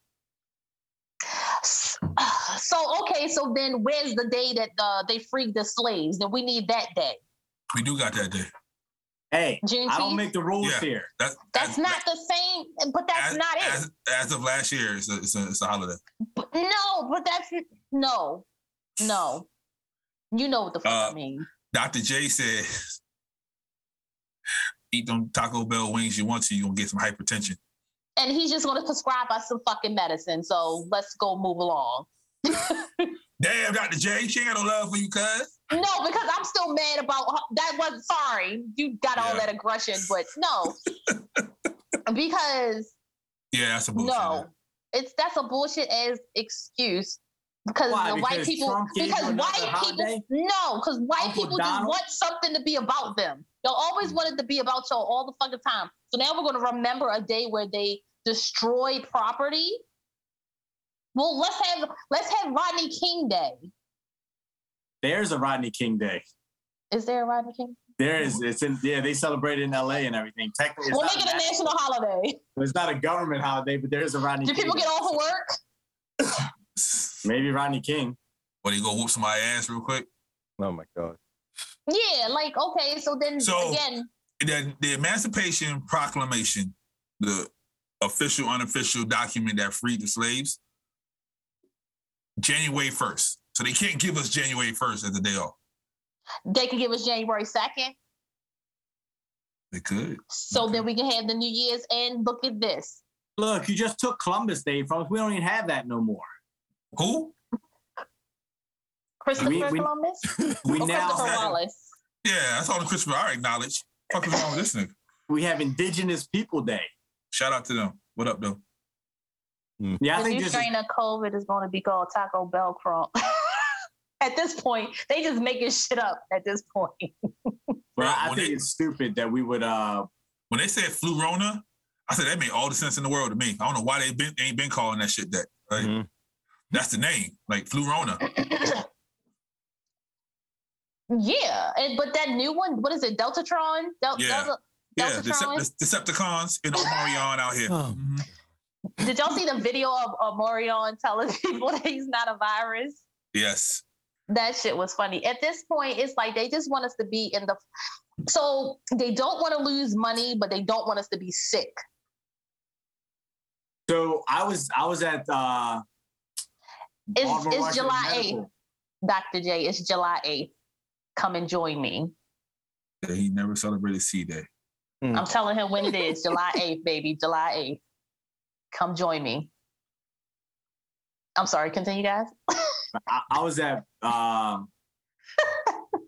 Speaker 3: So okay, so then where's the day that uh, they freed the slaves? Then we need that day,
Speaker 2: we do got that day.
Speaker 4: Hey, I don't
Speaker 3: Juneteenth.
Speaker 4: make the rules
Speaker 2: Yeah.
Speaker 4: here.
Speaker 2: That,
Speaker 3: that's
Speaker 2: that-
Speaker 3: not the same, but that's
Speaker 2: as,
Speaker 3: not it.
Speaker 2: As, as of last year, it's a, it's a, it's a holiday.
Speaker 3: But- no, but that's no, no. You know what the fuck
Speaker 2: Uh,
Speaker 3: I mean?
Speaker 2: Dr. J said, eat them Taco Bell wings you want to, you're going to get some hypertension.
Speaker 3: And he's just gonna prescribe us some fucking medicine. So let's go move along.
Speaker 2: Damn, Dr. J, she ain't got no love for you, cuz.
Speaker 3: No, because I'm still mad about that. Was sorry, you got all
Speaker 2: Yeah.
Speaker 3: that aggression, but no, because
Speaker 2: Yeah, that's a bullshit.
Speaker 3: no, it's that's a bullshit as excuse because
Speaker 4: Why?
Speaker 3: the white
Speaker 4: Because
Speaker 3: people
Speaker 4: Trump gave
Speaker 3: because
Speaker 4: you another
Speaker 3: white
Speaker 4: holiday?
Speaker 3: people no because white
Speaker 4: Uncle
Speaker 3: people just
Speaker 4: Donald? Hmm.
Speaker 3: want something to be about them. They'll always want it to be about y'all all the fucking time. So now we're gonna remember a day where they destroy property. Well, let's have let's have Rodney King Day.
Speaker 4: There's a Rodney King Day.
Speaker 3: Is there a Rodney King?
Speaker 4: There is. It's in. Yeah, they celebrate it in L.A. and everything. Technically, it's,
Speaker 3: We'll
Speaker 4: not,
Speaker 3: make it a national holiday.
Speaker 4: it's not a government holiday, but there is a Rodney.
Speaker 3: Do
Speaker 4: King
Speaker 3: people
Speaker 4: Day.
Speaker 3: get off of work?
Speaker 4: Maybe Rodney King.
Speaker 2: Or they go whoop somebody's ass real quick.
Speaker 5: Oh my God.
Speaker 3: Yeah, like okay, so then
Speaker 2: So-
Speaker 3: again,
Speaker 2: the, the Emancipation Proclamation, the official, unofficial document that freed the slaves, January 1st. So they can't give us January 1st as a day off.
Speaker 3: they can give us January second,
Speaker 2: They could.
Speaker 3: so then we can have the New Year's and look at this.
Speaker 4: Look, you just took Columbus Day from us. We don't even have that no more.
Speaker 2: Who?
Speaker 3: Christopher
Speaker 4: We- we-
Speaker 3: Columbus,
Speaker 4: We
Speaker 3: or Christopher
Speaker 4: now
Speaker 3: Wallace.
Speaker 2: Yeah, that's all the Christopher I acknowledge. Fuck is wrong with this nigga?
Speaker 4: we have Indigenous People Day.
Speaker 2: Shout out to them. What up, though?
Speaker 4: Yeah, I
Speaker 3: the
Speaker 4: think
Speaker 3: new
Speaker 4: this is
Speaker 3: strain of COVID is going to be called Taco Bell crump. at this point, they just making shit up. At this point,
Speaker 4: But I- I
Speaker 2: When
Speaker 4: think
Speaker 2: they-
Speaker 4: it's stupid that we would uh
Speaker 2: When they said flu Rona, I said that made all the sense in the world to me. I don't know why they been, ain't been calling that shit that. Like,
Speaker 5: Mhm.
Speaker 2: That's the name, like flu Rona.
Speaker 3: yeah. And but that new one, what is it, Deltatron? Del-
Speaker 2: Yeah.
Speaker 3: Delta-
Speaker 2: Yeah, the,
Speaker 3: Deltatron?
Speaker 2: Decept- the Decepticons and Omarion out here.
Speaker 5: Oh.
Speaker 2: Mhm.
Speaker 3: Did y'all see the video of, of Morion telling people that he's not a virus?
Speaker 2: Yes.
Speaker 3: That shit was funny. At this point, it's like they just want us to be in the. So they don't want to lose money, but they don't want us to be sick.
Speaker 4: so I was I was at uh
Speaker 3: It's,
Speaker 4: Barbara
Speaker 3: it's
Speaker 4: Rogers
Speaker 3: July
Speaker 4: Medical.
Speaker 3: 8th, Dr. J. It's July 8th. Come and join me.
Speaker 2: that he never celebrated C Day.
Speaker 5: Mm. Hmm,
Speaker 3: I'm telling him when it is July 8th, baby. July 8th. Come join me. I'm sorry, continue, guys.
Speaker 4: I, I was at um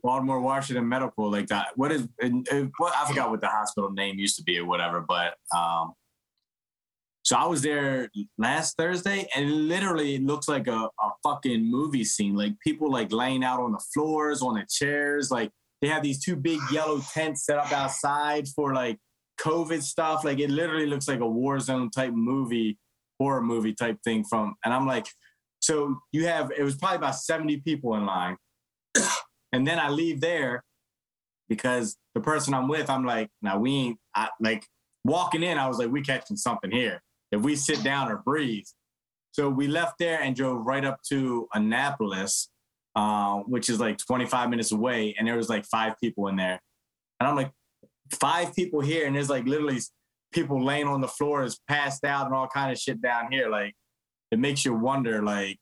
Speaker 4: Baltimore Washington Medical like that. What is and, and what I forgot what the hospital name used to be or whatever, but um so I was there last Thursday and it literally looks like a, a fucking movie scene. Like people like laying out on the floors, on the chairs, like they have these two big yellow tents set up outside for like COVID stuff. Like it literally looks like a war zone type movie, horror movie type thing from. And I'm like, so you have it was probably about 70 people in line. and then I leave there because the person I'm with, I'm like, now we ain't I, like walking in, I was like, we catching something here. If we sit down or breathe. So we left there and drove right up to Annapolis, uh, which is like 25 minutes away. And there was like five people in there. And I'm like, five people here. And there's like literally people laying on the floors, passed out and all kind of shit down here. Like it makes you wonder, like,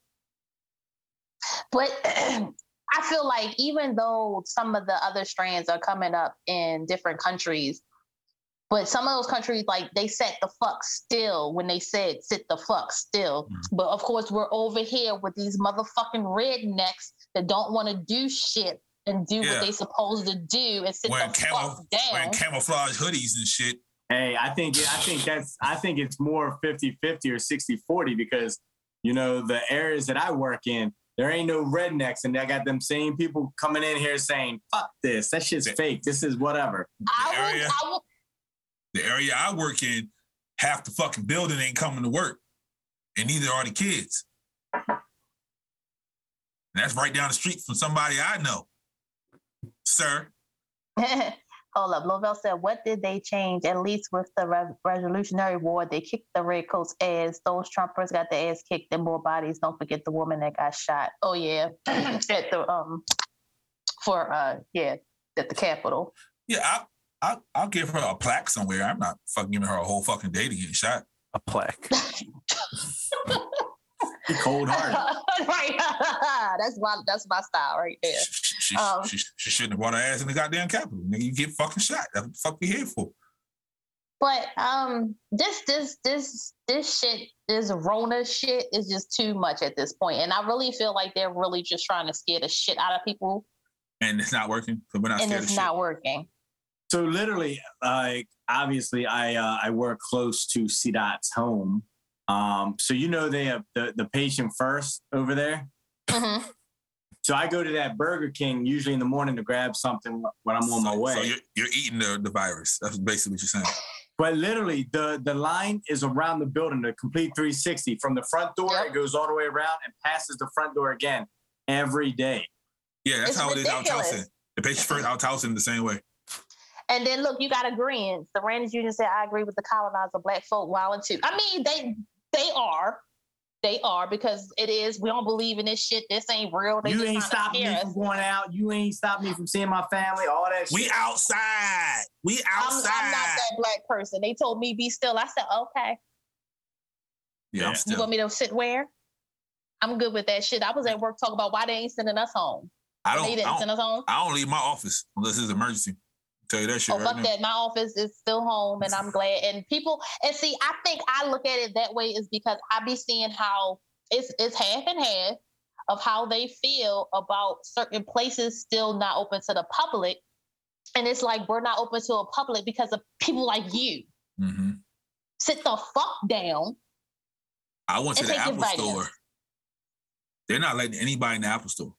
Speaker 3: But I feel like even though some of the other strands are coming up in different countries, but some of those countries like they set the fuck still when they said sit the fuck still.
Speaker 2: Mhm.
Speaker 3: But of course we're over here with these motherfucking rednecks that don't want to do shit and do
Speaker 2: Yeah.
Speaker 3: what they supposed to do and sit
Speaker 2: Wearing
Speaker 3: the
Speaker 2: camo-
Speaker 3: fuck down.
Speaker 2: wearing camouflage hoodies and shit.
Speaker 4: Hey, I think I think that's I think it's more 50-50 or 60-40 because you know the areas that I work in, there ain't no rednecks, and I got them same people coming in here saying "fuck this," that shit's fake. This is whatever.
Speaker 3: I will,
Speaker 2: area.
Speaker 3: I will,
Speaker 2: The area I work in, half the fucking building ain't coming to work, and neither are the kids. And that's right down the street from somebody I know, sir.
Speaker 3: Hold up. Lovell said, What did they change? At least with the Re- Revolutionary War, they kicked the redcoats' ass. Those Trumpers got their ass kicked and more bodies. Don't forget the woman that got shot. Oh, yeah. at the, um, for, uh, yeah, at the Capitol.
Speaker 2: Yeah, I, I, I'll give her a plaque somewhere. I'm not fucking giving her a whole fucking day to get shot.
Speaker 5: A plaque.
Speaker 4: You Cold heart.
Speaker 3: right. that's my, that's my style right there.
Speaker 2: She, she,
Speaker 3: Um.
Speaker 2: she, she shouldn't have brought her ass in the goddamn Capitol. Nigga, you get fucking shot. That's what the fuck we here for.
Speaker 3: But um, this this this this shit, this Rona shit, is just too much at this point, and I really feel like they're really just trying to scare the shit out of people,
Speaker 2: And it's not working. So we're not
Speaker 3: and
Speaker 2: scared of
Speaker 3: it's
Speaker 2: shit.
Speaker 3: not working.
Speaker 4: So literally, like obviously, I uh, I work close to CDOT's home. Um, so you know they have the, the patient first over there.
Speaker 3: Mhm.
Speaker 4: So I go to that Burger King usually in the morning to grab something when I'm on my
Speaker 2: So-
Speaker 4: way.
Speaker 2: So you're, you're eating the, the virus. That's basically what you're saying.
Speaker 4: But literally, the the line is around the building, the complete 360 from the front door.
Speaker 3: Yep.
Speaker 4: It goes all the way around and passes the front door again every day.
Speaker 2: Yeah, that's
Speaker 3: It's
Speaker 2: how it is out
Speaker 3: ridiculous.
Speaker 2: Towson. The patient first out Towson the same way.
Speaker 3: And then look, you got agreeing. The Randers Union said, "I agree with the colonizer, black folk wilding too." I mean, they they are, they are because it is. We don't believe in this shit. This ain't real. They
Speaker 4: you
Speaker 3: just
Speaker 4: ain't
Speaker 3: trying to
Speaker 4: stopped me
Speaker 3: scare
Speaker 4: from
Speaker 3: us.
Speaker 4: going out. You ain't stopped me from seeing my family. All that. shit.
Speaker 2: We outside. We
Speaker 3: I'm, I'm not
Speaker 2: outside.
Speaker 3: that black person. They told me be still. I said, okay.
Speaker 2: yeah, I'm
Speaker 3: You want
Speaker 2: still.
Speaker 3: me to sit where? I'm good with that shit. I was at work talking about why they ain't sending us home.
Speaker 2: I
Speaker 3: they
Speaker 2: don't,
Speaker 3: didn't
Speaker 2: I
Speaker 3: send
Speaker 2: don't.
Speaker 3: us home.
Speaker 2: I don't leave my office unless it's an emergency. tell you that shit
Speaker 3: oh,
Speaker 2: right
Speaker 3: fuck
Speaker 2: now.
Speaker 3: that. My office is still home and I'm glad. And people, and see, I think I look at it that way is because I be seeing how it's, it's half and half of how they feel about certain places still not open to the public. And it's like, we're not open to a public because of people like you.
Speaker 2: hmm
Speaker 3: Sit the fuck down.
Speaker 2: I went to
Speaker 3: And
Speaker 2: the
Speaker 3: take your
Speaker 2: Apple
Speaker 3: vitamins.
Speaker 2: store. They're not letting anybody in the Apple store.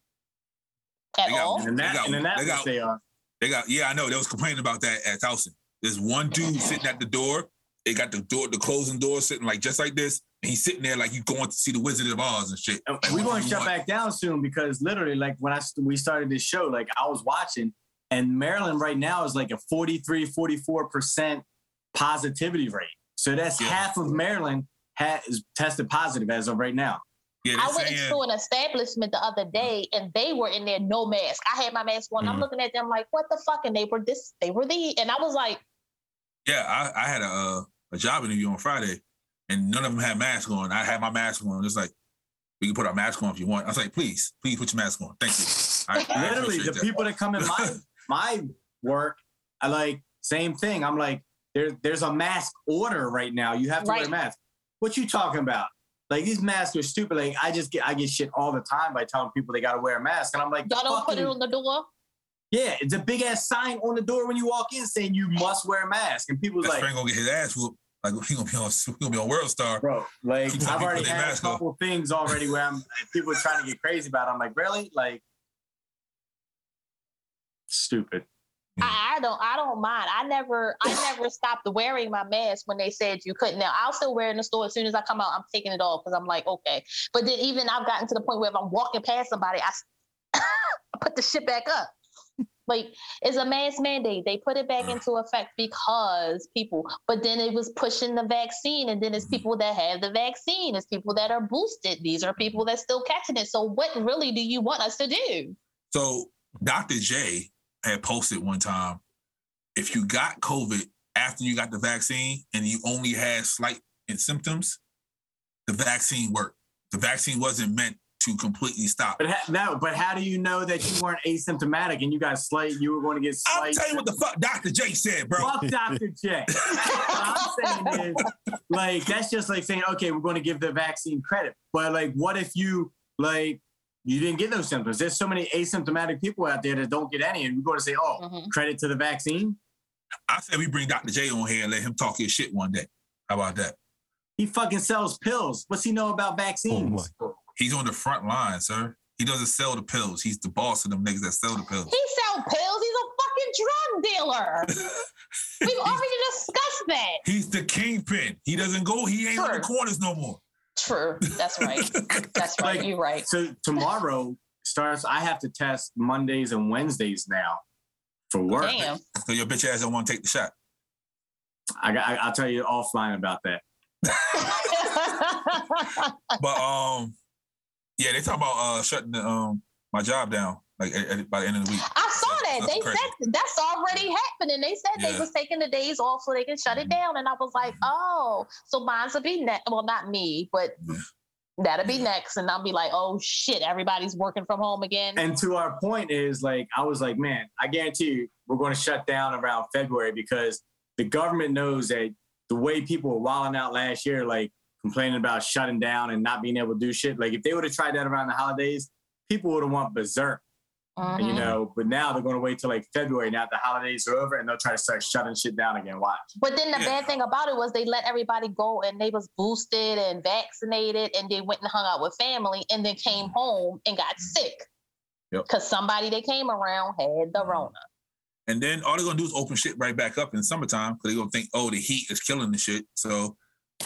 Speaker 3: At
Speaker 2: They got
Speaker 3: all.
Speaker 4: And in that,
Speaker 2: They got-
Speaker 4: and in that
Speaker 2: they
Speaker 4: they,
Speaker 2: got-
Speaker 4: are.
Speaker 2: They got yeah, I know. They was complaining about that at Towson. There's one dude sitting at the door. It got the door, the closing door, sitting like just like this, and he's sitting there like you going to see the Wizard of Oz and shit.
Speaker 4: And
Speaker 2: Like,
Speaker 4: We're
Speaker 2: what
Speaker 4: going
Speaker 2: do
Speaker 4: to
Speaker 2: you
Speaker 4: shut
Speaker 2: want?
Speaker 4: back down soon because literally, like when I st- we started this show, like I was watching, and Maryland right now is like a 43, 44 percent positivity rate. So that's
Speaker 2: Yeah.
Speaker 4: half of Maryland ha- is tested positive as of right now.
Speaker 2: Yeah,
Speaker 3: I
Speaker 2: they're
Speaker 3: went
Speaker 2: saying,
Speaker 3: into an establishment the other day and they were in there no mask. I had my mask on. I'm
Speaker 2: Mhm.
Speaker 3: looking at them like, what the fuck? And they were this, they were the, and I was like,
Speaker 2: yeah, I, I had a uh, a job interview on Friday, and none of them had masks on. I had my mask on. It's like we can put our mask on if you want. I was like, please, please put your mask on. Thank you. I, I
Speaker 4: literally,
Speaker 2: appreciate
Speaker 4: the
Speaker 2: that.
Speaker 4: people that come in my my work, I like same thing. I'm like, there, there's a mask order right now. You have to wear
Speaker 3: Right.
Speaker 4: a mask. What you talking about? Like these masks are stupid. Like I just get I get shit all the time by telling people they got to wear a mask, and I'm like,
Speaker 3: y'all don't put it
Speaker 4: fucking-
Speaker 3: on the door.
Speaker 4: Yeah, it's a big ass sign on the door when you walk in saying you must wear a mask, and people's
Speaker 2: That
Speaker 4: like,
Speaker 2: friend gonna get his ass whooped. Like he gonna be on, he gonna be on World Star.
Speaker 4: bro, like
Speaker 2: Keep telling
Speaker 4: I've
Speaker 2: people
Speaker 4: already
Speaker 2: they
Speaker 4: had a
Speaker 2: mask on.
Speaker 4: couple things already where I'm people are trying to get crazy about. It. I'm like, really? Like, stupid.
Speaker 2: Mhm.
Speaker 3: I, I don't, I don't mind. I never, I never stopped wearing my mask when they said you couldn't. Now I'll still wear it in the store. As soon as I come out, I'm taking it off because I'm like, okay. But then even I've gotten to the point where if I'm walking past somebody, I s- I put the shit back up. Like it's a mask mandate. They put it back
Speaker 2: Ugh.
Speaker 3: into effect because people, but then it was pushing the vaccine, and then it's
Speaker 2: Mhm.
Speaker 3: people that have the vaccine, it's people that are boosted. These are people that still catching it. So what really do you want us to do?
Speaker 2: So Dr. J had posted one time, if you got COVID after you got the vaccine and you only had slight symptoms, the vaccine worked. The vaccine wasn't meant to completely stop.
Speaker 4: But ha- no, but how do you know that you weren't asymptomatic and you got slayed? You were going to get slayed.
Speaker 2: I'll tell you what the fuck Dr. J said, bro.
Speaker 4: Fuck Dr. J. what I'm saying is, like, that's just like saying, okay, we're going to give the vaccine credit. But, like, what if you, like, you didn't get those symptoms? There's so many asymptomatic people out there that don't get any. And we're going to say, oh,
Speaker 3: Mhm.
Speaker 4: credit to the vaccine?
Speaker 2: I said we bring Dr. J on here and let him talk his shit one day. How about that?
Speaker 4: He fucking sells pills. What's he know about vaccines?
Speaker 2: He's on the front line, sir. He doesn't sell the pills. He's the boss of them niggas that sell the pills.
Speaker 3: He sell pills. He's a fucking drug dealer. We've already discussed that.
Speaker 2: He's the kingpin. He doesn't go. He ain't on the
Speaker 3: Sure.
Speaker 2: corners no more.
Speaker 3: True. That's right. That's right.
Speaker 4: Like-
Speaker 3: You're right.
Speaker 4: So tomorrow starts, I have to test Mondays and Wednesdays now for work.
Speaker 3: Damn.
Speaker 2: So your bitch ass don't want to take the shot.
Speaker 4: I got, I, I'll tell you offline about that.
Speaker 2: But um, yeah, they talking about uh shutting the, um my job down like at, at- by the end of the week.
Speaker 3: I saw that. They
Speaker 2: Crazy.
Speaker 3: said that's already happening. They said
Speaker 2: Yeah.
Speaker 3: they was taking the days off so they can shut it
Speaker 4: Mm-hmm.
Speaker 3: down. And I was like, oh, so mine's will be next. Well, not me, but
Speaker 2: Yeah.
Speaker 4: Mm-hmm.
Speaker 3: that'll be next. And I'll be like, oh shit, everybody's working from home again.
Speaker 4: And to our point is like, I was like, man, I guarantee you, we're going to shut down around February because the government knows that the way people were wilding out last year, like complaining about shutting down and not being able to do shit. Like if they would have tried that around the holidays, people would have went berserk,
Speaker 3: Mhm.
Speaker 4: you know. But now they're going to wait till like February now that the holidays are over and they'll try to start shutting shit down again. Watch.
Speaker 3: But then the
Speaker 2: Yeah.
Speaker 3: bad thing about it was they let everybody go and they was boosted and vaccinated and they went and hung out with family and then came home and
Speaker 2: Mm.
Speaker 3: got sick.
Speaker 4: Yep.
Speaker 3: Cause somebody they came around had
Speaker 2: Mm.
Speaker 3: the Rona.
Speaker 2: And then all they're gonna do is open shit right back up in the summertime because they're gonna think, oh, the heat is killing the shit. So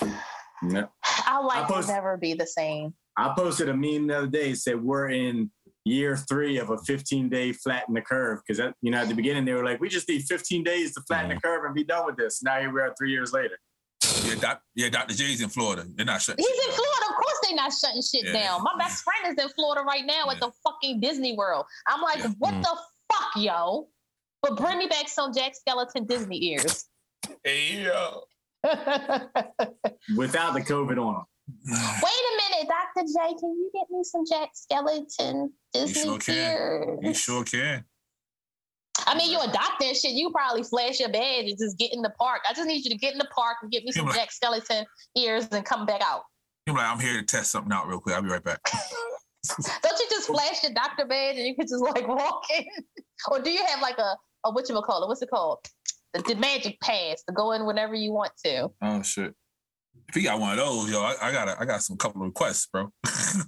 Speaker 4: Yeah.
Speaker 3: Our life
Speaker 4: post-
Speaker 3: will never be the same.
Speaker 4: I posted a meme the other day that said we're in year three of a 15 day flatten the curve because you know at the beginning they were like we just need 15 days to flatten the curve and be done with this. Now here we are three years later.
Speaker 2: yeah, doc, yeah, Dr. J's in Florida. They're not shutting.
Speaker 3: He's
Speaker 2: shit
Speaker 3: in
Speaker 2: down.
Speaker 3: Florida. Of course, they not shutting shit
Speaker 2: Yeah.
Speaker 3: down. My best friend is in Florida right now at
Speaker 2: Yeah.
Speaker 3: the fucking Disney World. I'm like,
Speaker 2: Yeah.
Speaker 3: what
Speaker 5: Mm.
Speaker 3: the fuck, yo? But bring me back some Jack Skeleton Disney ears.
Speaker 2: Hey, yo.
Speaker 3: Wait a
Speaker 4: Without the COVID on them,
Speaker 3: minute, Dr. J, can you get me some Jack Skeleton Disney
Speaker 2: sure can. You
Speaker 3: ears?
Speaker 2: sure can.
Speaker 3: I mean, you're a doctor and shit. You probably flash your badge and just get in the park. I just need you to get in the park and get me some
Speaker 2: Yeah, but-
Speaker 3: Jack Skeleton ears and come back out.
Speaker 2: You're like, I'm here to test something out real quick. I'll be right back.
Speaker 3: Don't you just flash your doctor badge and you can just like walk in? or do you have like a, a what you call it? What's it called? The, the magic pass to go in whenever you want to.
Speaker 2: Oh shit. If you got one of those, yo, I, I got a, I got some couple of requests, bro. that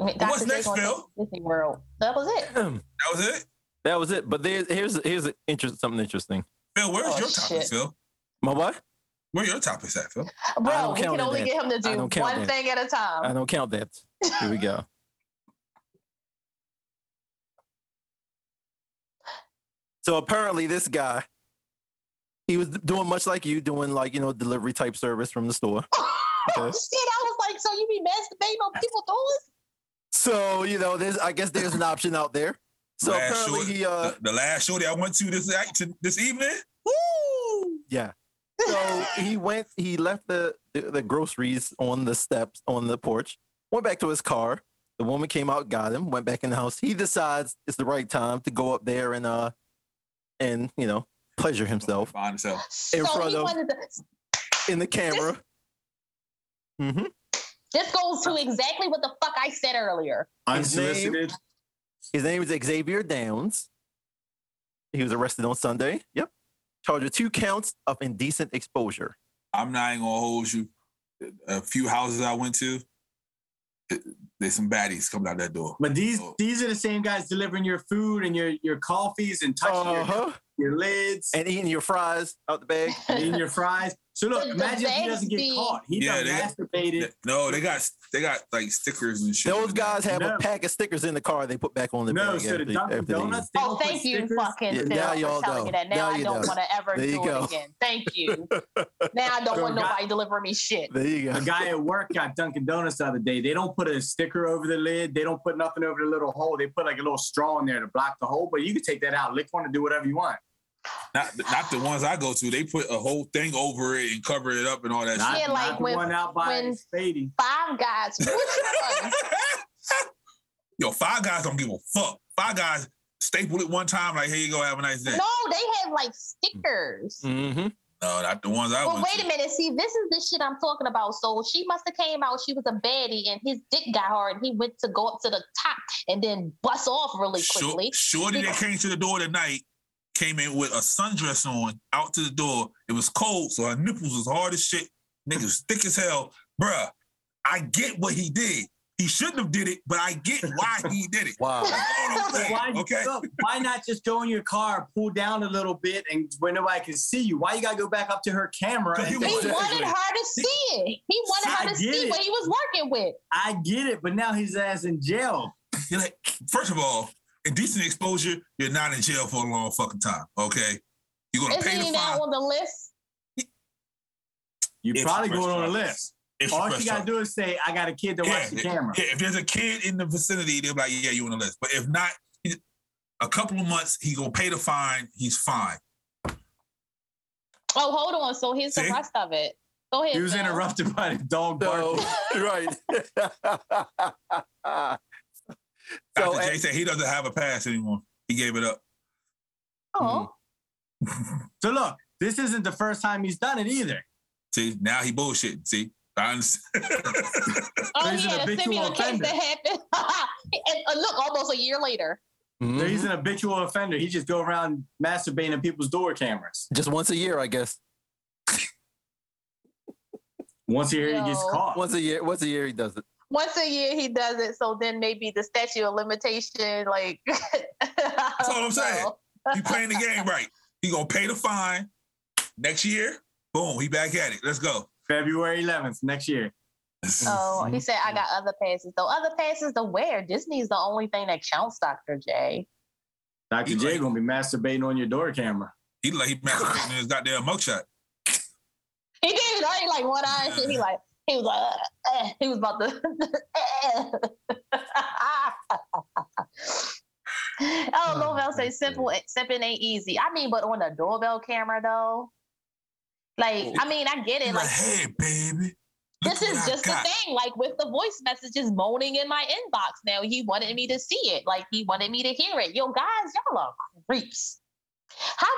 Speaker 3: I mean,
Speaker 2: Well, what's
Speaker 3: Dr. J
Speaker 2: next,
Speaker 3: gonna
Speaker 2: Phil?
Speaker 3: take Disney World. That was it.
Speaker 2: was it.
Speaker 5: Hmm, That was it. But there's here's here's an interest, something interesting.
Speaker 2: Phil, where's
Speaker 3: Oh,
Speaker 2: your topics,
Speaker 3: shit.
Speaker 2: Phil?
Speaker 5: My what?
Speaker 2: Where your topics at, Phil?
Speaker 5: don't
Speaker 3: Bro, we
Speaker 5: count
Speaker 3: can
Speaker 5: it
Speaker 3: only
Speaker 5: then.
Speaker 3: get him to do
Speaker 5: don't count
Speaker 3: one
Speaker 5: it.
Speaker 3: thing at a
Speaker 5: I
Speaker 3: time.
Speaker 5: don't count that. Here we go. so apparently, this guy, he was doing much like you, doing like you know delivery type service from the store.
Speaker 3: Shit, I was like, so you be masturbating on people doors?
Speaker 5: So you know, there's I guess there's an option out there. So
Speaker 2: Last
Speaker 5: apparently,
Speaker 2: short-
Speaker 5: he uh,
Speaker 2: the, the last show that I went to this act- to- this evening.
Speaker 5: yeah. So he went. He left the, the the groceries on the steps on the porch. Went back to his car. The woman came out, got him. Went back in the house. He decides it's the right time to go up there and uh, and you know, pleasure himself
Speaker 2: By himself.
Speaker 5: In
Speaker 3: so
Speaker 5: front
Speaker 3: he
Speaker 5: of-
Speaker 3: wanted to,
Speaker 5: in the camera. hmm
Speaker 3: this goes to exactly what the fuck I said earlier.
Speaker 5: His name-
Speaker 4: unsolicited.
Speaker 5: His name is Xavier Downs. He was arrested on Sunday. Yep, charged with two counts of indecent exposure.
Speaker 2: I'm not even gonna hold you. A few houses I went to, th- there's some baddies coming out that door.
Speaker 4: But these
Speaker 5: Oh.
Speaker 4: these are the same guys delivering your food and your your coffees and touching your-
Speaker 5: Uh-huh.
Speaker 4: your, lids and
Speaker 5: And eating your fries out the bag.
Speaker 4: eating your fries. So look,
Speaker 3: The- the
Speaker 4: imagine if he
Speaker 3: bags
Speaker 4: doesn't get
Speaker 3: be-
Speaker 4: caught. He
Speaker 2: Yeah,
Speaker 4: yeah,
Speaker 2: Th-
Speaker 4: masturbated.
Speaker 2: No, they got they got like stickers and shit.
Speaker 5: Those guys have
Speaker 4: No.
Speaker 5: a pack of stickers in the car they put back on the
Speaker 4: No,
Speaker 5: bag
Speaker 4: so the
Speaker 5: after-
Speaker 4: Dunkin'
Speaker 5: after they eat.
Speaker 4: Donuts. they
Speaker 3: Oh,
Speaker 4: don't put
Speaker 3: thank you,
Speaker 4: stickers-
Speaker 5: Yeah,
Speaker 3: fucking
Speaker 5: now
Speaker 3: Phil,
Speaker 5: y'all
Speaker 3: for telling
Speaker 5: know.
Speaker 3: me that. Now,
Speaker 5: Now
Speaker 3: I
Speaker 5: you
Speaker 3: don't
Speaker 5: know.
Speaker 3: want to ever
Speaker 5: There you
Speaker 3: do
Speaker 5: go.
Speaker 3: it again. Thank you. now I don't want
Speaker 4: Go.
Speaker 3: nobody delivering me shit.
Speaker 5: There you go.
Speaker 4: A guy at work got Dunkin' Donuts the other day. They don't put a sticker over the lid. They don't put nothing over the little hole. They put like a little straw in there to block the hole. But you can take that out, lick one, and do whatever you want.
Speaker 2: Not not the ones I go to. They put a whole thing over it and cover it up and all that
Speaker 4: Not,
Speaker 3: Yeah, like
Speaker 4: not the
Speaker 3: when-
Speaker 4: one out by
Speaker 3: when-
Speaker 4: Sadie.
Speaker 3: Five guys. Which one?
Speaker 2: shit. Yo, five guys don't give a fuck. Five guys stapled it one time, like, here you go, have a nice day.
Speaker 3: No, they had like stickers.
Speaker 5: Mm-hmm.
Speaker 2: No, not the ones I
Speaker 3: Well,
Speaker 2: went
Speaker 3: wait a minute. See, this is the shit I'm talking about. So she must have came out. She was a baddie, and his dick got hard, and he went to go up to the top and then bust off
Speaker 2: to.
Speaker 3: really
Speaker 2: Shor-
Speaker 3: quickly.
Speaker 2: Shorty that came to the door tonight came in with a sundress on out to the door. It was cold, so her nipples was hard as shit. Niggas thick as hell. Bruh, I get what he did. He shouldn't have did it, but I get why he did it.
Speaker 5: Wow.
Speaker 2: That's all I'm saying,
Speaker 4: Why,
Speaker 2: okay?
Speaker 4: look, why not just go in your car, pull down a little bit, and when nobody can see you? Why you gotta go back up to her camera?
Speaker 2: But
Speaker 4: and
Speaker 2: he
Speaker 3: He
Speaker 4: take-
Speaker 2: was-
Speaker 3: wanted her to see it. He wanted her to
Speaker 4: I get
Speaker 3: see
Speaker 4: it.
Speaker 3: what he was working with.
Speaker 4: I get it, but now his ass in jail.
Speaker 2: You're like, first of all, indecent exposure, you're not in jail for a long fucking time, okay? You're gonna
Speaker 3: Isn't
Speaker 2: pay
Speaker 3: he
Speaker 2: the
Speaker 3: now
Speaker 2: fine.
Speaker 3: on the list?
Speaker 4: You
Speaker 2: It's
Speaker 4: probably
Speaker 2: your
Speaker 4: going on a
Speaker 2: restaurant.
Speaker 4: list.
Speaker 2: It's
Speaker 4: All
Speaker 2: your
Speaker 4: you gotta
Speaker 2: restaurant.
Speaker 4: do is say, "I got a kid to watch the
Speaker 2: yeah,
Speaker 4: camera."
Speaker 2: yeah, if there's a kid in the vicinity, they're like, yeah, you on the list. But if not, he- a couple of months, he gonna pay the fine. He's fine.
Speaker 3: Oh, hold on. So here's
Speaker 2: See?
Speaker 3: the rest of it. Go ahead.
Speaker 4: He was
Speaker 3: Phil.
Speaker 4: interrupted by the dog
Speaker 5: So
Speaker 4: barking.
Speaker 5: right. so
Speaker 2: After Jay
Speaker 5: at-
Speaker 2: said he doesn't have a pass anymore, he gave it up.
Speaker 3: Oh,
Speaker 4: So look, this isn't the first time he's done it either.
Speaker 2: See, now he bullshitting. See, I understand.
Speaker 3: oh
Speaker 4: He's an
Speaker 3: yeah, the
Speaker 4: habitual
Speaker 3: similar case
Speaker 4: offender.
Speaker 3: that happened. and uh, look, almost a year later.
Speaker 5: Mhm.
Speaker 4: He's an habitual offender. He just go around masturbating in people's door cameras.
Speaker 5: just once a year, I guess.
Speaker 4: Once he hear he gets
Speaker 3: Yo.
Speaker 4: caught,
Speaker 5: Once a year, once a year he does it.
Speaker 3: Once a year he does it, so then maybe the statute of limitation, like That's
Speaker 2: all I'm saying. he playing the game right. He gonna pay the fine next year. Boom, he back at it. Let's go.
Speaker 4: February 11th next year.
Speaker 3: Oh, he said I got other passes. Though other passes to where? Disney's the only thing that counts, Dr. J.
Speaker 4: Dr. J gonna be masturbating on your door camera.
Speaker 2: He like he masturbating in his goddamn mugshot.
Speaker 3: He did it already like one eye and shit. He like he was like uh, uh, he was about eh. to Oh, Lovell say simple sipping ain't easy. I mean, but on the doorbell camera though. Like, I mean, I get
Speaker 2: He
Speaker 3: it.
Speaker 2: like,
Speaker 3: Like
Speaker 2: hey, baby.
Speaker 3: this
Speaker 2: look
Speaker 3: is
Speaker 2: what I
Speaker 3: just the
Speaker 2: got."
Speaker 3: thing, like with the voice messages moaning in my inbox now. He wanted me to see it. Like he wanted me to hear it. Yo, guys, y'all are creeps. How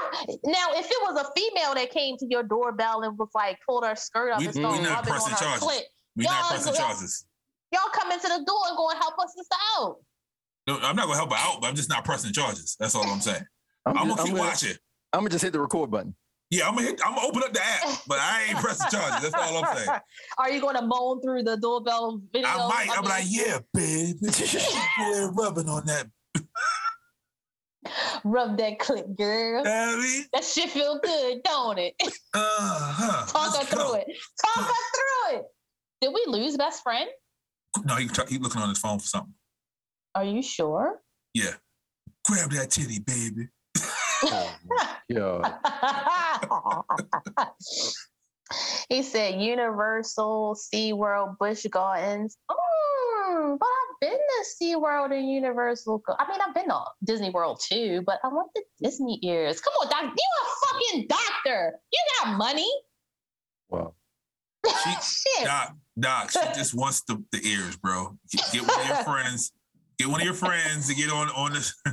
Speaker 3: now if it was a female that came to your doorbell and was like pulled her skirt up
Speaker 2: We-
Speaker 3: and
Speaker 5: we
Speaker 3: started
Speaker 2: not
Speaker 3: rubbing on
Speaker 2: pressing
Speaker 3: her
Speaker 2: charges.
Speaker 3: clit,
Speaker 2: We
Speaker 3: Y'all
Speaker 2: not pressing
Speaker 3: go-
Speaker 2: charges.
Speaker 3: y'all come into the door and go and help us this out.
Speaker 2: No, I'm not gonna help her out, but I'm just not pressing charges. That's all I'm saying.
Speaker 5: I'm,
Speaker 2: I'm
Speaker 5: just,
Speaker 2: gonna
Speaker 5: I'm,
Speaker 2: keep
Speaker 5: gonna,
Speaker 2: watching.
Speaker 5: I'm gonna just hit the record button.
Speaker 2: Yeah, I'm gonna hit, I'm gonna open up the app, but I ain't pressing charges. That's all I'm saying.
Speaker 3: Are you gonna moan through the doorbell video?
Speaker 2: I might. I'm
Speaker 3: mean-
Speaker 2: like, yeah, baby. Boy, rubbing on that.
Speaker 3: rub that clit, girl.
Speaker 2: Baby.
Speaker 3: That shit feel good, don't it?
Speaker 2: Uh huh.
Speaker 3: Talk her through it. Talk her through it. Did we lose best friend?
Speaker 2: No, he, he looking on his phone for something.
Speaker 3: Are you sure?
Speaker 2: Yeah. Grab that titty, baby.
Speaker 5: Yeah.
Speaker 3: he said Universal, SeaWorld, Busch Gardens. Mm, but I've been to SeaWorld and Universal. Go- I mean, I've been to Disney World too, but I want the Disney ears. Come on, doc. You a fucking doctor. You got money.
Speaker 5: Wow.
Speaker 3: Shit.
Speaker 2: Doc, Doc, she just wants the, the ears, bro. Get, get one of your friends. Get one of your friends to get on on this.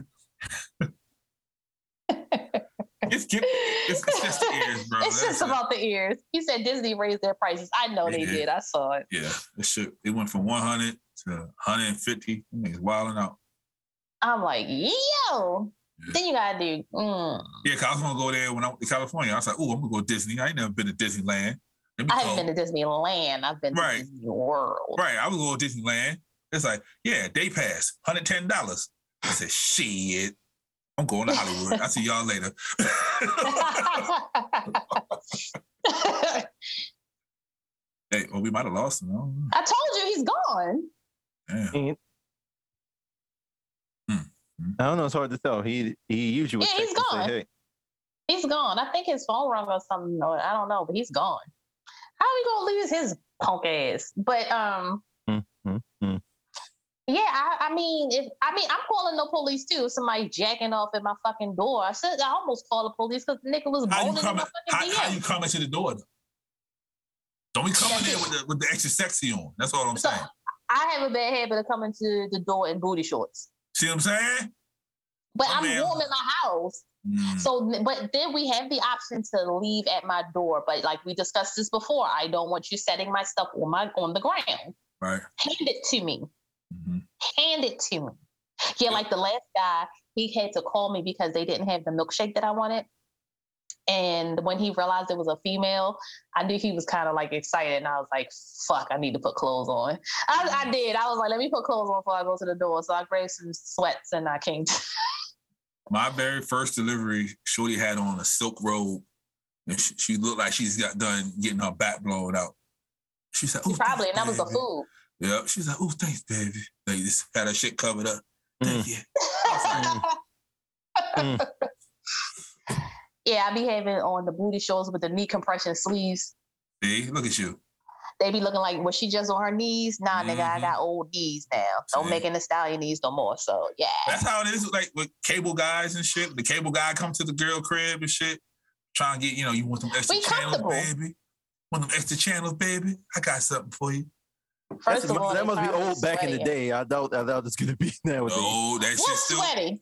Speaker 2: Just get It's, it's just the ears, bro.
Speaker 3: It's
Speaker 2: That's
Speaker 3: just
Speaker 2: it.
Speaker 3: about the ears. He said Disney raised their prices. I know they
Speaker 2: Yeah.
Speaker 3: did. I saw it.
Speaker 2: Yeah, it should. It went from 100 to 150. It's wilding out.
Speaker 3: I'm like, yo.
Speaker 2: Yeah.
Speaker 3: Then you gotta do. Mm.
Speaker 2: Yeah, 'cause I was gonna go there when I went to California. I was like, "Ooh, I'm gonna go to Disney. I ain't never been to Disneyland." Let me go.
Speaker 3: I haven't been to Disneyland. I've been
Speaker 2: Right.
Speaker 3: to Disney World.
Speaker 2: right, I was going to Disneyland. It's like, yeah, day pass, hundred ten dollars. I said, "Shit, I'm going to Hollywood. I'll see y'all later." hey, well, we might have lost him. I don't know.
Speaker 3: I told you he's gone.
Speaker 2: Damn.
Speaker 5: I don't know. It's hard to tell. He he usually would
Speaker 3: Yeah,
Speaker 5: text
Speaker 3: he's
Speaker 5: and
Speaker 3: gone.
Speaker 5: Say, hey,
Speaker 3: He's gone. I think his phone rung or something. Or I don't know, but he's gone. How are we gonna lose his punk ass? But um,
Speaker 2: Mm-hmm.
Speaker 5: Mm, mm, mm.
Speaker 3: Yeah, I, I mean, if I mean, I'm calling the police too. If somebody jacking off at my fucking door, I should. I almost called the police because nigga was
Speaker 2: How you
Speaker 3: moaning
Speaker 2: coming?
Speaker 3: in my
Speaker 2: How,
Speaker 3: fucking
Speaker 2: how you
Speaker 3: DM.
Speaker 2: coming to the door? Though? Don't be coming there with the, with the extra sexy on. That's all I'm
Speaker 3: So-
Speaker 2: saying.
Speaker 3: I have a bad habit of coming to the door in booty shorts,
Speaker 2: See what I'm saying?
Speaker 3: but
Speaker 2: My
Speaker 3: I'm
Speaker 2: man-
Speaker 3: warm in my house.
Speaker 2: Mm.
Speaker 3: So, but then we have the option to leave at my door. But like we discussed this before, I don't want you setting my stuff on my on the ground.
Speaker 2: Right.
Speaker 3: Hand it to me.
Speaker 2: Mhm.
Speaker 3: Hand it to me. Yeah, like the last guy, he had to call me because they didn't have the milkshake that I wanted. And when he realized it was a female, I knew he was kind of like excited, and I was like, "Fuck, I need to put clothes on." I, I did. I was like, "Let me put clothes on before I go to the door." So I grabbed some sweats and I came. To-
Speaker 2: My very first delivery, Shorty had on a silk robe, and she, she looked like she's got done getting her back blown out. She said, "Ooh,
Speaker 3: Probably, and that was the
Speaker 2: thanks, baby."
Speaker 3: food.
Speaker 2: Yep. She's like, "Oh, thanks, baby." Like just had her shit covered up. Thank you.
Speaker 5: Mm.
Speaker 3: yeah, I be having on the booty shorts with the knee compression sleeves.
Speaker 2: See, look at you.
Speaker 3: They be looking like, was she just on her knees? Nah, nigga, I
Speaker 5: Mm-hmm.
Speaker 2: Mhm.
Speaker 3: got old knees now. Don't
Speaker 2: See?
Speaker 3: make an stallion knees no more. So yeah,
Speaker 2: That's how it is. Like with cable guys and shit. The cable guy come to the girl crib and shit, trying to get you know you want them extra
Speaker 3: We
Speaker 2: channels,
Speaker 3: comfortable.
Speaker 2: baby. Want them extra channels, baby? I got something for you.
Speaker 3: first
Speaker 5: That's-
Speaker 3: of all,
Speaker 5: that
Speaker 3: they
Speaker 5: must be
Speaker 3: probably
Speaker 5: old back in the
Speaker 3: sweating.
Speaker 5: day. I doubt. I doubt it's gonna be nowadays.
Speaker 2: No, Oh, that shit
Speaker 3: What's
Speaker 2: still.
Speaker 3: sweaty?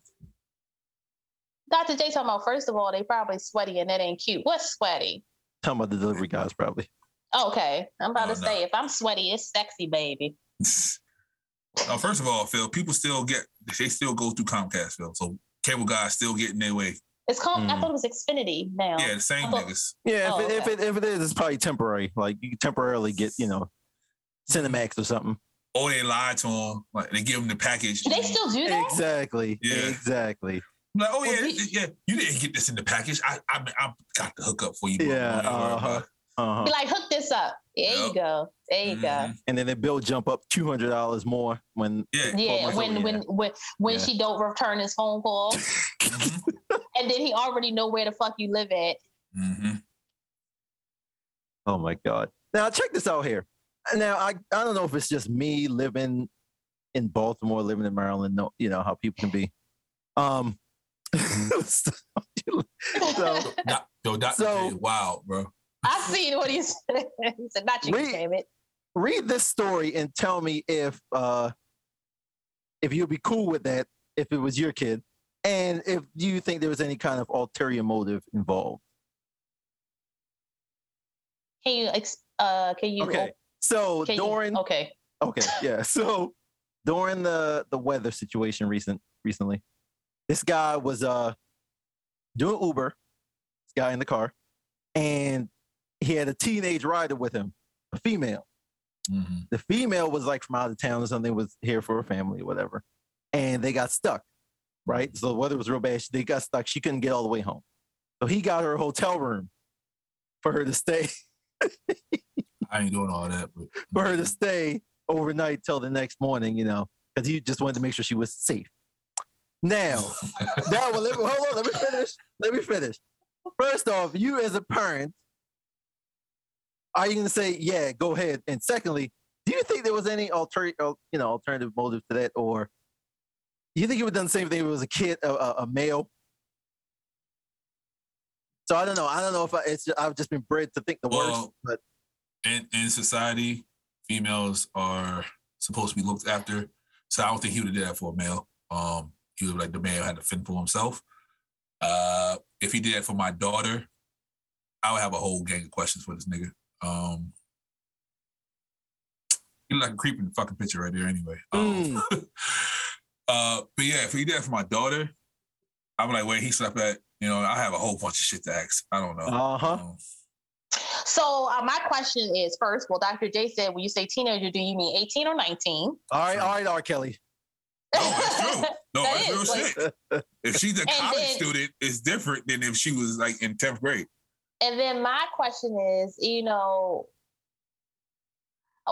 Speaker 3: Dr. J talking about first of all, they probably sweaty and that ain't cute. What's sweaty?
Speaker 5: Talking about the delivery guys, probably.
Speaker 3: Okay, I'm about
Speaker 2: Oh,
Speaker 3: to
Speaker 2: no.
Speaker 3: say if I'm sweaty, it's sexy, baby.
Speaker 2: Uh, first of all, Phil, people still get they still go through Comcast, Phil. So cable guys still getting their way.
Speaker 3: It's called. I
Speaker 5: Mm.
Speaker 3: thought it was Xfinity now.
Speaker 2: Yeah, the same
Speaker 3: Oh.
Speaker 2: niggas.
Speaker 5: Yeah, if,
Speaker 3: Oh,
Speaker 5: it, if
Speaker 3: okay.
Speaker 5: it if it is, it's probably temporary. Like you can temporarily get you know, Cinemax or something.
Speaker 2: Or they lie to them, like they give them the package.
Speaker 3: Do they still do that?
Speaker 5: Exactly.
Speaker 2: Yeah.
Speaker 5: Exactly.
Speaker 2: like, oh yeah,
Speaker 3: Well, we-
Speaker 2: th- yeah, you didn't get this in the package. I I, I got the hookup for you. bro.
Speaker 5: Yeah,
Speaker 2: Don't worry about
Speaker 5: uh-huh.
Speaker 2: it.
Speaker 5: Uh
Speaker 3: Be
Speaker 5: huh.
Speaker 3: like, hook this up. There you
Speaker 2: Yep.
Speaker 3: go. There you go.
Speaker 2: Mhm.
Speaker 5: And then the bill jump up two hundred dollars more when
Speaker 2: Yeah,
Speaker 5: Oh, my
Speaker 3: Yeah,
Speaker 5: God,
Speaker 3: when,
Speaker 5: yeah.
Speaker 3: when when when
Speaker 5: Yeah.
Speaker 3: she don't return his phone call,
Speaker 2: Mhm.
Speaker 3: and then he already know where the fuck you live at.
Speaker 2: Mhm.
Speaker 5: Oh my God. Now check this out here. Now I, I don't know if it's just me living in Baltimore, living in Maryland, no, you know how people can be. Um so,
Speaker 2: Doc- Yo, Dr.
Speaker 5: So-
Speaker 2: J, wow, bro.
Speaker 3: I seen what he said. he said, "Not you,
Speaker 5: Wait.
Speaker 3: damn it."
Speaker 5: read this story and tell me if uh if you'd be cool with that if it was your kid and if you think there was any kind of ulterior motive involved.
Speaker 3: Can you ex- uh can you
Speaker 5: Okay. So
Speaker 3: can you-
Speaker 5: during
Speaker 3: okay
Speaker 5: Okay, yeah. So during the the weather situation recent recently, this guy was uh doing Uber, this guy in the car, and he had a teenage rider with him, a female.
Speaker 2: Mhm.
Speaker 5: The female was like from out of town or something, was here for her family or whatever. And they got stuck, right? So the weather was real bad. They got stuck. She couldn't get all the way home. So he got her a hotel room for her to stay
Speaker 2: I ain't doing all that, but
Speaker 5: for her to stay overnight till the next morning, you know, because he just wanted to make sure she was safe. Now, now well, let me, hold on, let me finish. Let me finish. First off, you as a parent, are you going to say, yeah, go ahead? And secondly, do you think there was any alter, al- you know, alternative motive to that? Or you think you would have done the same thing if it was a kid, a, a, a male? So I don't know. I don't know if I, it's I've just been bred to think the worst,
Speaker 2: Well-
Speaker 5: but
Speaker 2: in, in society, females are supposed to be looked after. So I don't think he would have did that for a male. Um, he was like the male had to fend for himself. Uh, if he did that for my daughter, I would have a whole gang of questions for this nigga. Um, he look like a creep in the fucking picture right there. Anyway, um, uh, but yeah, if he did that for my daughter, I'm like, wait, he slept at. You know, I have a whole bunch of shit to ask. I don't know.
Speaker 5: uh huh.
Speaker 2: Um,
Speaker 3: so uh, my question is first well dr j said when you say teenager do you mean 18 or 19
Speaker 5: All right, all right, R. Kelly.
Speaker 2: No, that's true. No,
Speaker 3: That
Speaker 2: that's
Speaker 3: is,
Speaker 2: real
Speaker 3: like-
Speaker 2: Oh, shit. If she's a
Speaker 3: And
Speaker 2: college
Speaker 3: then-
Speaker 2: student, it's different than if she was like in tenth grade.
Speaker 3: And then my question is, you know,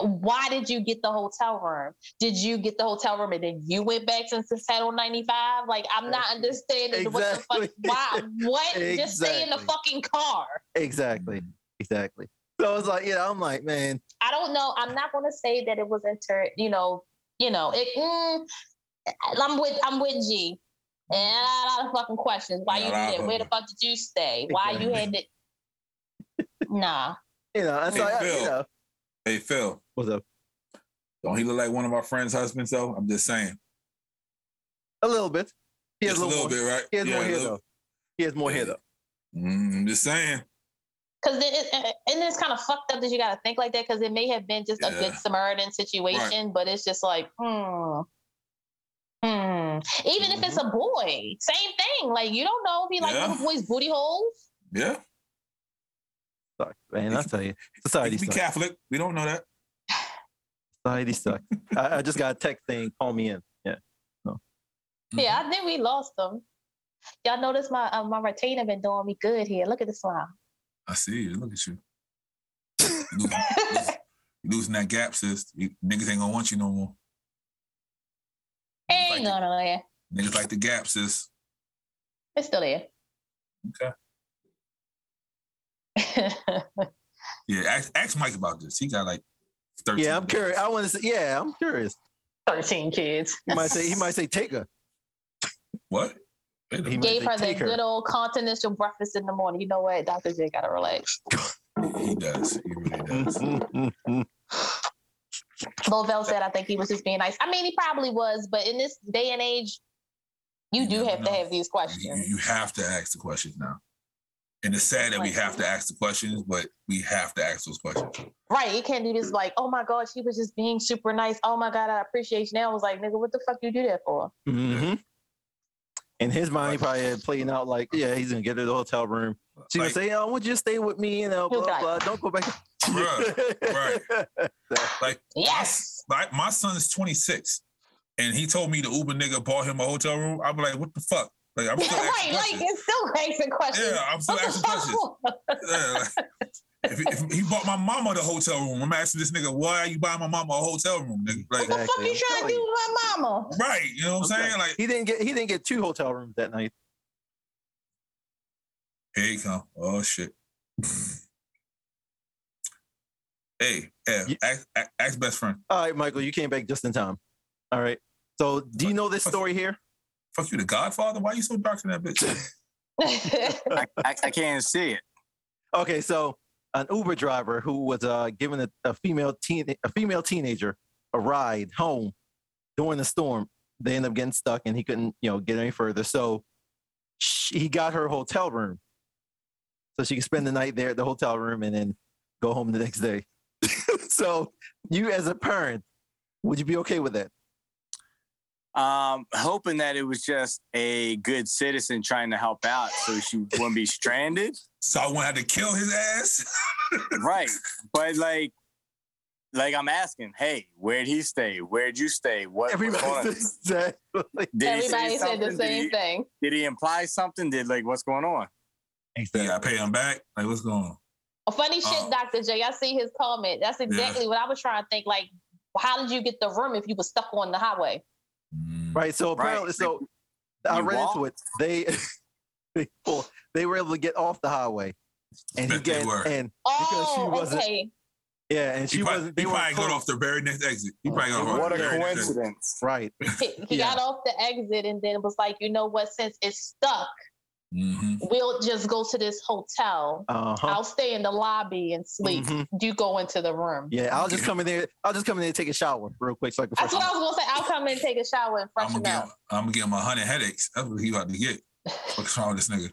Speaker 3: why did you get the hotel room? Did you get the hotel room and then you went back since it's Title 95? Like, I'm not understanding what the
Speaker 5: Exactly.
Speaker 3: fuck. Why? What? Just stay in the
Speaker 5: Exactly.
Speaker 3: fucking car.
Speaker 5: Exactly, exactly. So I was like, you know, I'm like, man,
Speaker 3: I don't know. I'm not going to say that it was inter, you know, you know, it. Mm, I'm with I'm with G. And a lot of fucking questions. Why
Speaker 2: Yeah,
Speaker 3: you
Speaker 2: a lot of
Speaker 3: there? Where the
Speaker 2: them.
Speaker 3: fuck did you stay? Why you had it? Nah.
Speaker 5: You know, and so
Speaker 2: Hey,
Speaker 5: I, you
Speaker 2: Phil.
Speaker 5: know,
Speaker 2: Hey Phil,
Speaker 5: what's up?
Speaker 2: don't he look like one of our friends' husbands though? I'm just saying.
Speaker 5: A little bit. He has
Speaker 2: Just
Speaker 5: a little, more.
Speaker 2: bit, right?
Speaker 5: He has
Speaker 2: Yeah,
Speaker 5: more
Speaker 2: a
Speaker 5: hair
Speaker 2: little-
Speaker 5: though. He has more hair though.
Speaker 2: Mm, I'm just saying.
Speaker 3: Cause it, it, and it's kind of fucked up that you got to think like that. Cause it may have been just a
Speaker 2: Yeah.
Speaker 3: good Samaritan situation, but it's just like, hmm, hmm. Even if it's a boy, same thing. Like you don't know if he like
Speaker 2: Mm-hmm. Yeah.
Speaker 3: little boys' booty holes.
Speaker 2: Yeah.
Speaker 5: Suck, man. I tell you, society
Speaker 2: He could be
Speaker 5: sucks.
Speaker 2: Catholic. We don't know that.
Speaker 5: Society sucks. I, I just got a text saying, "Call me in." Yeah.
Speaker 2: Mm.
Speaker 3: Yeah, I think we lost them. Y'all notice my uh, my retainer been doing me good here. Look at the slime.
Speaker 2: I see you. Look at you. You losing, losing- you losing that gap, sis. You, niggas ain't gonna want you no more. Niggas
Speaker 3: Ain't
Speaker 2: like
Speaker 3: going nowhere.
Speaker 2: the, niggas like the gap, sis.
Speaker 3: It's still there.
Speaker 2: Okay.
Speaker 3: Okay.
Speaker 2: Yeah, ask, ask Mike about this. He got like 13.
Speaker 5: Yeah, I'm curious. I want to say, yeah, I'm curious.
Speaker 3: Thirteen kids.
Speaker 5: He might say, he might say, take her.
Speaker 2: What? Wait a
Speaker 5: He might
Speaker 2: minute.
Speaker 3: Gave
Speaker 5: say,
Speaker 3: her the
Speaker 5: take her.
Speaker 3: good old continental breakfast in the morning. You know what? Dr. J gotta relax.
Speaker 2: He, he does. He really does.
Speaker 5: Mm-hmm.
Speaker 3: Lovell said I think he was just being nice. I mean, he probably was, but in this day and age, you
Speaker 2: You
Speaker 3: do
Speaker 2: never
Speaker 3: have to
Speaker 2: know.
Speaker 3: have these
Speaker 2: You,
Speaker 3: questions.
Speaker 2: you have to ask the questions now. And it's sad that we have to ask the questions, but we have to ask those questions.
Speaker 3: Right. You can't do this like, oh my God, she was just being super nice. Oh my God, I appreciate you. Now I was like, nigga, what the fuck you do that for?
Speaker 5: In his mind, he probably had playing out like, yeah, he's gonna get her the hotel room. She
Speaker 2: Like,
Speaker 5: gonna say, "Oh, would you stay with me?" You know,
Speaker 3: He'll
Speaker 5: blah
Speaker 3: die.
Speaker 5: blah. Don't go back.
Speaker 2: bruh, right. like
Speaker 3: Yes.
Speaker 2: my, my son is 26 and he told me the Uber nigga bought him a hotel room. I'm like, what the fuck? Like, I'm still
Speaker 3: right.
Speaker 2: asking
Speaker 3: Like,
Speaker 2: questions.
Speaker 3: it's still asking questions.
Speaker 2: Yeah, I'm still
Speaker 3: What the
Speaker 2: asking
Speaker 3: fuck?
Speaker 2: questions. Yeah, like, if, if he bought my mama the hotel room, I'm asking this nigga, why are you buying my mama a hotel room? Nigga? Like,
Speaker 3: What the fuck
Speaker 5: Exactly.
Speaker 3: you trying to do with my mama?
Speaker 2: right. You know what I'm saying? Like,
Speaker 5: he didn't get he didn't get two hotel rooms that night.
Speaker 2: here he come. Oh, shit. hey, yeah,
Speaker 5: You-
Speaker 2: ask, ask- ask best friend.
Speaker 5: All right, Michael, you came back just in time. All right. So, do you know this story here?
Speaker 2: Fuck you, the Godfather. Why you so dark in that bitch?
Speaker 4: I, I, I can't see it.
Speaker 5: Okay, so an Uber driver who was uh, giving a, a female teen a female teenager a ride home during the storm, they ended up getting stuck and he couldn't you know get any further. So sh he got her hotel room, so she could spend the night there at the hotel room and then go home the next day. so you as a parent, would you be okay with that?
Speaker 4: Um, hoping that it was just a good citizen trying to help out so she wouldn't be stranded.
Speaker 2: so I won't have to kill his ass.
Speaker 4: Right. But like like I'm asking, hey, where'd he stay? Where'd you stay? What was going on?
Speaker 5: Everybody said like,
Speaker 4: Did he say
Speaker 3: Everybody said the
Speaker 4: something? Did
Speaker 3: same
Speaker 4: he-
Speaker 3: thing.
Speaker 4: Did he imply something? Did like what's going on?
Speaker 2: You gotta pay him back. Like, what's going on?
Speaker 3: Funny shit,
Speaker 2: Oh.
Speaker 3: Dr. J. I see his comment. That's exactly what I was trying to think. Like, how did you get the room if you were stuck on the highway?
Speaker 2: Mm.
Speaker 5: Right. So
Speaker 4: Right.
Speaker 5: apparently, so I
Speaker 4: You
Speaker 5: ran
Speaker 4: walk?
Speaker 5: into it. They they well, they were able to get off the highway, and he
Speaker 2: Bet they
Speaker 5: got
Speaker 2: were.
Speaker 5: and Because she
Speaker 3: Oh,
Speaker 5: wasn't-
Speaker 3: okay.
Speaker 5: yeah, and
Speaker 2: He
Speaker 5: she
Speaker 2: probably,
Speaker 5: wasn't. They
Speaker 2: he
Speaker 5: were
Speaker 2: probably got
Speaker 5: close.
Speaker 2: off the very next exit. He probably got off
Speaker 4: Oh, What a
Speaker 2: the very next exit.
Speaker 4: coincidence.
Speaker 5: Right.
Speaker 3: He, he
Speaker 5: Yeah.
Speaker 3: got off the exit and then was like, you know what? Since it's stuck,
Speaker 2: hmm
Speaker 4: Mm-hmm.
Speaker 3: we'll just go to this hotel.
Speaker 5: Uh huh.
Speaker 3: I'll stay in the lobby and sleep.
Speaker 5: Mhm.
Speaker 3: You go into the room.
Speaker 5: Yeah, I'll just come in there. I'll just come in there and take a shower real quick. So I can
Speaker 3: That's
Speaker 5: freshen
Speaker 3: what I
Speaker 5: up.
Speaker 3: was gonna say. I'll come in and take a shower and
Speaker 2: I'm gonna
Speaker 3: freshen
Speaker 2: get
Speaker 3: up.
Speaker 2: him, I'm gonna give him a hundred headaches. That's what he about to get. What's wrong with this nigga?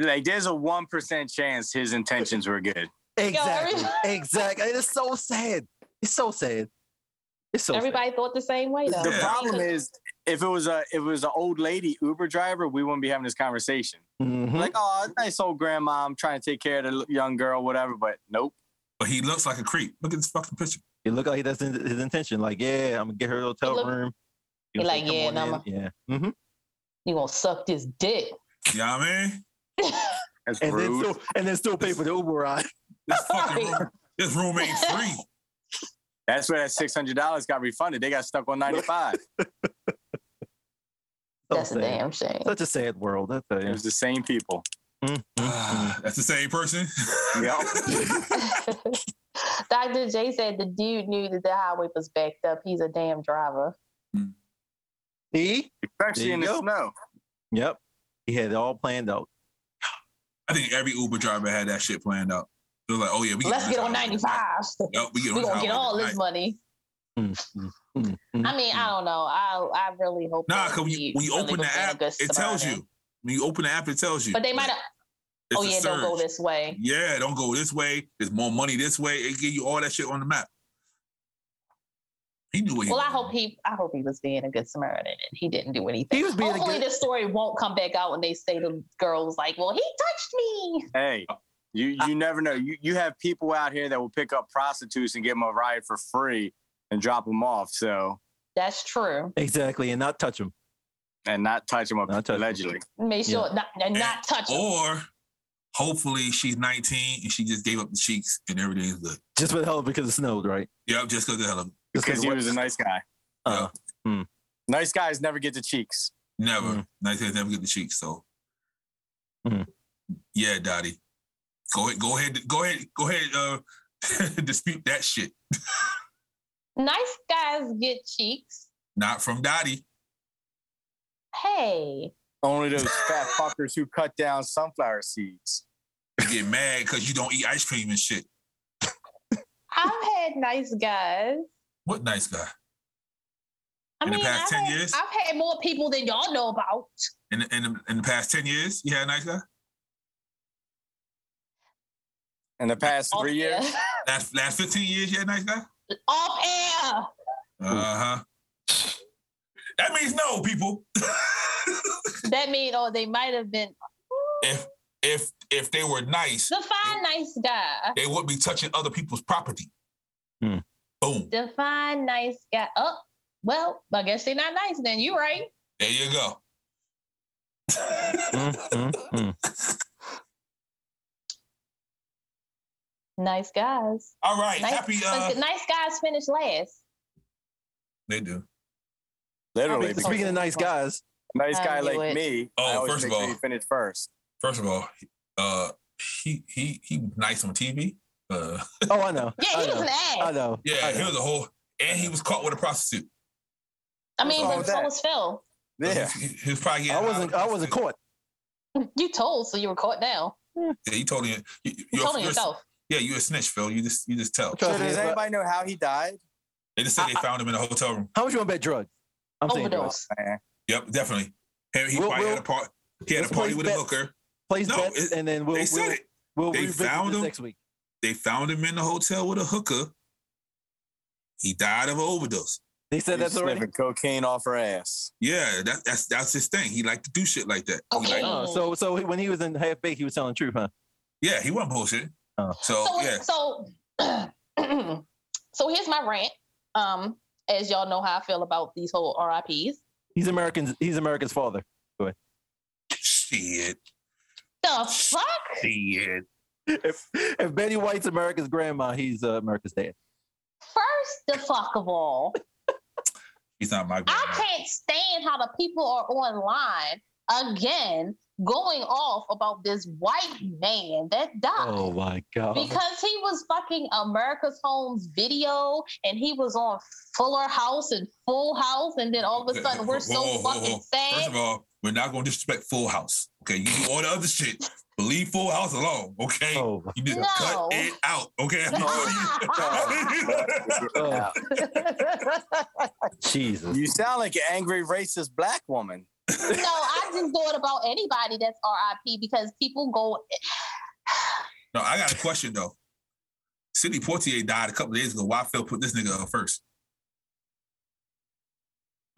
Speaker 4: Like there's a one percent chance his intentions were good.
Speaker 5: Exactly.
Speaker 3: everybody-
Speaker 5: Exactly. And it's so sad. It's so sad. It's so. sad.
Speaker 3: Everybody thought the same way though.
Speaker 4: The
Speaker 2: Yeah.
Speaker 4: problem is if it was a if it was an old lady Uber driver, we wouldn't be having this conversation.
Speaker 5: Mhm.
Speaker 4: Like, oh, nice old grandma, I'm trying to take care of the l- young girl, whatever. But nope.
Speaker 2: But he looks like a creep. Look at this fucking picture.
Speaker 5: It looked like that's in- his intention. Like, yeah, I'm gonna get her a hotel
Speaker 3: looked-
Speaker 5: room.
Speaker 3: He
Speaker 5: Gonna say,
Speaker 3: like,
Speaker 5: "Come
Speaker 3: yeah,
Speaker 5: on
Speaker 3: and
Speaker 5: in."
Speaker 3: I'ma-
Speaker 5: yeah. Mm-hmm.
Speaker 3: You gonna suck this dick.
Speaker 2: You know what I mean?
Speaker 4: That's
Speaker 5: And then,
Speaker 4: rude.
Speaker 5: still, and then still pay for the Uber ride.
Speaker 2: This fucking room, this room ain't free.
Speaker 4: That's where that six hundred dollars got refunded. They got stuck on ninety five.
Speaker 5: So
Speaker 3: That's a
Speaker 5: sad.
Speaker 3: damn shame.
Speaker 5: Such a sad world. I tell
Speaker 4: it
Speaker 5: you.
Speaker 4: was the same people.
Speaker 5: Mm, mm, mm.
Speaker 2: That's the same person.
Speaker 4: Yep.
Speaker 3: Dr. Dr. J said the dude knew that the highway was backed up. He's a damn driver.
Speaker 5: See?
Speaker 8: Especially in the
Speaker 5: There you
Speaker 8: snow.
Speaker 5: Yep. He had it all planned out.
Speaker 2: I think every Uber driver had that shit planned out. They're like, oh yeah, we
Speaker 3: Let's get on
Speaker 2: this highway.
Speaker 3: 95.
Speaker 2: Yep, we get on
Speaker 3: We're
Speaker 2: this
Speaker 3: gonna
Speaker 2: highway
Speaker 3: get all this
Speaker 2: tonight.
Speaker 3: money.
Speaker 5: Mm, mm,
Speaker 3: I mean,
Speaker 5: mm.
Speaker 3: I don't know. I I really hope.
Speaker 2: Nah,
Speaker 3: that
Speaker 2: cause when
Speaker 3: he
Speaker 2: you, when you
Speaker 3: really
Speaker 2: open
Speaker 3: was
Speaker 2: the
Speaker 3: being a
Speaker 2: app,
Speaker 3: good
Speaker 2: it tells
Speaker 3: Samaritan.
Speaker 2: you. When you open the app, it tells you.
Speaker 3: But they might have.
Speaker 2: It's
Speaker 3: Oh
Speaker 2: a
Speaker 3: yeah, don't go
Speaker 2: surge.
Speaker 3: this way.
Speaker 2: Yeah, don't go this way. There's more money this way. It give you all that shit on the map. He knew what he
Speaker 3: Well, I
Speaker 2: was
Speaker 3: hope
Speaker 2: doing.
Speaker 3: he. I hope he was being a good Samaritan and he didn't do anything.
Speaker 5: He was being a
Speaker 3: Hopefully,
Speaker 5: good-
Speaker 3: this story won't come back out when they say the girl was like, "Well, he touched me."
Speaker 8: Hey, you you never know. You you have people out here that will pick up prostitutes and give them a ride for free and drop them off. So
Speaker 3: That's true.
Speaker 5: Exactly. And not touch him.
Speaker 8: and not touch them up
Speaker 5: Not touch 'em.
Speaker 8: allegedly.
Speaker 3: Make sure not and not touch him.
Speaker 2: Or hopefully she's 19 and she just gave up the cheeks and everything's good.
Speaker 5: Just for the hell of it because it snowed, right?
Speaker 2: Yep, just because the hell of it.
Speaker 5: Just
Speaker 8: Because he was a nice guy.
Speaker 5: Uh,
Speaker 8: Nice guys never get the cheeks.
Speaker 2: Never.
Speaker 5: Mm.
Speaker 2: 19 never get the cheeks. So
Speaker 5: Mm.
Speaker 2: yeah, Dottie. Go ahead, go ahead, go ahead, go ahead, uh dispute that shit.
Speaker 3: Nice guys get cheeks.
Speaker 2: Not from Dottie.
Speaker 3: Hey,
Speaker 8: Only those fat fuckers who cut down sunflower seeds.
Speaker 2: You get mad because you don't eat ice cream and shit.
Speaker 3: I've had nice guys.
Speaker 2: What nice guy.
Speaker 3: I
Speaker 2: In the
Speaker 3: mean,
Speaker 2: past
Speaker 3: I've
Speaker 2: 10
Speaker 3: had-
Speaker 2: years?
Speaker 3: I've had more people than y'all know about.
Speaker 2: In the, in the, in the past 10 years, you had a nice guy?
Speaker 8: In the past
Speaker 3: Off
Speaker 8: three
Speaker 3: air.
Speaker 8: years,
Speaker 2: Last last 15 years, you had a nice guy?
Speaker 3: Off air.
Speaker 2: Uh huh. That means no, people.
Speaker 3: That mean, oh, they might have been
Speaker 2: if if if they were nice,
Speaker 3: define nice guy.
Speaker 2: they would be touching other people's property.
Speaker 5: Hmm.
Speaker 2: Boom.
Speaker 3: Define nice guy. Oh, well, I guess they're not nice then. You right.
Speaker 2: There you go.
Speaker 5: mm, mm,
Speaker 2: Mm-hmm.
Speaker 5: mm.
Speaker 3: Nice guys.
Speaker 2: All right.
Speaker 3: Nice,
Speaker 2: Happy.
Speaker 3: but
Speaker 2: Uh,
Speaker 3: the nice guys finish last.
Speaker 2: they do.
Speaker 8: literally.
Speaker 3: Obviously.
Speaker 5: Speaking of nice guys,
Speaker 8: Nice
Speaker 3: I
Speaker 8: guy
Speaker 3: knew
Speaker 8: like
Speaker 3: it.
Speaker 8: me.
Speaker 2: Oh,
Speaker 8: I always
Speaker 2: first of
Speaker 8: make sure
Speaker 2: all.
Speaker 8: you finish first.
Speaker 2: First of all, uh, he he he was nice on TV. Uh,
Speaker 5: oh, I know.
Speaker 3: Yeah,
Speaker 5: I
Speaker 3: he was
Speaker 5: know.
Speaker 3: an ass.
Speaker 5: I know.
Speaker 2: yeah,
Speaker 5: I
Speaker 2: he
Speaker 5: know.
Speaker 2: was a whole, and he was caught with a prostitute.
Speaker 3: I mean,
Speaker 8: wrong
Speaker 3: so
Speaker 8: with that?
Speaker 3: was Phil.
Speaker 8: Yeah.
Speaker 2: He, he was probably.
Speaker 5: I
Speaker 2: getting
Speaker 5: wasn't.
Speaker 2: high with
Speaker 5: I
Speaker 2: a
Speaker 5: wasn't
Speaker 2: prostitute.
Speaker 5: caught.
Speaker 3: You told, so you were caught now.
Speaker 2: Yeah, you told him. You,
Speaker 3: You
Speaker 2: you're-
Speaker 3: told on
Speaker 2: you're-
Speaker 3: yourself.
Speaker 2: Yeah, you a snitch, Phil. You just you just tell.
Speaker 5: Trust
Speaker 8: So
Speaker 5: me,
Speaker 8: does
Speaker 5: it's like-
Speaker 8: anybody know how he died?
Speaker 2: They just said they
Speaker 5: I- I-
Speaker 2: found him in a hotel room.
Speaker 5: How much you want to bet drugs? I'm
Speaker 3: Oh,
Speaker 5: saying drugs.
Speaker 3: Overdose.
Speaker 8: Man,
Speaker 2: Yep, definitely. He, he
Speaker 5: We'll-
Speaker 2: probably
Speaker 5: we'll-
Speaker 2: had a part. He had a
Speaker 5: let's
Speaker 2: party
Speaker 5: place
Speaker 2: with a
Speaker 5: bets.
Speaker 2: hooker.
Speaker 5: Place
Speaker 2: No,
Speaker 5: bets,
Speaker 2: it-
Speaker 5: and then we'll
Speaker 2: they said
Speaker 5: we'll,
Speaker 2: it.
Speaker 5: we'll
Speaker 2: They
Speaker 5: revisit
Speaker 2: found
Speaker 5: this
Speaker 2: him.
Speaker 5: next week.
Speaker 2: They found him in the hotel with a hooker. He died of an overdose.
Speaker 5: They said
Speaker 8: he was
Speaker 5: that's already.
Speaker 8: sniffing cocaine off her ass.
Speaker 2: Yeah, that, that's that's his thing. He liked to do shit like that. He
Speaker 3: Okay.
Speaker 2: like-
Speaker 5: Oh, so so he- when he was in half baked, he was telling the truth, huh?
Speaker 2: yeah, he wasn't bullshit.
Speaker 5: Oh.
Speaker 2: So, yeah,
Speaker 3: so, so, so here's my rant. Um, as y'all know how I feel about these whole RIPS.
Speaker 5: He's American's. He's America's father.
Speaker 2: shit,
Speaker 3: The fuck?
Speaker 2: shit.
Speaker 5: If, if Betty White's America's grandma, he's uh, America's dad.
Speaker 3: First, the fuck of all,
Speaker 2: He's not my guy.
Speaker 3: I can't stand how the people are online again going off about this white man that died.
Speaker 5: Oh my god!
Speaker 3: Because he was fucking America's Homes video and he was on Fuller House and Full House, and then all of a sudden we're so
Speaker 2: Whoa, whoa, whoa,
Speaker 3: fucking
Speaker 2: whoa.
Speaker 3: sad.
Speaker 2: First of all, we're not going to disrespect Full House. Okay, you do all the other shit. But leave Full House alone. Okay,
Speaker 5: oh,
Speaker 2: you need to
Speaker 3: No.
Speaker 2: cut it out. Okay, I'm sorry.
Speaker 5: oh, Jesus!
Speaker 8: You sound like an angry racist black woman.
Speaker 3: no, I just thought about anybody that's RIP because people go.
Speaker 2: No, I got a question though. Sidney Poitier died a couple days ago. Why Phil put this nigga up first?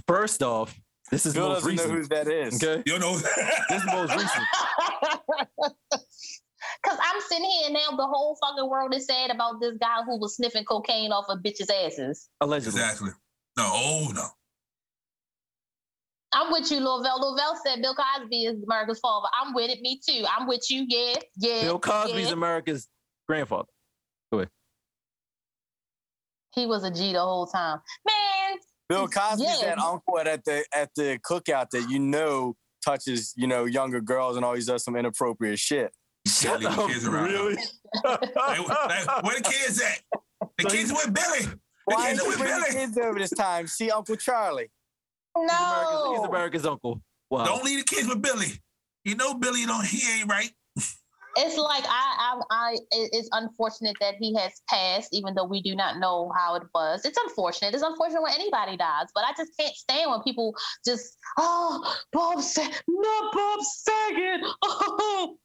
Speaker 5: First off, this is the
Speaker 8: Bill
Speaker 5: most
Speaker 8: doesn't
Speaker 5: recent.
Speaker 8: know who that is.
Speaker 5: okay,
Speaker 2: You know,
Speaker 5: this is the most recent.
Speaker 3: Because I'm sitting here and now the whole fucking world is sad about this guy who was sniffing cocaine off of bitches' asses.
Speaker 5: Allegedly,
Speaker 2: exactly. No, oh no.
Speaker 3: I'm with you, Lavelle. Lavelle said Bill Cosby is America's father. I'm with it. Me too. I'm with you. Yeah, yeah.
Speaker 5: Bill Cosby's
Speaker 3: yeah.
Speaker 5: America's grandfather.
Speaker 3: He was a G the whole time. Man,
Speaker 8: Bill Cosby's
Speaker 3: Yeah.
Speaker 8: that uncle at- at the at the cookout that you know touches, you know, younger girls and always does some inappropriate shit.
Speaker 2: You can't leave the kids around.
Speaker 5: really?
Speaker 2: Hey, where, like, where the kids at? The kids with Billy. The
Speaker 8: Why
Speaker 2: kids
Speaker 8: did you
Speaker 2: with
Speaker 8: bring the
Speaker 2: Billy.
Speaker 8: kids over this time? See Uncle Charlie.
Speaker 5: He's
Speaker 3: No,
Speaker 5: America's uncle. Wow.
Speaker 2: Don't leave the kids with Billy. You know Billy don't. He ain't right.
Speaker 3: it's like I, I, I. it- It's unfortunate that he has passed, even though we do not know how it was. It's unfortunate. It's unfortunate when anybody dies, but I just can't stand when people just, oh, Bob, Sa- not Bob Saget. Oh.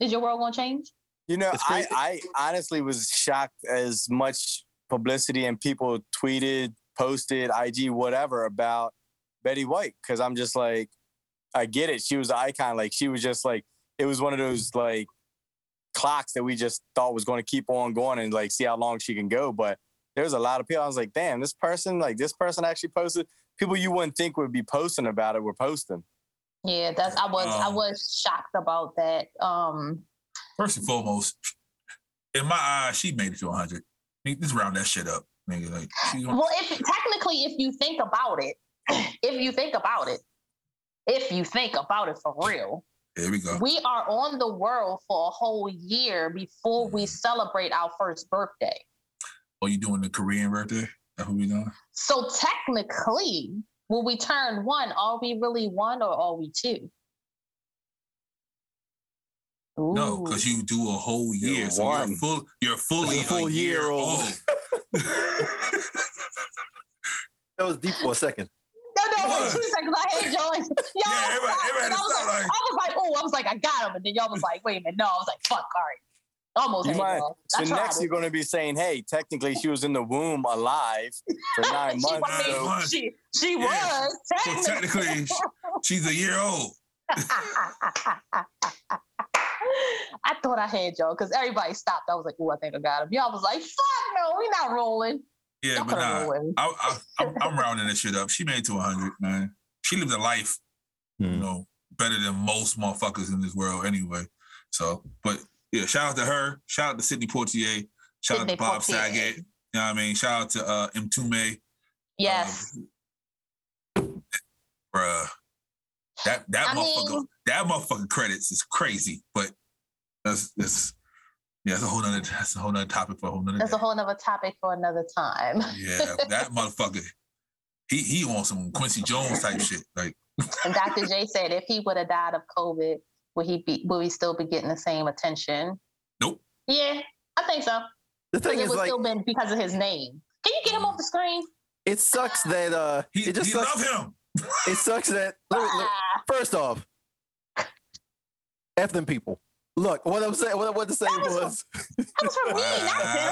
Speaker 3: Is your world gonna change?
Speaker 8: You know,
Speaker 5: It's crazy.
Speaker 8: I, I honestly was shocked as much publicity and people tweeted, posted, IG, whatever about Betty White. Cause I'm just like, I get it. She was an icon. Like, she was just like, it was one of those like clocks that we just thought was going to keep on going and like see how long she can go. But there's a lot of people. I was like, damn, this person, like, this person actually posted. People you wouldn't think would be posting about it were posting.
Speaker 3: Yeah, that's. I was. I
Speaker 2: Um.
Speaker 3: was shocked about that. Um,
Speaker 2: First and foremost, in my eyes, she made it to 100. Nigga, Just round that shit up, nigga. Like, she gonna-
Speaker 3: Well, if technically, if you think about it, if you think about it, if you think about it for real,
Speaker 2: there we go.
Speaker 3: we are on the world for a whole year before we
Speaker 2: Mm.
Speaker 3: celebrate our first birthday.
Speaker 2: Oh, you doing the Korean right there? That's what we doing?
Speaker 3: So technically, when we turn one, are we really one or are we two?
Speaker 2: No,
Speaker 3: Ooh.
Speaker 2: because you do a whole year,
Speaker 8: You're
Speaker 2: so you're
Speaker 8: one.
Speaker 2: full. You're fully
Speaker 5: You're a full
Speaker 2: a
Speaker 5: year
Speaker 2: year
Speaker 5: old.
Speaker 2: old.
Speaker 5: That was deep for a second.
Speaker 3: No, no, wait two seconds. I hate y'all. Y'all,
Speaker 2: Yeah, everybody-
Speaker 3: stopped,
Speaker 2: everybody
Speaker 3: and I was
Speaker 2: stopped,
Speaker 3: like,
Speaker 2: like-
Speaker 3: I was like, oh, I was like, I got him, and then y'all was like, wait a minute, no, I was like, fuck, all right, almost.
Speaker 8: You
Speaker 3: hate
Speaker 8: might-
Speaker 3: y'all.
Speaker 8: So
Speaker 3: I tried
Speaker 8: next
Speaker 3: it.
Speaker 8: you're going to be saying, hey, technically she was in the womb alive for
Speaker 3: She
Speaker 8: nine months.
Speaker 3: was-
Speaker 8: so-
Speaker 2: months.
Speaker 3: She, she
Speaker 2: Yeah.
Speaker 3: was
Speaker 2: so
Speaker 3: technically.
Speaker 2: technically, she's a year old.
Speaker 3: I thought I had y'all because everybody stopped. I was like, "Oh, I think I got him." Y'all was like, "Fuck no, we not rolling."
Speaker 2: Yeah,
Speaker 3: Y'all
Speaker 2: but
Speaker 3: coulda
Speaker 2: nah,
Speaker 3: rolled.
Speaker 2: I, I, I'm, I'm rounding this shit up. She made it to 100, man. She lived a life, you
Speaker 5: Hmm.
Speaker 2: know, better than most motherfuckers in this world anyway. So, but yeah, shout out to her. Shout out to Sydney Portier. Shout out
Speaker 3: Sidney
Speaker 2: to Bob
Speaker 3: Poitier.
Speaker 2: Saget. You know what I mean? Shout out to uh, Mtume.
Speaker 3: Yes,
Speaker 2: Bruh. That that
Speaker 3: I
Speaker 2: motherfucker
Speaker 3: mean-
Speaker 2: that motherfucker credits is crazy, but that's that's yeah, that's a whole nother that's a whole nother topic for a whole nother
Speaker 3: that's
Speaker 2: day.
Speaker 3: a whole nother topic for another time.
Speaker 2: yeah, that motherfucker. He he on some Quincy Jones type shit. Like
Speaker 3: And Dr. J said, if he would have died of COVID, would he be? Would we still be getting the same attention?
Speaker 2: Nope.
Speaker 3: Yeah, I think so.
Speaker 5: The thing
Speaker 3: Because it
Speaker 5: is,
Speaker 3: would
Speaker 5: like,
Speaker 3: still been because of his name. Can you get him off the screen?
Speaker 5: it sucks that uh,
Speaker 2: he,
Speaker 5: it just
Speaker 2: he
Speaker 5: sucks.
Speaker 2: love him.
Speaker 5: It sucks that. look, look,
Speaker 3: Ah,
Speaker 5: First off, F them people. Look, what I'm saying, what I wanted to say was,
Speaker 3: that was for me, not him.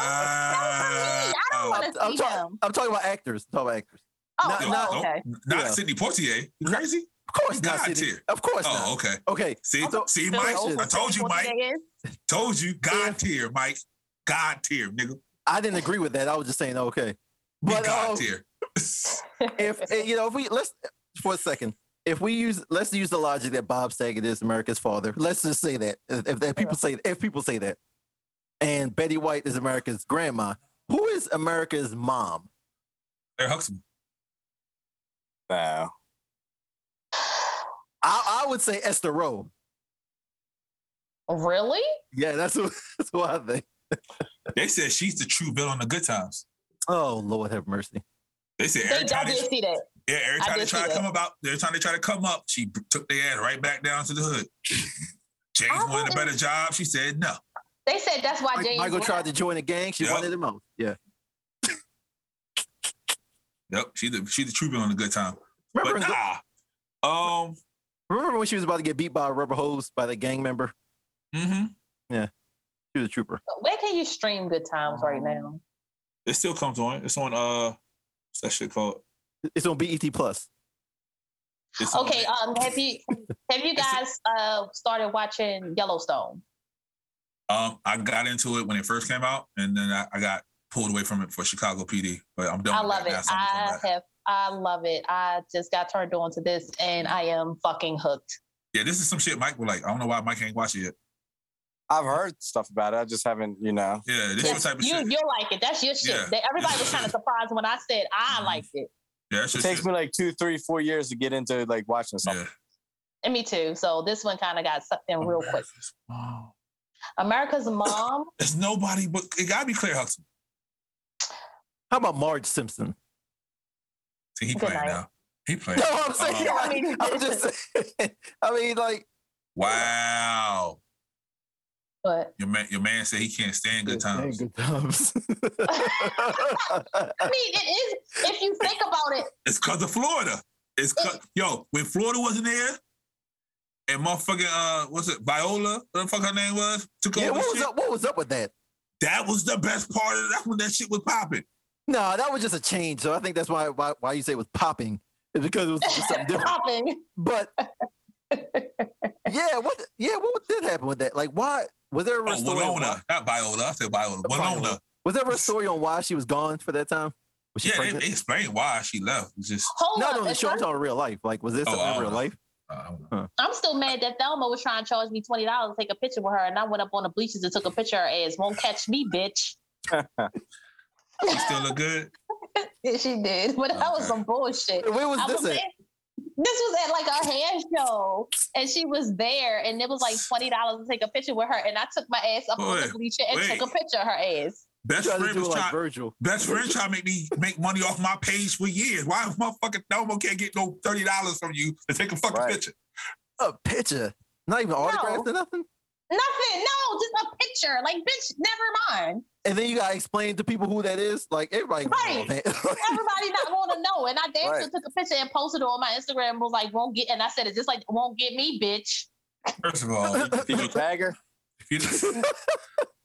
Speaker 3: That was for me. I
Speaker 2: Oh,
Speaker 3: don't want to
Speaker 5: I'm,
Speaker 3: see
Speaker 5: talking,
Speaker 3: him.
Speaker 5: I'm talking about actors. I'm talking about actors.
Speaker 3: Oh,
Speaker 5: not-
Speaker 2: No,
Speaker 5: not-
Speaker 3: oh, okay.
Speaker 2: nope. Not
Speaker 5: Yeah.
Speaker 2: Sidney Portier. You crazy?
Speaker 5: Of course not.
Speaker 2: God
Speaker 5: Sidney.
Speaker 2: tier.
Speaker 5: Of course
Speaker 2: Oh,
Speaker 5: not.
Speaker 2: okay.
Speaker 5: Okay,
Speaker 2: See,
Speaker 3: I'm
Speaker 5: so-
Speaker 2: see,
Speaker 5: so
Speaker 2: Mike.
Speaker 5: old.
Speaker 2: I told you, Mike.
Speaker 3: Today is-
Speaker 2: Told you, God tier, Mike. God tier, nigga.
Speaker 5: I didn't agree with that. I was just saying, okay.
Speaker 2: He
Speaker 5: But
Speaker 2: God
Speaker 5: um,
Speaker 2: tier.
Speaker 5: if eh, you know, if we let's for a second, if we use let's use the logic that Bob Saget is America's father. Let's just say that if, if that people say if people say that, and Betty White is America's grandma, who is America's mom?
Speaker 2: Larry Huxtable.
Speaker 8: No.
Speaker 5: I, I would say Esther Rowe.
Speaker 3: Really?
Speaker 5: Yeah, that's what, that's what I think.
Speaker 2: They said she's the true villain of good times.
Speaker 5: Oh Lord, have mercy.
Speaker 2: They said
Speaker 3: They,
Speaker 2: every
Speaker 3: I
Speaker 2: time they,
Speaker 3: did see that.
Speaker 2: yeah, every
Speaker 3: I
Speaker 2: time they
Speaker 3: did see
Speaker 2: try to
Speaker 3: that.
Speaker 2: come about, every time they try to come up, she b- took their ass right back down to the hood. James
Speaker 3: I
Speaker 2: wanted a
Speaker 3: wouldn't-
Speaker 2: better job. She said no.
Speaker 3: They said that's why
Speaker 5: Mike-
Speaker 3: James.
Speaker 5: Michael
Speaker 3: left.
Speaker 5: tried to join a gang. She
Speaker 2: Yep.
Speaker 5: wanted him out. Yeah.
Speaker 2: Yep, she the she the true villain of good time. But
Speaker 5: Remember, in-
Speaker 2: nah. Um.
Speaker 5: remember when she was about to get beat by a rubber hose by the gang member?
Speaker 2: hmm
Speaker 5: She was a trooper.
Speaker 3: Where can you stream Good Times right now?
Speaker 2: It still comes on. It's on. Uh. What's that shit called?
Speaker 5: It's on BET Plus.
Speaker 2: It's on-
Speaker 3: Okay. Um. Have you Have you guys uh started watching Yellowstone?
Speaker 2: Um, I got into it when it first came out, and then I, I got pulled away from it for Chicago PD. But I'm done.
Speaker 3: I
Speaker 2: with
Speaker 3: love
Speaker 2: that
Speaker 3: it.
Speaker 2: now, so I'm gonna come
Speaker 3: I
Speaker 2: back.
Speaker 3: have. I love it. I just got turned on to this, and I am fucking hooked.
Speaker 2: Yeah, this is some shit Mike would like. I don't know why Mike ain't watch it yet.
Speaker 8: I've heard stuff about it. I just haven't, you know.
Speaker 2: Yeah, this
Speaker 3: Yes,
Speaker 2: is the type of
Speaker 3: you
Speaker 2: shit.
Speaker 3: you'll like it. That's your shit.
Speaker 2: Yeah.
Speaker 3: They- everybody was kind of surprised when I said I
Speaker 2: Mhm.
Speaker 3: liked it,
Speaker 2: Yeah, that's
Speaker 8: It
Speaker 2: just
Speaker 8: takes
Speaker 2: shit.
Speaker 8: me like two, three, four years to get into like watching something.
Speaker 2: Yeah.
Speaker 3: and me too. So this one kind of got sucked in real quick.
Speaker 2: America's Mom.
Speaker 3: America's Mom.
Speaker 2: There's nobody but it gotta be Claire Huxtable.
Speaker 5: How about Marge Simpson?
Speaker 2: See, he
Speaker 3: Good
Speaker 2: playing
Speaker 3: night.
Speaker 2: now. He playing. Um,
Speaker 5: No, I'm saying.
Speaker 3: Uh,
Speaker 5: like, I'm just. Saying, I mean, like,
Speaker 2: Wow.
Speaker 3: But
Speaker 2: Your man, your man said he can't stand good times.
Speaker 5: Good times.
Speaker 3: I mean, it is. If you think about it,
Speaker 2: It's cause of Florida. It's 'cause- yo, when Florida wasn't there, and motherfucking uh, what's it, Viola? What the fuck her name was? Took
Speaker 5: yeah,
Speaker 2: over
Speaker 5: what was
Speaker 2: shit.
Speaker 5: up? What was up with that?
Speaker 2: That was the best part of that when that shit was popping.
Speaker 5: No, that was just a change. So I think that's why why, why you say it was popping is because it was just something different.
Speaker 3: popping.
Speaker 5: But yeah, what yeah, what did happen with that? Like, why was there ever a
Speaker 2: Oh,
Speaker 5: story? on
Speaker 2: Winona,
Speaker 5: why-
Speaker 2: not Viola. I said Viola.
Speaker 5: Viola.
Speaker 2: Winona.
Speaker 5: Was there ever a story on why she was gone for that time? Was she
Speaker 2: Yeah, they,
Speaker 5: pregnant?
Speaker 2: they explained why she left. It's just
Speaker 3: Hold
Speaker 5: Not
Speaker 3: up.
Speaker 5: on the
Speaker 3: if
Speaker 5: show. I'm
Speaker 3: I'm,
Speaker 5: talking real life. Like, was this
Speaker 2: Oh,
Speaker 5: something
Speaker 2: I
Speaker 5: in real
Speaker 2: don't know.
Speaker 5: life?
Speaker 2: uh, I don't know.
Speaker 3: I'm still mad that Thelma was trying to charge me twenty dollars to take a picture with her, and I went up on the bleachers and took a picture of her ass. Won't catch me, bitch.
Speaker 2: she still look good.
Speaker 3: Yeah, she did, but that was
Speaker 2: Okay.
Speaker 3: some bullshit.
Speaker 5: Where was
Speaker 3: I
Speaker 5: this at?
Speaker 3: there- This was at like a hair show, and she was there, and it was like twenty dollars to take a picture with her, and I took my ass up on the
Speaker 2: Wait,
Speaker 3: bleacher and
Speaker 2: wait.
Speaker 3: took a picture of her ass.
Speaker 5: You
Speaker 2: Best
Speaker 5: tried to
Speaker 2: friend
Speaker 5: do
Speaker 2: was
Speaker 5: it like
Speaker 2: trying.
Speaker 5: Virgil.
Speaker 2: Best friend trying to make me make money off my page for years. Why if motherfucking Thelma can't get no thirty dollars from you to take a fucking
Speaker 8: Right.
Speaker 2: picture?
Speaker 5: A picture, not even autographs or nothing.
Speaker 3: Nothing, no, just a picture. Like, bitch, never mind.
Speaker 5: And then you gotta explain to people who that is. Like everybody, gonna know that.
Speaker 3: Everybody not want to know, and I damn sure
Speaker 8: Right.
Speaker 3: took a picture and posted it on my Instagram. and Was like, won't get, and I said it just like won't get me, bitch.
Speaker 2: First of all, if
Speaker 8: Did you
Speaker 2: you,
Speaker 8: tag her?
Speaker 2: if you-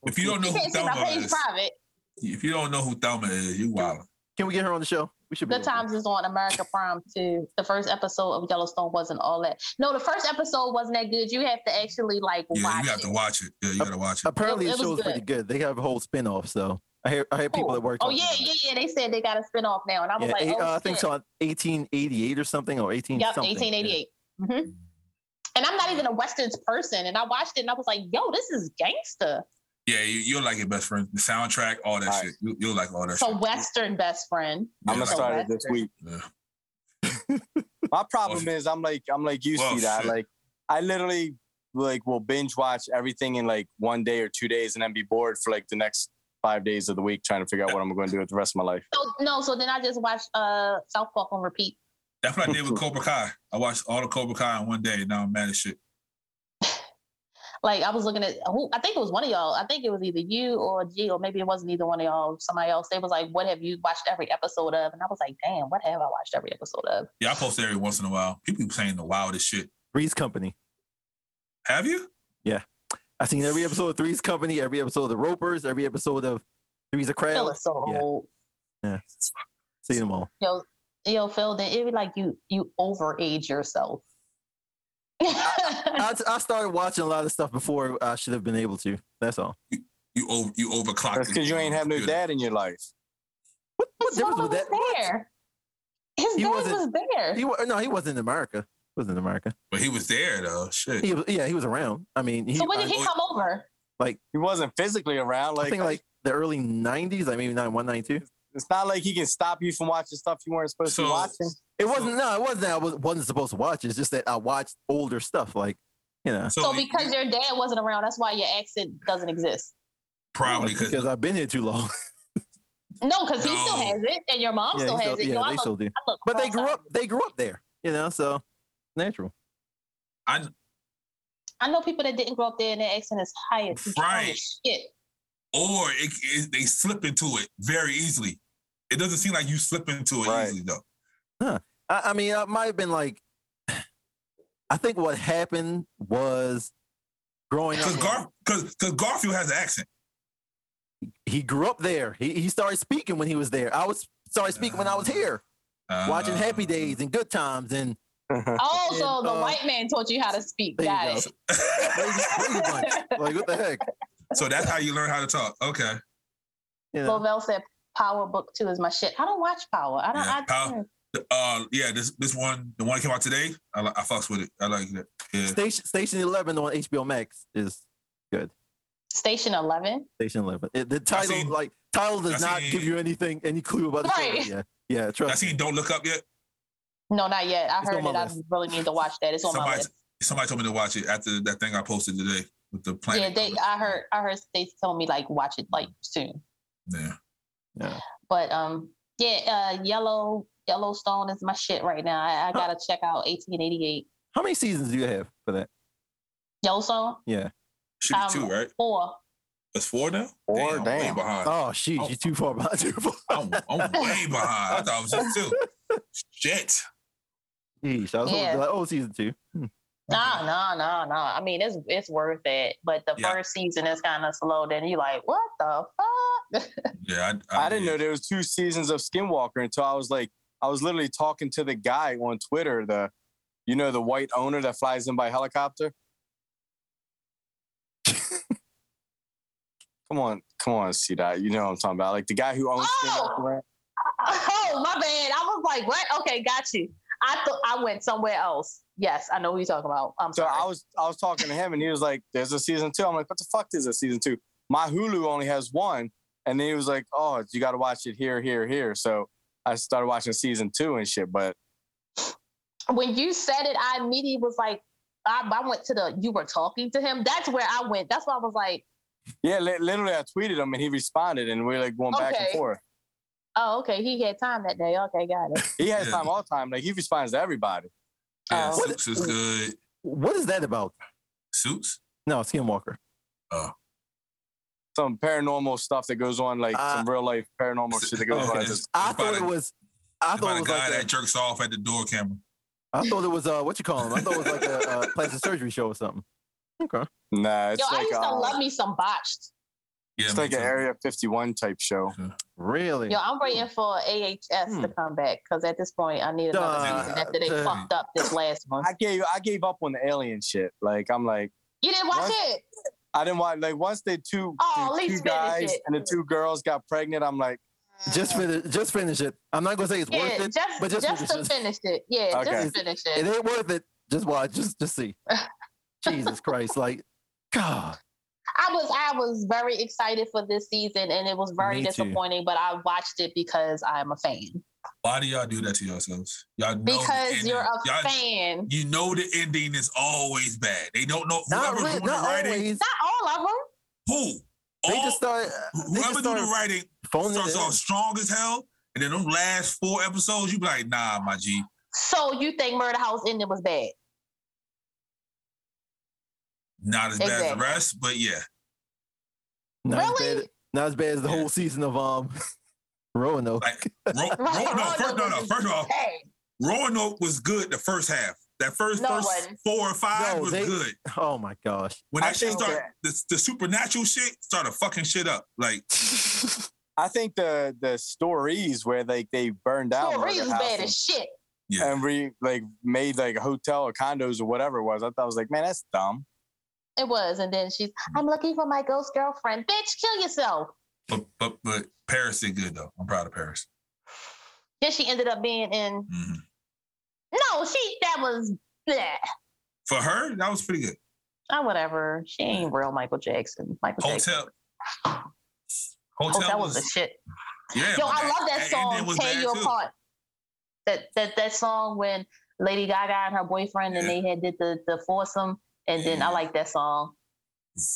Speaker 2: if you don't know
Speaker 3: You
Speaker 2: who
Speaker 3: can't see my
Speaker 2: Thelma
Speaker 3: page
Speaker 2: is,
Speaker 3: private.
Speaker 2: if you don't know who Thelma is, you wild.
Speaker 5: Can we get her on the show? We should. be
Speaker 3: Good
Speaker 5: able to.
Speaker 3: Times is on America Prime too. The first episode of Yellowstone wasn't all that. No, the first episode wasn't that good. You have to actually like
Speaker 2: Yeah,
Speaker 3: watch
Speaker 2: you have
Speaker 3: it.
Speaker 2: to watch it. Yeah, you gotta watch it.
Speaker 5: Apparently,
Speaker 3: It- it
Speaker 5: the
Speaker 3: was
Speaker 5: show's
Speaker 3: good.
Speaker 5: pretty good. They have a whole spinoff. So I hear I hear people
Speaker 3: Cool.
Speaker 5: that work.
Speaker 3: Oh yeah, yeah, yeah. They said they got a spin off now, and I was like,
Speaker 5: eight-
Speaker 3: oh,
Speaker 5: uh, I
Speaker 3: shit.
Speaker 5: think it's on 1888 or something or 18
Speaker 3: Yep,
Speaker 5: something.
Speaker 3: 1888. hmm
Speaker 2: Mm.
Speaker 3: And I'm not even a westerns person, and I watched it, and I was like, yo, this is gangster.
Speaker 2: Yeah, you, you'll like it, best friend. The soundtrack, all that
Speaker 8: All right.
Speaker 2: shit. You, you'll like all that
Speaker 3: So
Speaker 2: shit.
Speaker 3: western best friend.
Speaker 8: I'm gonna
Speaker 2: Yeah.
Speaker 8: start it this week.
Speaker 2: Yeah.
Speaker 8: My problem is I'm like I'm like you
Speaker 2: Well,
Speaker 8: see that
Speaker 2: shit.
Speaker 8: like I literally like will binge watch everything in like one day or two days and then be bored for like the next five days of the week trying to figure out what I'm going to do with the rest of my life.
Speaker 3: So no, so then I just watched uh South Park on repeat.
Speaker 2: That's what I did with Cobra Kai. I watched all the Cobra Kai in one day. and Now I'm mad as shit.
Speaker 3: Like I was looking at who I think it was one of y'all. I think it was either you or G, or maybe it wasn't either one of y'all. Somebody else. They was like, "What have you watched every episode of?" And I was like, "Damn, what have I watched every episode of?"
Speaker 2: Yeah, I post every once in a while. People be saying the wildest shit.
Speaker 5: Three's Company.
Speaker 2: Have you?
Speaker 5: I've seen every episode of Three's Company, every episode of The Ropers, every episode of Three's a
Speaker 3: Phil
Speaker 5: Crowd.
Speaker 3: is so
Speaker 5: Yeah.
Speaker 3: old.
Speaker 5: Seen them all.
Speaker 3: Yo, yo, Phil. Then it be like you you overage yourself.
Speaker 5: I, I started watching a lot of stuff before I should have been able to. That's all.
Speaker 2: You over you overclocked.
Speaker 8: That's because you ain't have no
Speaker 2: computer.
Speaker 8: dad in your life.
Speaker 5: What, what
Speaker 3: His
Speaker 5: difference
Speaker 3: mama
Speaker 5: was that?
Speaker 3: was there. His
Speaker 5: He
Speaker 3: dad was
Speaker 5: wasn't-
Speaker 3: there.
Speaker 5: He wa- no, he wasn't in America. He wasn't in America.
Speaker 2: But he was there though. Shit.
Speaker 5: He was, yeah, he was around. I mean, he,
Speaker 3: so when did
Speaker 2: I-
Speaker 3: he come over?
Speaker 8: He wasn't physically around.
Speaker 5: I
Speaker 8: Like,
Speaker 5: think like the early 90s, like maybe 91, 92.
Speaker 8: it's not like he can stop you from watching stuff you weren't supposed to
Speaker 2: So-
Speaker 8: be watching.
Speaker 5: It
Speaker 2: So-
Speaker 5: wasn't. No, it wasn't. that I was, wasn't supposed to watch. It's just that I watched older stuff. Like, you know,
Speaker 2: So,
Speaker 3: So
Speaker 2: it-
Speaker 3: because your dad wasn't around, that's why your accent doesn't exist.
Speaker 2: probably because
Speaker 5: I've been here too long.
Speaker 3: No, because he still
Speaker 2: No.
Speaker 3: has it, and your mom
Speaker 5: yeah,
Speaker 3: still
Speaker 5: he
Speaker 3: has
Speaker 5: still-
Speaker 3: it.
Speaker 5: yeah,
Speaker 3: Yo, I
Speaker 5: they
Speaker 3: look,
Speaker 5: still do.
Speaker 3: I look
Speaker 5: But they grew
Speaker 3: cross-eyed.
Speaker 5: up. They grew up there. You know, so natural.
Speaker 2: I
Speaker 3: I know people that didn't grow up there, and their accent is high as hell
Speaker 2: Right.
Speaker 3: as shit.
Speaker 2: or it, it, they slip into it very easily. It doesn't seem like you slip into it
Speaker 8: Right.
Speaker 2: easily though.
Speaker 5: I, I mean, I might have been like. I think what happened was, growing up,
Speaker 2: Because Gar- cause, cause Garfield has an accent.
Speaker 5: he grew up there. He he started speaking when he was there. I was started speaking when I was here, watching Happy
Speaker 2: Uh,
Speaker 5: Days and Good Times, and
Speaker 3: Oh,
Speaker 5: And,
Speaker 3: so the
Speaker 5: uh,
Speaker 3: white man taught you how to speak.
Speaker 5: there you
Speaker 3: Got
Speaker 5: go.
Speaker 3: it.
Speaker 5: Brady, Brady Bunch. like what the heck?
Speaker 2: so that's how you learn how to talk. Okay.
Speaker 5: You know,
Speaker 3: Lovell said Power Book Two is my shit. I don't watch Power. I don't.
Speaker 2: Yeah,
Speaker 3: I,
Speaker 2: Power- Uh, yeah, this this one, the one that came out today, I, li- I fucks with it. I like it. Yeah.
Speaker 5: Station Station Eleven on HBO Max is
Speaker 3: Station Eleven.
Speaker 5: Station Eleven. It, the title,
Speaker 2: seen-
Speaker 5: like title,
Speaker 2: I
Speaker 5: does not
Speaker 2: seen-
Speaker 5: give you anything, any clue about the show.
Speaker 3: Right.
Speaker 5: Yeah, yeah.
Speaker 2: I
Speaker 5: Trust me.
Speaker 2: seen Don't Look Up yet.
Speaker 3: No, not yet. I
Speaker 5: It's
Speaker 3: heard
Speaker 5: on my
Speaker 3: it. I
Speaker 5: list.
Speaker 3: really need to watch that. It's on my
Speaker 2: Somebody-
Speaker 3: list.
Speaker 2: Somebody told me to watch it after that thing I posted today with the planet.
Speaker 3: Yeah, they. I heard. I heard they told me like watch it like soon.
Speaker 2: Yeah.
Speaker 5: Yeah.
Speaker 3: But um, yeah, uh, Yellow Yellowstone is my shit right now. I, I gotta check out 1888
Speaker 5: How many seasons do you have for that?
Speaker 3: Yellowstone.
Speaker 5: Yeah.
Speaker 2: Should be
Speaker 3: um,
Speaker 2: two, right?
Speaker 3: Four.
Speaker 2: That's four now.
Speaker 4: Four,
Speaker 2: I'm way
Speaker 4: damn.
Speaker 2: behind.
Speaker 5: Oh shoot, you're too far behind. Too far.
Speaker 2: I'm, I'm way behind. I thought it was just two. Shit.
Speaker 5: Yeesh, I was hoping to be
Speaker 3: Yeah.
Speaker 5: like, oh, season two. Hmm.
Speaker 3: Nah, nah, nah, nah. I mean, it's it's worth it, but the
Speaker 2: Yeah.
Speaker 3: first season is kind of slow. Then you're like, what the
Speaker 4: Oh,
Speaker 3: fuck?
Speaker 2: Yeah, I,
Speaker 4: I didn't know there was two seasons of Skinwalker until I was like, I was literally talking to the guy on Twitter, the, you know, the white owner that flies in by helicopter. come on, come on, see that? You know what I'm talking about? Like the guy who owns
Speaker 3: Oh!
Speaker 4: Skinwalker. Ranch.
Speaker 3: oh my bad. I was like, what? Okay, got you. I thought I went somewhere else. Yes, I know who you're talking about. I'm
Speaker 4: So
Speaker 3: sorry.
Speaker 4: I was, I was talking to him, and he was like, "There's a season two. I'm like, "What the fuck is a season two? My Hulu only has one." And then he was like, "Oh, you got to watch it here, here, here." So I started watching season two and shit, but
Speaker 3: when you said it, I immediately was like, I, I went to the you were talking to him. That's where I went. That's why I was like,
Speaker 4: Yeah, li- literally, I tweeted him and he responded, and we are like going back and
Speaker 3: Okay.
Speaker 4: forth.
Speaker 3: oh, okay, he had time that day. Okay, got it.
Speaker 4: He has
Speaker 2: Yeah.
Speaker 4: time all the time. Like he responds to everybody.
Speaker 2: Yeah,
Speaker 3: Oh.
Speaker 2: Suits is good.
Speaker 5: What is that about?
Speaker 2: Suits.
Speaker 5: No, Skinwalker.
Speaker 4: Some paranormal stuff that goes on, like
Speaker 5: Uh,
Speaker 4: some real life paranormal shit that goes
Speaker 2: Okay,
Speaker 4: on. at
Speaker 2: it's-
Speaker 4: this-
Speaker 2: it's
Speaker 5: I
Speaker 2: about
Speaker 5: thought
Speaker 2: a-
Speaker 5: it was. I
Speaker 2: it's about
Speaker 5: thought
Speaker 2: a
Speaker 5: it was
Speaker 2: guy
Speaker 5: like
Speaker 2: that
Speaker 5: a,
Speaker 2: jerks off at the door camera.
Speaker 5: I thought it was uh what you call him? I thought it was like a, uh plastic surgery show or something. Okay.
Speaker 4: Nah, it's
Speaker 3: Yo, I
Speaker 4: like
Speaker 3: used to
Speaker 4: uh,
Speaker 3: love me some botched.
Speaker 2: Yeah,
Speaker 4: it's
Speaker 2: me
Speaker 4: like an
Speaker 2: too.
Speaker 4: Area 51 type show.
Speaker 5: Really?
Speaker 3: Yo, I'm waiting for AHS to come back because at this point, I need another
Speaker 5: Duh.
Speaker 3: season after they
Speaker 5: Duh.
Speaker 3: fucked up this last one.
Speaker 4: I gave I gave up on the alien shit. Like I'm like
Speaker 3: You didn't watch
Speaker 4: What?
Speaker 3: it?
Speaker 4: I didn't want like once the two,
Speaker 3: Oh,
Speaker 4: the
Speaker 3: at
Speaker 4: two
Speaker 3: least
Speaker 4: guys
Speaker 3: finish it.
Speaker 4: and the two girls got pregnant. I'm like
Speaker 5: Just finish. Just finish it. I'm not gonna say it's worth
Speaker 3: Yeah,
Speaker 5: it.
Speaker 3: just,
Speaker 5: but just
Speaker 3: just,
Speaker 5: finish
Speaker 3: to
Speaker 5: it.
Speaker 3: finish it. Yeah,
Speaker 4: Okay.
Speaker 3: just finish
Speaker 5: It
Speaker 3: it.
Speaker 5: ain't worth it. Just watch. Just just see. Jesus Christ! Like, God.
Speaker 3: I was I was very excited for this season and it was very
Speaker 5: Me too.
Speaker 3: disappointing, but I watched it because I'm a fan.
Speaker 2: Why do y'all do that to yourselves? Y'all know the
Speaker 3: Because
Speaker 2: ending.
Speaker 3: you're a
Speaker 2: Y'all-
Speaker 3: fan.
Speaker 2: You know the ending is always bad. They don't know
Speaker 5: Not,
Speaker 2: whoever
Speaker 5: really,
Speaker 2: do the
Speaker 5: not
Speaker 2: writing.
Speaker 5: always.
Speaker 3: Not all of them.
Speaker 2: Who?
Speaker 5: They
Speaker 2: All-
Speaker 5: just start. They
Speaker 2: whoever
Speaker 5: just
Speaker 2: do the
Speaker 5: start
Speaker 2: writing
Speaker 5: phoning it
Speaker 2: starts
Speaker 5: in.
Speaker 2: off strong as hell, and then them last four episodes, you be like, nah, my G.
Speaker 3: So you think Murder House ending was bad?
Speaker 2: Not as bad as the
Speaker 3: Exactly.
Speaker 2: rest, but yeah.
Speaker 5: Not as
Speaker 3: Really?
Speaker 5: bad, not as bad as the
Speaker 2: Yeah.
Speaker 5: whole season of um Roanoke.
Speaker 2: Like, Ro- Ro- no,
Speaker 3: Roanoke
Speaker 2: first, no, no,
Speaker 3: was
Speaker 2: first of all,
Speaker 3: Hey,
Speaker 2: Roanoke was good the first half. That first,
Speaker 3: No, it
Speaker 2: first
Speaker 3: wasn't.
Speaker 2: four or five
Speaker 5: No,
Speaker 2: was
Speaker 5: they-
Speaker 2: good.
Speaker 5: oh my gosh.
Speaker 2: When
Speaker 4: I
Speaker 2: that shit
Speaker 4: think
Speaker 2: started,
Speaker 4: that-
Speaker 2: the, the supernatural shit started fucking shit up. Like,
Speaker 4: I think the the stories where like they burned out.
Speaker 3: Corey
Speaker 4: Murder
Speaker 3: was
Speaker 4: House
Speaker 3: bad
Speaker 4: and
Speaker 3: as shit.
Speaker 2: yeah.
Speaker 4: and we like made like a hotel or condos or whatever it was. I thought I was like, man, that's dumb.
Speaker 3: It was, and then she's,
Speaker 2: Mm.
Speaker 3: I'm looking for my ghost girlfriend. Bitch, kill yourself.
Speaker 2: but, but but Paris did good though. I'm proud of Paris.
Speaker 3: Then she ended up being in.
Speaker 2: Mhm.
Speaker 3: No, she that was bleh.
Speaker 2: For her, that was pretty good.
Speaker 3: Oh, whatever. She ain't real Michael Jackson. Michael
Speaker 2: Oh,
Speaker 3: Jackson.
Speaker 2: Hotel. Hotel,
Speaker 3: Hotel
Speaker 2: was,
Speaker 3: was a shit.
Speaker 2: yeah.
Speaker 3: Yo,
Speaker 2: but
Speaker 3: I love that
Speaker 2: ending
Speaker 3: song,
Speaker 2: was
Speaker 3: Tear
Speaker 2: bad,
Speaker 3: You
Speaker 2: too.
Speaker 3: Apart. That that that song when Lady Gaga and her boyfriend and
Speaker 2: Yeah.
Speaker 3: they had did the the foursome, and then
Speaker 2: Yeah.
Speaker 3: I like that song.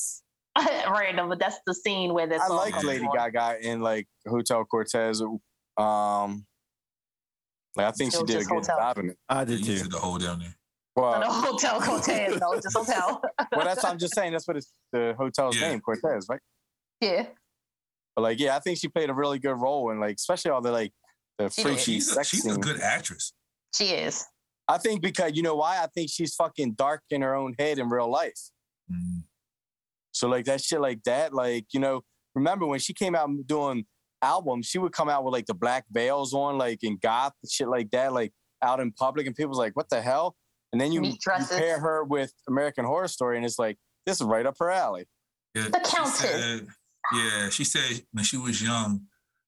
Speaker 3: Random, but that's the scene where that
Speaker 4: I
Speaker 3: song.
Speaker 4: like
Speaker 3: comes
Speaker 4: Lady
Speaker 3: on.
Speaker 4: Gaga in like Hotel Cortez. Um, like I think
Speaker 3: It
Speaker 4: she
Speaker 3: was
Speaker 4: did a
Speaker 3: just
Speaker 4: good
Speaker 3: Hotel.
Speaker 4: job in it.
Speaker 5: I
Speaker 2: Yeah,
Speaker 5: did
Speaker 2: you
Speaker 5: too.
Speaker 2: did the whole down there.
Speaker 3: No, no,
Speaker 4: Well,
Speaker 3: hotel, Cortez, no, just hotel.
Speaker 4: well, that's what I'm just saying. That's what it's the hotel's
Speaker 2: Yeah.
Speaker 4: name, Cortez, right?
Speaker 3: yeah,
Speaker 4: But like, yeah, I think she played a really good role in like, especially all the like the
Speaker 3: She did.
Speaker 4: freaky
Speaker 2: She's a,
Speaker 4: sex
Speaker 2: she's a
Speaker 4: scenes.
Speaker 2: good actress.
Speaker 3: she is.
Speaker 4: I think because you know why? I think she's fucking dark in her own head in real life.
Speaker 2: Mhm.
Speaker 4: So like that shit like that, like, you know, remember when she came out doing albums, she would come out with like the black veils on, like in goth and shit like that, like out in public, and people's like, what the hell? And then you,
Speaker 3: Meat
Speaker 4: you
Speaker 3: dresses.
Speaker 4: pair her with American Horror Story, and it's like, this is right up her alley.
Speaker 2: Yeah,
Speaker 3: The
Speaker 2: she
Speaker 3: Countess.
Speaker 2: said- yeah, she said when she was young,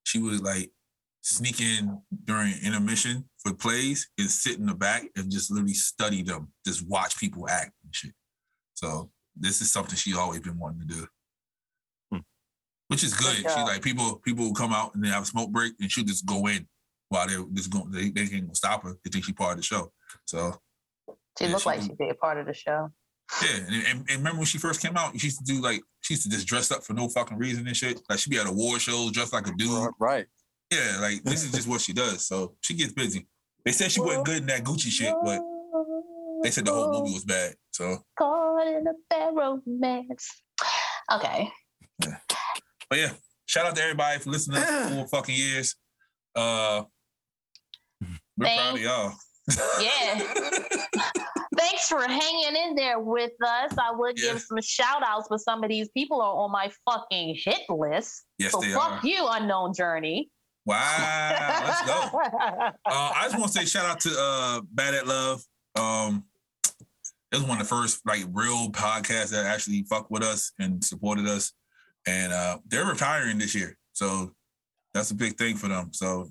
Speaker 2: she was like sneaking during intermission for plays and sit in the back and just literally study them, just watch people act and shit. So this is something she always been wanting to do.
Speaker 5: Hmm.
Speaker 2: Which is good.
Speaker 4: Like,
Speaker 2: she
Speaker 4: uh,
Speaker 2: like people people will come out and they have a smoke break and she'll just go in while they're just going they, they can't stop her. They think she part of the show. So
Speaker 3: She
Speaker 2: Yeah,
Speaker 3: looked
Speaker 2: she
Speaker 3: like
Speaker 2: did.
Speaker 3: she did part of the show.
Speaker 2: yeah, and, and, and remember when she first came out, she used to do like she used to just dress up for no fucking reason and shit. Like she'd be at award shows dressed like a dude.
Speaker 4: Right.
Speaker 2: Yeah, like this is just what she does. So she gets busy. They said she wasn't good in that Gucci shit, but they said the whole movie was bad. So,
Speaker 3: Caught in a bad romance. Okay.
Speaker 2: but yeah, shout out to everybody for listening for four fucking years. Uh, we're proud of
Speaker 3: Thanks.
Speaker 2: y'all.
Speaker 3: Yeah. Thanks for hanging in there with us. I would
Speaker 2: Yeah.
Speaker 3: give some shout outs, but some of these people are on my fucking hit list.
Speaker 2: yes,
Speaker 3: so
Speaker 2: they
Speaker 3: fuck
Speaker 2: are.
Speaker 3: you, Unknown Journey.
Speaker 2: Wow, let's go. uh, I just want to say shout out to uh, Bad at Love. Um, it was one of the first like real podcasts that actually fucked with us and supported us, and uh, they're retiring this year, so that's a big thing for them. So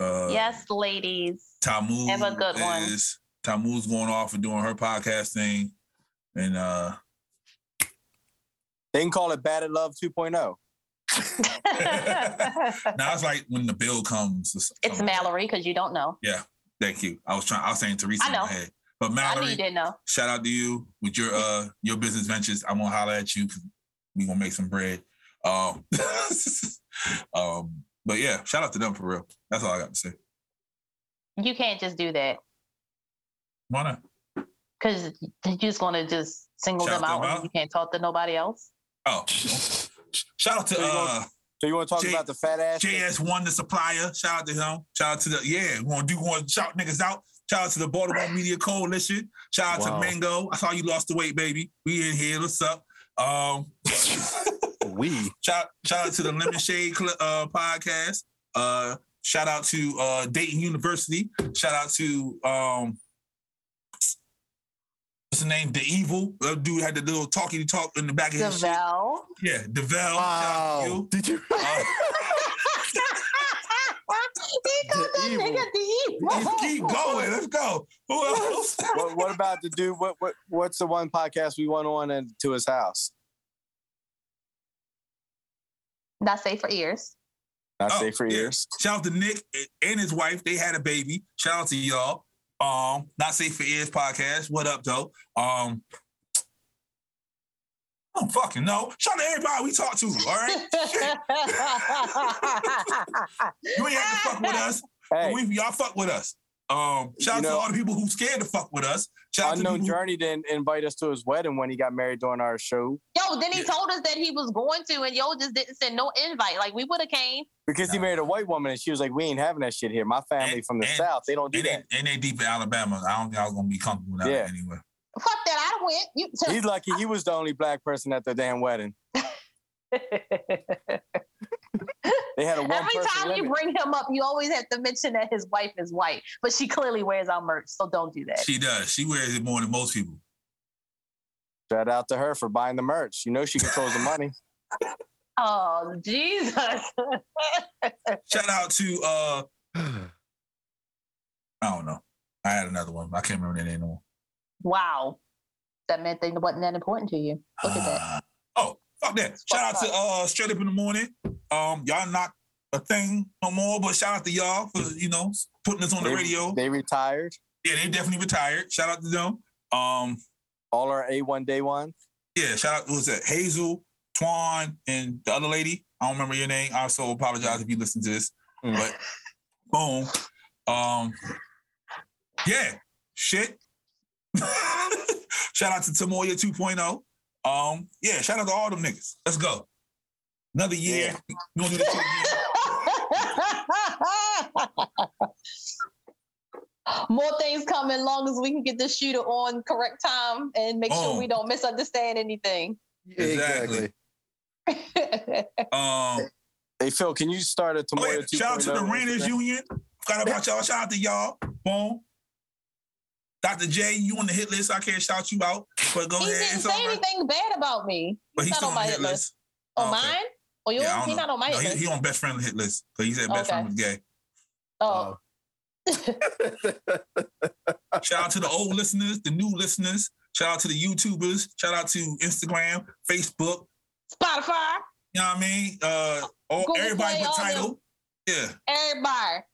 Speaker 2: uh,
Speaker 3: yes, ladies.
Speaker 2: Tamu
Speaker 3: Have a good one.
Speaker 2: is Tamu's going off and doing her podcast thing, and uh,
Speaker 8: They can call it Bad at Love
Speaker 4: oh.
Speaker 8: 2.0.
Speaker 2: now it's like when the bill comes. or
Speaker 3: it's
Speaker 2: something.
Speaker 3: Mallory because you don't know.
Speaker 2: Thank you. I was trying. I was saying Teresa
Speaker 3: I
Speaker 2: in my
Speaker 3: know.
Speaker 2: head, but
Speaker 3: I knew
Speaker 2: Mallory.
Speaker 3: you didn't know.
Speaker 2: shout out to you with your uh your business ventures. I'm gonna holler at you. 'cause We gonna make some bread. Um, um, but yeah, shout out to them for real. That's all I got to say.
Speaker 3: You can't just do that
Speaker 2: Why not?
Speaker 3: because you're just going to just single
Speaker 2: Shout
Speaker 3: them out,
Speaker 2: them
Speaker 3: and
Speaker 2: out?
Speaker 3: You can't talk to nobody else.
Speaker 2: Oh, shout out to uh
Speaker 8: So you want to talk
Speaker 2: J-
Speaker 8: about the fat ass?
Speaker 2: JS1, the supplier. Shout out to him. Shout out to the yeah. We gonna do we gonna shout niggas out. Shout out to the Baltimore Media Coalition. Shout out
Speaker 5: Wow.
Speaker 2: to Mango. I saw you lost the weight, baby. We in here. What's up? Um,
Speaker 5: We.
Speaker 2: Shout, shout out to the Lemon Shade Cl- uh, podcast. Uh, shout out to uh, Dayton University. Shout out to um, what's the name? The Evil uh, dude had the little talky talk in the back of his shit.
Speaker 3: Devel.
Speaker 2: Yeah, Devel. Shout out to
Speaker 5: Wow.
Speaker 2: you.
Speaker 5: Did you?
Speaker 2: Uh,
Speaker 3: he called that
Speaker 5: evil.
Speaker 3: nigga the evil.
Speaker 2: let's keep going. Let's go. Who else?
Speaker 8: What, what about the dude? What, what What's the one podcast we went on and to his house?
Speaker 3: Not safe for ears.
Speaker 8: Not
Speaker 2: Oh,
Speaker 8: safe for
Speaker 2: yeah.
Speaker 8: ears.
Speaker 2: Shout out to Nick and his wife. They had a baby. Shout out to y'all. Um, not safe for ears podcast. What up, though? Um, I don't fucking know. Shout out to everybody we talk to. All right, you ain't have to fuck with us.
Speaker 8: Hey,
Speaker 2: We, y'all fuck with us. Um, shout out
Speaker 8: You
Speaker 2: to
Speaker 8: know-
Speaker 2: all the people who scared to fuck with us. Shout out to
Speaker 8: unknown
Speaker 2: people who-
Speaker 8: journey didn't invite us to his wedding when he got married during our show
Speaker 3: Yo, then he
Speaker 2: Yeah.
Speaker 3: told us that he was going to, and yo just didn't send no invite. Like we would have came.
Speaker 8: because he married a white woman and she was like, "We ain't having that shit here. My family
Speaker 2: And-
Speaker 8: from the
Speaker 2: and-
Speaker 8: south, they don't do
Speaker 2: and they,
Speaker 8: that."
Speaker 2: and they deep in Alabama. I don't think I was gonna be comfortable with
Speaker 8: Yeah.
Speaker 2: that anyway.
Speaker 3: Fuck that! I went. You
Speaker 8: He's lucky he was the only black person at the damn wedding. They had a one
Speaker 3: Every
Speaker 8: person
Speaker 3: time you
Speaker 8: limit.
Speaker 3: bring him up, you always have to mention that his wife is white, but she clearly wears our merch, so don't do that.
Speaker 2: She does. She wears it more than most people.
Speaker 8: Shout out to her for buying the merch. You know she controls the money.
Speaker 3: oh Jesus!
Speaker 2: Shout out to uh, I don't know. I had another one. I can't remember that name anymore.
Speaker 3: wow, that meant thing wasn't that important to you. Look at that.
Speaker 2: Uh, oh, fuck that. Shout out to uh Straight Up in the Morning. Um, y'all not a thing no more, but shout out to y'all for, you know, putting us on the
Speaker 8: They-
Speaker 2: radio.
Speaker 8: They retired.
Speaker 2: Yeah, they definitely retired. Shout out to them. Um,
Speaker 8: All our A1 day one.
Speaker 2: yeah, shout out, what was that? Hazel, Twan, and the other lady. I don't remember your name. I also apologize if you listen to this,
Speaker 8: Mm.
Speaker 2: but boom. Um, yeah, shit. shout out to Tamoya 2.0. Um, yeah, shout out to all them niggas. Let's go. Another year. We gonna do this shit again.
Speaker 3: More things coming, long as we can get this shooter on correct time and make sure
Speaker 2: Boom.
Speaker 3: we don't misunderstand anything.
Speaker 2: Exactly. Um,
Speaker 8: Hey Phil, can you start a
Speaker 2: oh
Speaker 8: tomorrow?
Speaker 2: yeah, shout out to the Rangers Union. Forgot about y'all. Shout out to y'all. Boom. Dr. J, you on the hit list. I can't shout you out, but go
Speaker 3: he
Speaker 2: ahead.
Speaker 3: didn't
Speaker 2: It's
Speaker 3: say
Speaker 2: all right.
Speaker 3: anything bad about me.
Speaker 2: But he's
Speaker 3: not
Speaker 2: still
Speaker 3: on my hit list. On
Speaker 2: Okay.
Speaker 3: mine? Or yours?
Speaker 2: I don't
Speaker 3: He's
Speaker 2: know.
Speaker 3: not on my
Speaker 2: no,
Speaker 3: hit
Speaker 2: he,
Speaker 3: list.
Speaker 2: he on best friend hit list. So he said best friend was gay. uh,
Speaker 3: oh,
Speaker 2: Shout out to the old listeners, the new listeners. Shout out to the YouTubers. Shout out to Instagram, Facebook.
Speaker 3: Spotify,
Speaker 2: You know what I mean? Uh, all,
Speaker 3: Google
Speaker 2: everybody
Speaker 3: Play,
Speaker 2: with
Speaker 3: all
Speaker 2: title.
Speaker 3: them.
Speaker 2: Yeah.
Speaker 3: everybody,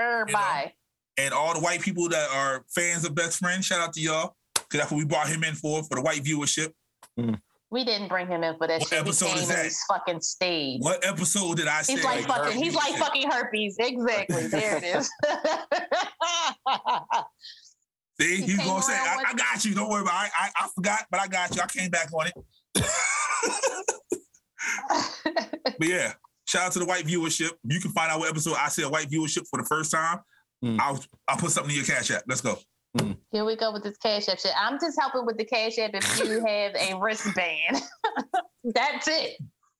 Speaker 3: everybody.
Speaker 2: And all the white people that are fans of Best Friend, shout out to y'all. Because that's what we brought him in for, for the white viewership.
Speaker 5: Mm.
Speaker 3: We didn't bring him in for that
Speaker 2: What
Speaker 3: shit. He
Speaker 2: episode
Speaker 3: came
Speaker 2: is
Speaker 3: and
Speaker 2: that?
Speaker 3: he's fucking stayed.
Speaker 2: What episode did I say?
Speaker 3: He's like,
Speaker 2: her-
Speaker 3: fucking. He's like fucking herpes. Exactly. There it is.
Speaker 2: See,
Speaker 3: He
Speaker 2: he's
Speaker 3: came
Speaker 2: gonna say,
Speaker 3: around
Speaker 2: I,
Speaker 3: one-
Speaker 2: I got you. Don't worry about it. I, I, I forgot, but I got you. I came back on it. but yeah, shout out to the white viewership. You can find out what episode I said white viewership for the first time.
Speaker 5: Mm.
Speaker 2: I'll I'll put something in your cash app. Let's go.
Speaker 3: Here we go with this cash app shit. I'm just helping with the cash app if you have a wristband. That's it.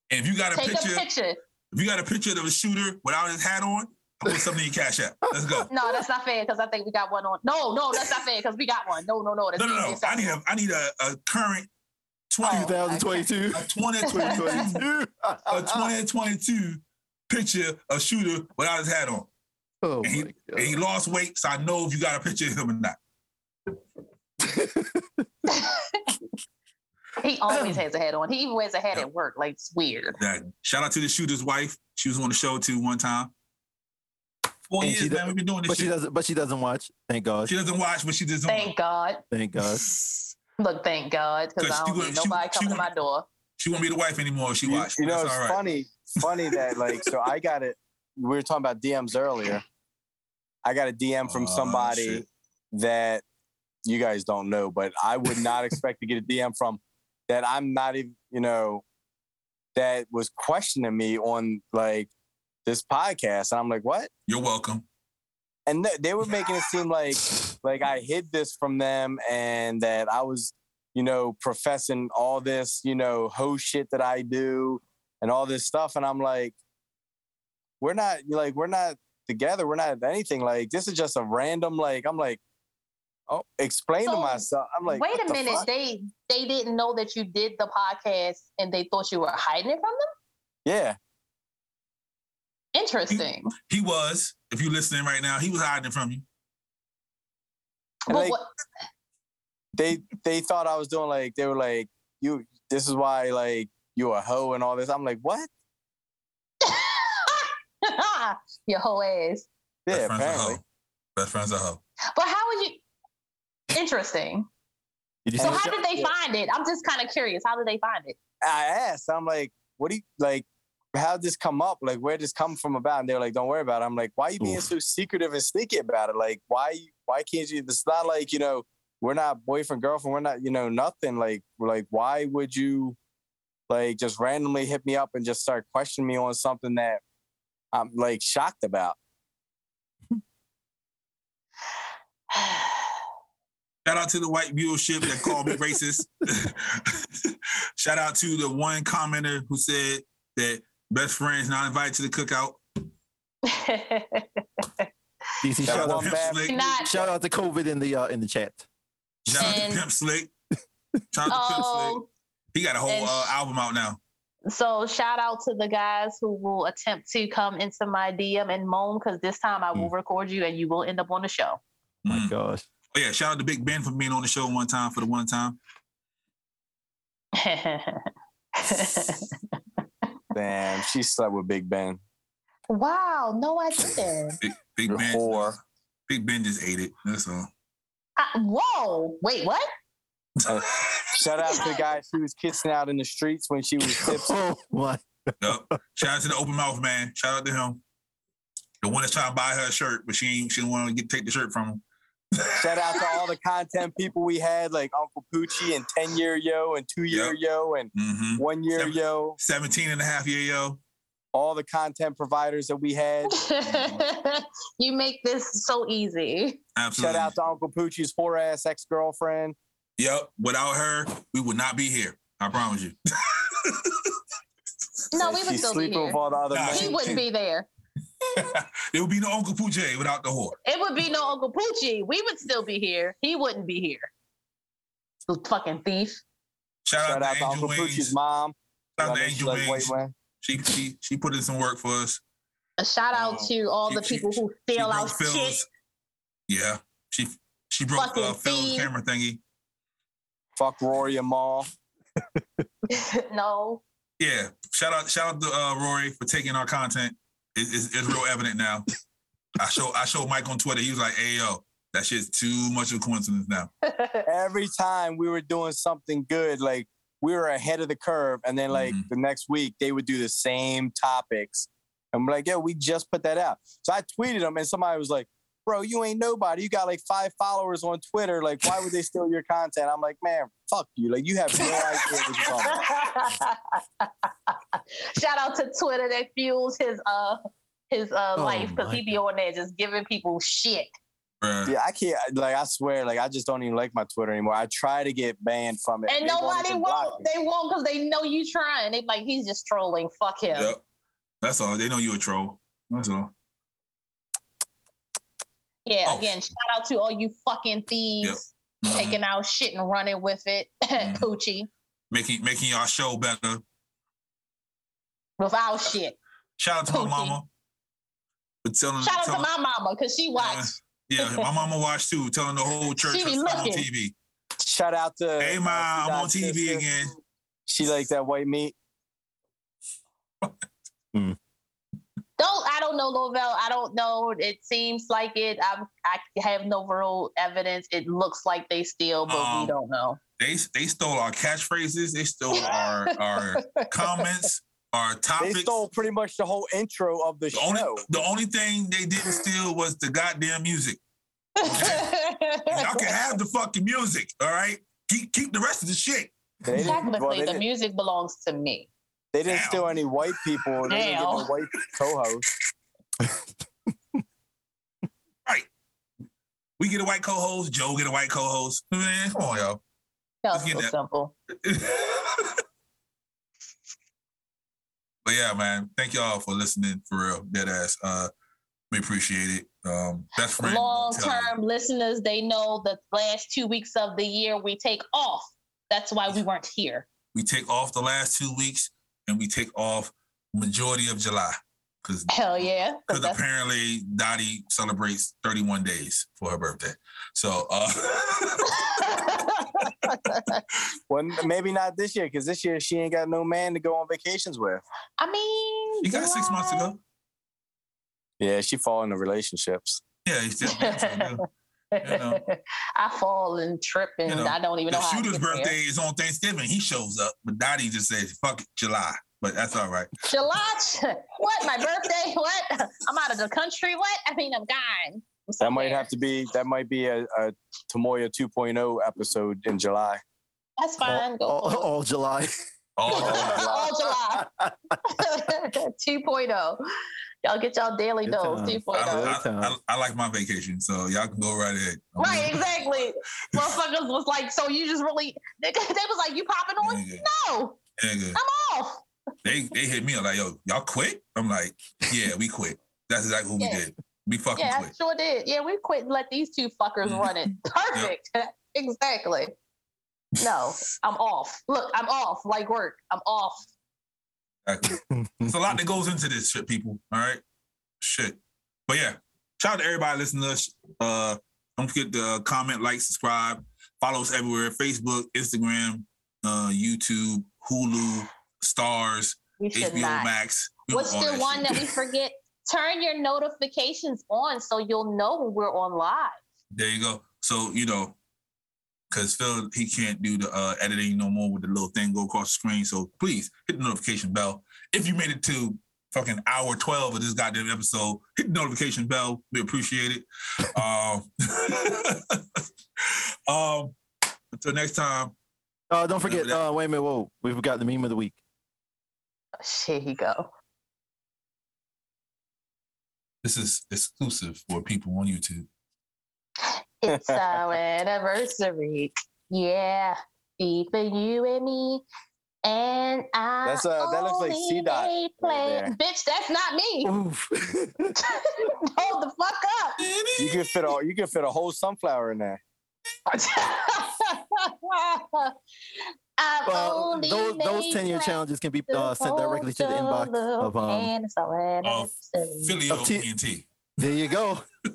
Speaker 2: And if you got a
Speaker 3: Take
Speaker 2: picture,
Speaker 3: a picture.
Speaker 2: if you got a picture of a shooter without his hat on, I'll put something in your cash app. Let's go.
Speaker 3: No, that's not fair because I think we got one on. No, no, that's not fair because we got one. No, no, no. That's
Speaker 2: No, no,
Speaker 3: easy.
Speaker 2: no. I need a I need a, a current 20,
Speaker 3: Oh.
Speaker 5: 2022.
Speaker 2: a 20, 2022
Speaker 5: 2022.
Speaker 2: a 2022 picture of shooter without his hat on.
Speaker 5: Oh
Speaker 2: And he-
Speaker 5: my
Speaker 2: And he
Speaker 5: god.
Speaker 2: lost weight, so I know if you got a picture of him or not.
Speaker 3: He always has a hat on. He even wears a hat at work. Like it's weird.
Speaker 2: That- Shout out to the shooter's wife. She was on the show too one time. Four
Speaker 5: And she
Speaker 2: years,
Speaker 5: do-
Speaker 2: man. We've been doing this
Speaker 5: But she
Speaker 2: shit.
Speaker 5: doesn't but she doesn't watch. Thank God.
Speaker 2: She doesn't watch, but she just on.
Speaker 3: Thank God.
Speaker 5: Thank God.
Speaker 3: Look, thank God because
Speaker 2: 'Cause
Speaker 3: I
Speaker 2: she
Speaker 3: don't
Speaker 2: would-
Speaker 3: need
Speaker 2: she
Speaker 3: nobody
Speaker 2: would- she
Speaker 3: coming to
Speaker 2: would-
Speaker 3: my door.
Speaker 2: She won't be the wife anymore if she
Speaker 4: You,
Speaker 2: watched.
Speaker 4: you know,
Speaker 2: That's
Speaker 4: it's
Speaker 2: all right.
Speaker 4: funny. Funny that like so I got it. We were talking about DMs earlier. I got a DM from
Speaker 2: Oh,
Speaker 4: somebody
Speaker 2: shit.
Speaker 4: that you guys don't know, but I would not expect to get a DM from that I'm not even you know that was questioning me on like this podcast, and I'm like, what?
Speaker 2: You're welcome.
Speaker 4: and th- they were making it seem like like I hid this from them and that I was you know professing all this you know hoe shit that I do and all this stuff and I'm like we're not like we're not together we're not anything like this is just a random like I'm like oh explain to
Speaker 3: So,
Speaker 4: myself I'm like
Speaker 3: Wait
Speaker 4: what
Speaker 3: a
Speaker 4: the
Speaker 3: minute.
Speaker 4: fuck?
Speaker 3: They they didn't know that you did the podcast and they thought you were hiding it from
Speaker 4: yeah
Speaker 3: them. Interesting.
Speaker 2: He was, if you're listening right now, he was hiding it from you.
Speaker 3: But
Speaker 4: like-
Speaker 3: what,
Speaker 4: they they thought I was doing like they were like you this is why like you a hoe and all this I'm like what
Speaker 3: your whole ass.
Speaker 2: Best
Speaker 4: yeah
Speaker 2: friends are
Speaker 4: apparently
Speaker 2: hoe. Best friends are hoe.
Speaker 3: But how would you? Interesting.
Speaker 5: Did you
Speaker 3: So
Speaker 5: see
Speaker 4: And-
Speaker 3: how
Speaker 5: that?
Speaker 3: did they find it? I'm just kind of curious. How did they find it?
Speaker 4: I asked, I'm like, what do you like? How'd this come up? Like, where'd this come from about? And they're like, don't worry about it. I'm like, why you being
Speaker 5: Oof.
Speaker 4: so secretive and sneaky about it? Like, why why can't you? It's not like, you know, we're not boyfriend, girlfriend, we're not, you know, nothing. Like, like, why would you like just randomly hit me up and just start questioning me on something that I'm like shocked about?
Speaker 2: Shout out to the white viewership that called me racist. Shout out to the one commenter who said that best friends not invited to the cookout.
Speaker 5: DC,
Speaker 4: That
Speaker 5: shout,
Speaker 4: one
Speaker 5: out,
Speaker 2: Pimp
Speaker 4: bad-
Speaker 2: Slick.
Speaker 3: Not.
Speaker 5: shout out to COVID in the uh, in the chat.
Speaker 2: Shout out
Speaker 3: And-
Speaker 2: to Pimp Slick. Shout out to Pimp Slick.
Speaker 3: Oh,
Speaker 2: He got a whole
Speaker 3: and-
Speaker 2: uh, album out now.
Speaker 3: so shout out to the guys who will attempt to come into my DM and moan because this time I
Speaker 5: Mm.
Speaker 3: will record you and you will end up on the show.
Speaker 5: My
Speaker 2: Mm.
Speaker 5: gosh.
Speaker 2: Oh yeah, shout out to Big Ben for being on the show one time for the one time.
Speaker 4: Damn, she slept with Big Ben.
Speaker 3: wow, no, I didn't.
Speaker 2: Big, Big
Speaker 4: You
Speaker 2: Ben,
Speaker 4: whore.
Speaker 2: Big Ben just ate it. That's all.
Speaker 3: I- whoa, wait, what?
Speaker 4: Shout out to the guy she was kissing out in the streets when she was tipsy.
Speaker 5: Oh my.
Speaker 2: Yup. Shout out to the open mouth man. Shout out to him. The one that's trying to buy her a shirt, but she ain't, she don't want to get take the shirt from him.
Speaker 4: Shout out to all the content people we had, like Uncle Poochie and 10 year yo and two year yo and
Speaker 2: Mm-hmm.
Speaker 4: one year
Speaker 2: Seven-
Speaker 4: yo.
Speaker 2: 17 and a half year yo.
Speaker 4: All the content providers that we had.
Speaker 3: you make this so easy.
Speaker 2: Absolutely.
Speaker 4: Shout out to Uncle Poochie's whore ass ex girlfriend.
Speaker 2: Yep. Without her, we would not be here. I promise you.
Speaker 3: No, we would
Speaker 4: She's
Speaker 3: still be
Speaker 4: sleeping
Speaker 3: here.
Speaker 4: with all the other
Speaker 2: Nah,
Speaker 4: men.
Speaker 3: He wouldn't be there.
Speaker 2: there would be no Uncle Pooja without the whore.
Speaker 3: It would be no Uncle Poochie. We would still be here. He wouldn't be here. The fucking thief.
Speaker 2: Shout,
Speaker 4: Shout out to
Speaker 2: Angel
Speaker 4: Uncle
Speaker 2: Wings.
Speaker 4: Poochie's mom.
Speaker 2: Shout out to
Speaker 4: I know she
Speaker 2: Angel
Speaker 4: like white
Speaker 2: Wings.
Speaker 4: women.
Speaker 2: She, she she put in some work for us.
Speaker 3: A shout out
Speaker 2: Oh,
Speaker 3: to all
Speaker 2: she-
Speaker 3: the
Speaker 2: she-
Speaker 3: people who
Speaker 2: She
Speaker 3: steal our
Speaker 2: broke
Speaker 3: shit.
Speaker 2: Phil's. Yeah. She she broke
Speaker 3: Fucking
Speaker 2: uh, Phil's
Speaker 3: thief.
Speaker 2: camera thingy.
Speaker 4: Fuck Rory and Maul.
Speaker 3: no.
Speaker 2: Yeah. Shout out shout out to uh, Rory for taking our content. It- it's, it's real evident now. I show I showed Mike on Twitter. He was like, "Hey yo, that shit's too much of a coincidence now."
Speaker 4: Every time we were doing something good, like we were ahead of the curve. And then like
Speaker 2: Mhm.
Speaker 4: the next week they would do the same topics. And we're like, yeah, we just put that out. So I tweeted them and somebody was like, bro, you ain't nobody. You got like five followers on Twitter. Like, why would they steal your content? I'm like, man, fuck you. Like you have no idea what you're talking about.
Speaker 3: Shout out to Twitter that fuels his uh his uh
Speaker 5: Oh
Speaker 3: life because he
Speaker 5: my
Speaker 3: be on there just giving people shit.
Speaker 2: bruh.
Speaker 4: Yeah, I can't. Like, I swear, like, I just don't even like my Twitter anymore. I try to get banned from it,
Speaker 3: And
Speaker 4: They won't
Speaker 3: nobody
Speaker 4: even
Speaker 3: won't.
Speaker 4: block me.
Speaker 3: They won't because they know you trying. They like he's just trolling. Fuck him.
Speaker 2: Yep. That's all. They know you a troll. That's all.
Speaker 3: Yeah.
Speaker 2: Oh.
Speaker 3: Again, shout out to all you fucking thieves
Speaker 2: Mhm.
Speaker 3: taking out shit and running with it,
Speaker 2: Mhm.
Speaker 3: coochie,
Speaker 2: Making making y'all show better.
Speaker 3: with our shit.
Speaker 2: Shout out to
Speaker 3: Pookie.
Speaker 2: my mama. For telling,
Speaker 3: Shout out to
Speaker 2: telling-
Speaker 3: my mama because she watched.
Speaker 2: yeah, my mama watched too, telling the whole church
Speaker 3: She be
Speaker 2: I'm on
Speaker 3: looking.
Speaker 2: TV.
Speaker 4: Shout out to
Speaker 2: Hey, Ma,
Speaker 4: uh,
Speaker 2: I'm on
Speaker 4: Sister.
Speaker 2: TV again.
Speaker 4: She likes that white meat.
Speaker 3: Don't I don't know Lovell. I don't know. It seems like it. I'm, I have no real evidence. It looks like they steal, but we
Speaker 2: Um,
Speaker 3: don't know.
Speaker 2: They they stole our catchphrases. They stole our our comments, our
Speaker 4: They
Speaker 2: topics.
Speaker 4: stole pretty much the whole intro of the,
Speaker 2: the only
Speaker 4: show.
Speaker 2: the only thing they didn't steal was the goddamn music. Y'all can have the fucking music, all right? Keep keep the rest of the shit.
Speaker 4: They didn't, well,
Speaker 3: Technically,
Speaker 4: they,
Speaker 3: the
Speaker 4: didn't,
Speaker 3: music belongs to me.
Speaker 4: they didn't
Speaker 2: Damn.
Speaker 4: steal any white people. They didn't get no
Speaker 3: Damn.
Speaker 4: white co-host.
Speaker 2: We get a white co-host. Joe get a white co-host. Man, come on, y'all.
Speaker 3: That
Speaker 2: Let's
Speaker 3: was
Speaker 2: get
Speaker 3: so
Speaker 2: that.
Speaker 3: simple.
Speaker 2: but yeah, man. Thank y'all for listening for real. Dead ass. Uh we appreciate it. Um best friend.
Speaker 3: Long
Speaker 2: don't tell.
Speaker 3: term listeners, they know the last two weeks of the year we take off. That's why we weren't here.
Speaker 2: We take off the last two weeks and we take off majority of July. Cause
Speaker 3: Hell yeah. 'cause
Speaker 2: because
Speaker 3: that's-
Speaker 2: apparently Dottie celebrates 31 days for her birthday. So uh
Speaker 4: Well, maybe not this year because this year she ain't got no man to go on vacations with.
Speaker 3: I mean,
Speaker 2: you got six months to go.
Speaker 4: Yeah, she fall into relationships.
Speaker 2: Yeah, he's still You know.
Speaker 3: I fall and trip and
Speaker 2: You know,
Speaker 3: I don't even know
Speaker 2: The
Speaker 3: how I
Speaker 2: shooter's
Speaker 3: get there.
Speaker 2: birthday is on Thanksgiving. He shows up, but Dottie just says, fuck it, July. But that's all right.
Speaker 3: July. What? My birthday? What? I'm out of the country. What? I mean, I'm gone. I'm
Speaker 4: That might
Speaker 3: somewhere.
Speaker 4: have to be that might be a, a Tamoya 2.0 episode in July.
Speaker 3: That's
Speaker 4: Oh,
Speaker 3: fine. Go
Speaker 5: all,
Speaker 3: for it.
Speaker 5: all July.
Speaker 2: All July.
Speaker 3: all July.
Speaker 2: oh,
Speaker 3: 2.0. oh. Y'all get y'all daily
Speaker 5: Good
Speaker 3: dose. oh.
Speaker 5: times.
Speaker 3: 2.0.
Speaker 2: I, I,
Speaker 5: Good
Speaker 2: I,
Speaker 5: times.
Speaker 2: I like my vacation, so y'all can go right ahead.
Speaker 3: Right, exactly. Motherfuckers was like, so you just really, they, they was like, you popping on?
Speaker 2: Nigga,
Speaker 3: No,
Speaker 2: nigga.
Speaker 3: I'm off.
Speaker 2: They they hit me up like, yo, y'all quit? I'm like, yeah, we quit. That's exactly what
Speaker 3: Yeah.
Speaker 2: we did. We fucking
Speaker 3: Yeah, I
Speaker 2: quit.
Speaker 3: sure did. Yeah, we quit and let these two fuckers
Speaker 2: Mhm.
Speaker 3: run it. Perfect. exactly. No, I'm off. Look, I'm off like work. I'm off.
Speaker 2: Exactly. It's a lot that goes into this shit, people. All right. Shit. But yeah. Shout out to everybody listening to us. Uh don't forget to uh, comment, like, subscribe, follow us everywhere. Facebook, Instagram, uh, YouTube, Hulu, Stars,
Speaker 3: We should
Speaker 2: HBO
Speaker 3: not.
Speaker 2: Max. We
Speaker 3: What's
Speaker 2: on all
Speaker 3: the
Speaker 2: that
Speaker 3: one
Speaker 2: shit.
Speaker 3: that we forget? Turn your notifications on so you'll know when we're on live.
Speaker 2: There you go. So you know, because Phil he can't do the uh, editing no more with the little thing go across the screen. So please hit the notification bell. If you made it to fucking hour twelve of this goddamn episode, hit the notification bell. We appreciate it. Um, um until next time.
Speaker 5: Uh, don't forget.
Speaker 2: Remember
Speaker 5: Uh, wait a minute. Whoa, we forgot the meme of the week.
Speaker 3: Here you go.
Speaker 2: This is exclusive for people on YouTube.
Speaker 3: It's our anniversary. Yeah, even you and me. And I.
Speaker 4: That's, uh, that looks like
Speaker 3: only
Speaker 4: C-Dot
Speaker 3: may
Speaker 4: right
Speaker 3: play-
Speaker 4: there.
Speaker 3: Bitch, that's not me.
Speaker 5: Oof.
Speaker 3: Hold the fuck up.
Speaker 4: You can fit all you can fit a whole sunflower in there.
Speaker 3: I've
Speaker 5: well,
Speaker 3: only
Speaker 5: Uh, those those
Speaker 3: made
Speaker 5: ten year
Speaker 3: plans
Speaker 5: challenges can be
Speaker 3: to
Speaker 5: uh, sent directly to the
Speaker 3: hold
Speaker 5: inbox
Speaker 3: your
Speaker 5: of um.
Speaker 3: hand, so it
Speaker 2: Of
Speaker 3: is silly.
Speaker 2: Filial
Speaker 5: Of T-
Speaker 2: TNT.
Speaker 5: There you go. you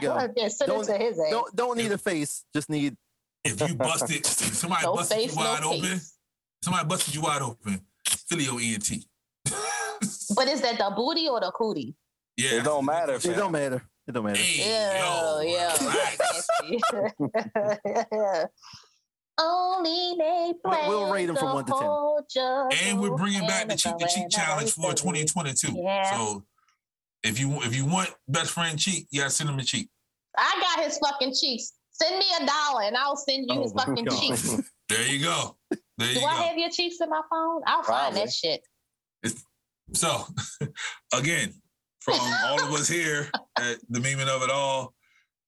Speaker 5: go.
Speaker 3: Yeah, send it
Speaker 5: Don't-
Speaker 3: to his ass.
Speaker 5: Don't don't need a face. Just need
Speaker 2: If you busted, if somebody
Speaker 3: No
Speaker 2: busted
Speaker 3: face,
Speaker 2: you
Speaker 3: no
Speaker 2: wide open,
Speaker 3: case.
Speaker 2: somebody busted you wide open, E Filial ENT.
Speaker 3: But is that the booty or the cootie?
Speaker 2: Yeah,
Speaker 4: It don't matter,
Speaker 5: it don't matter. It don't matter.
Speaker 2: Hey,
Speaker 3: Yeah,
Speaker 2: yo,
Speaker 3: yeah.
Speaker 2: relax.
Speaker 3: Nasty. Only they play.
Speaker 5: we'll rate 'em from
Speaker 3: the
Speaker 5: one to ten.
Speaker 3: whole judge
Speaker 2: And we're bringing back
Speaker 3: and
Speaker 2: the cheek to cheek
Speaker 3: going
Speaker 2: challenge
Speaker 3: away
Speaker 2: for
Speaker 3: from you.
Speaker 2: 2022.
Speaker 3: Yeah.
Speaker 2: So if you if you want best friend cheek, you gotta send him a cheek.
Speaker 3: I got his fucking cheeks. Send me a dollar and I'll send you
Speaker 5: Oh
Speaker 3: his
Speaker 5: my
Speaker 3: fucking
Speaker 5: God.
Speaker 3: cheeks.
Speaker 2: There you go. There you
Speaker 3: Do
Speaker 2: go.
Speaker 3: I have your cheeks in my phone? I'll find
Speaker 8: Probably.
Speaker 3: that shit.
Speaker 2: So, again, from all of us here at the Meaning of It All,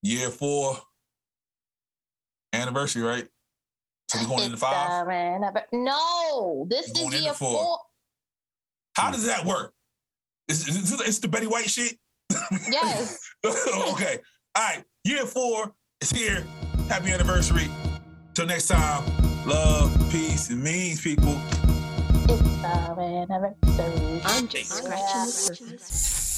Speaker 2: year four anniversary, right? So we're going into
Speaker 3: It's uh,
Speaker 2: five.
Speaker 3: the ran- No, this
Speaker 2: Going into
Speaker 3: is year
Speaker 2: four.
Speaker 3: four.
Speaker 2: How does that work? Is, is, is it's the Betty White shit?
Speaker 3: Yes.
Speaker 2: okay. All right. Year four is here. Happy anniversary. Till next time, love, peace, and means, people.
Speaker 3: It's the anniversary.
Speaker 1: I'm just
Speaker 3: Yeah.
Speaker 1: scratching the surface.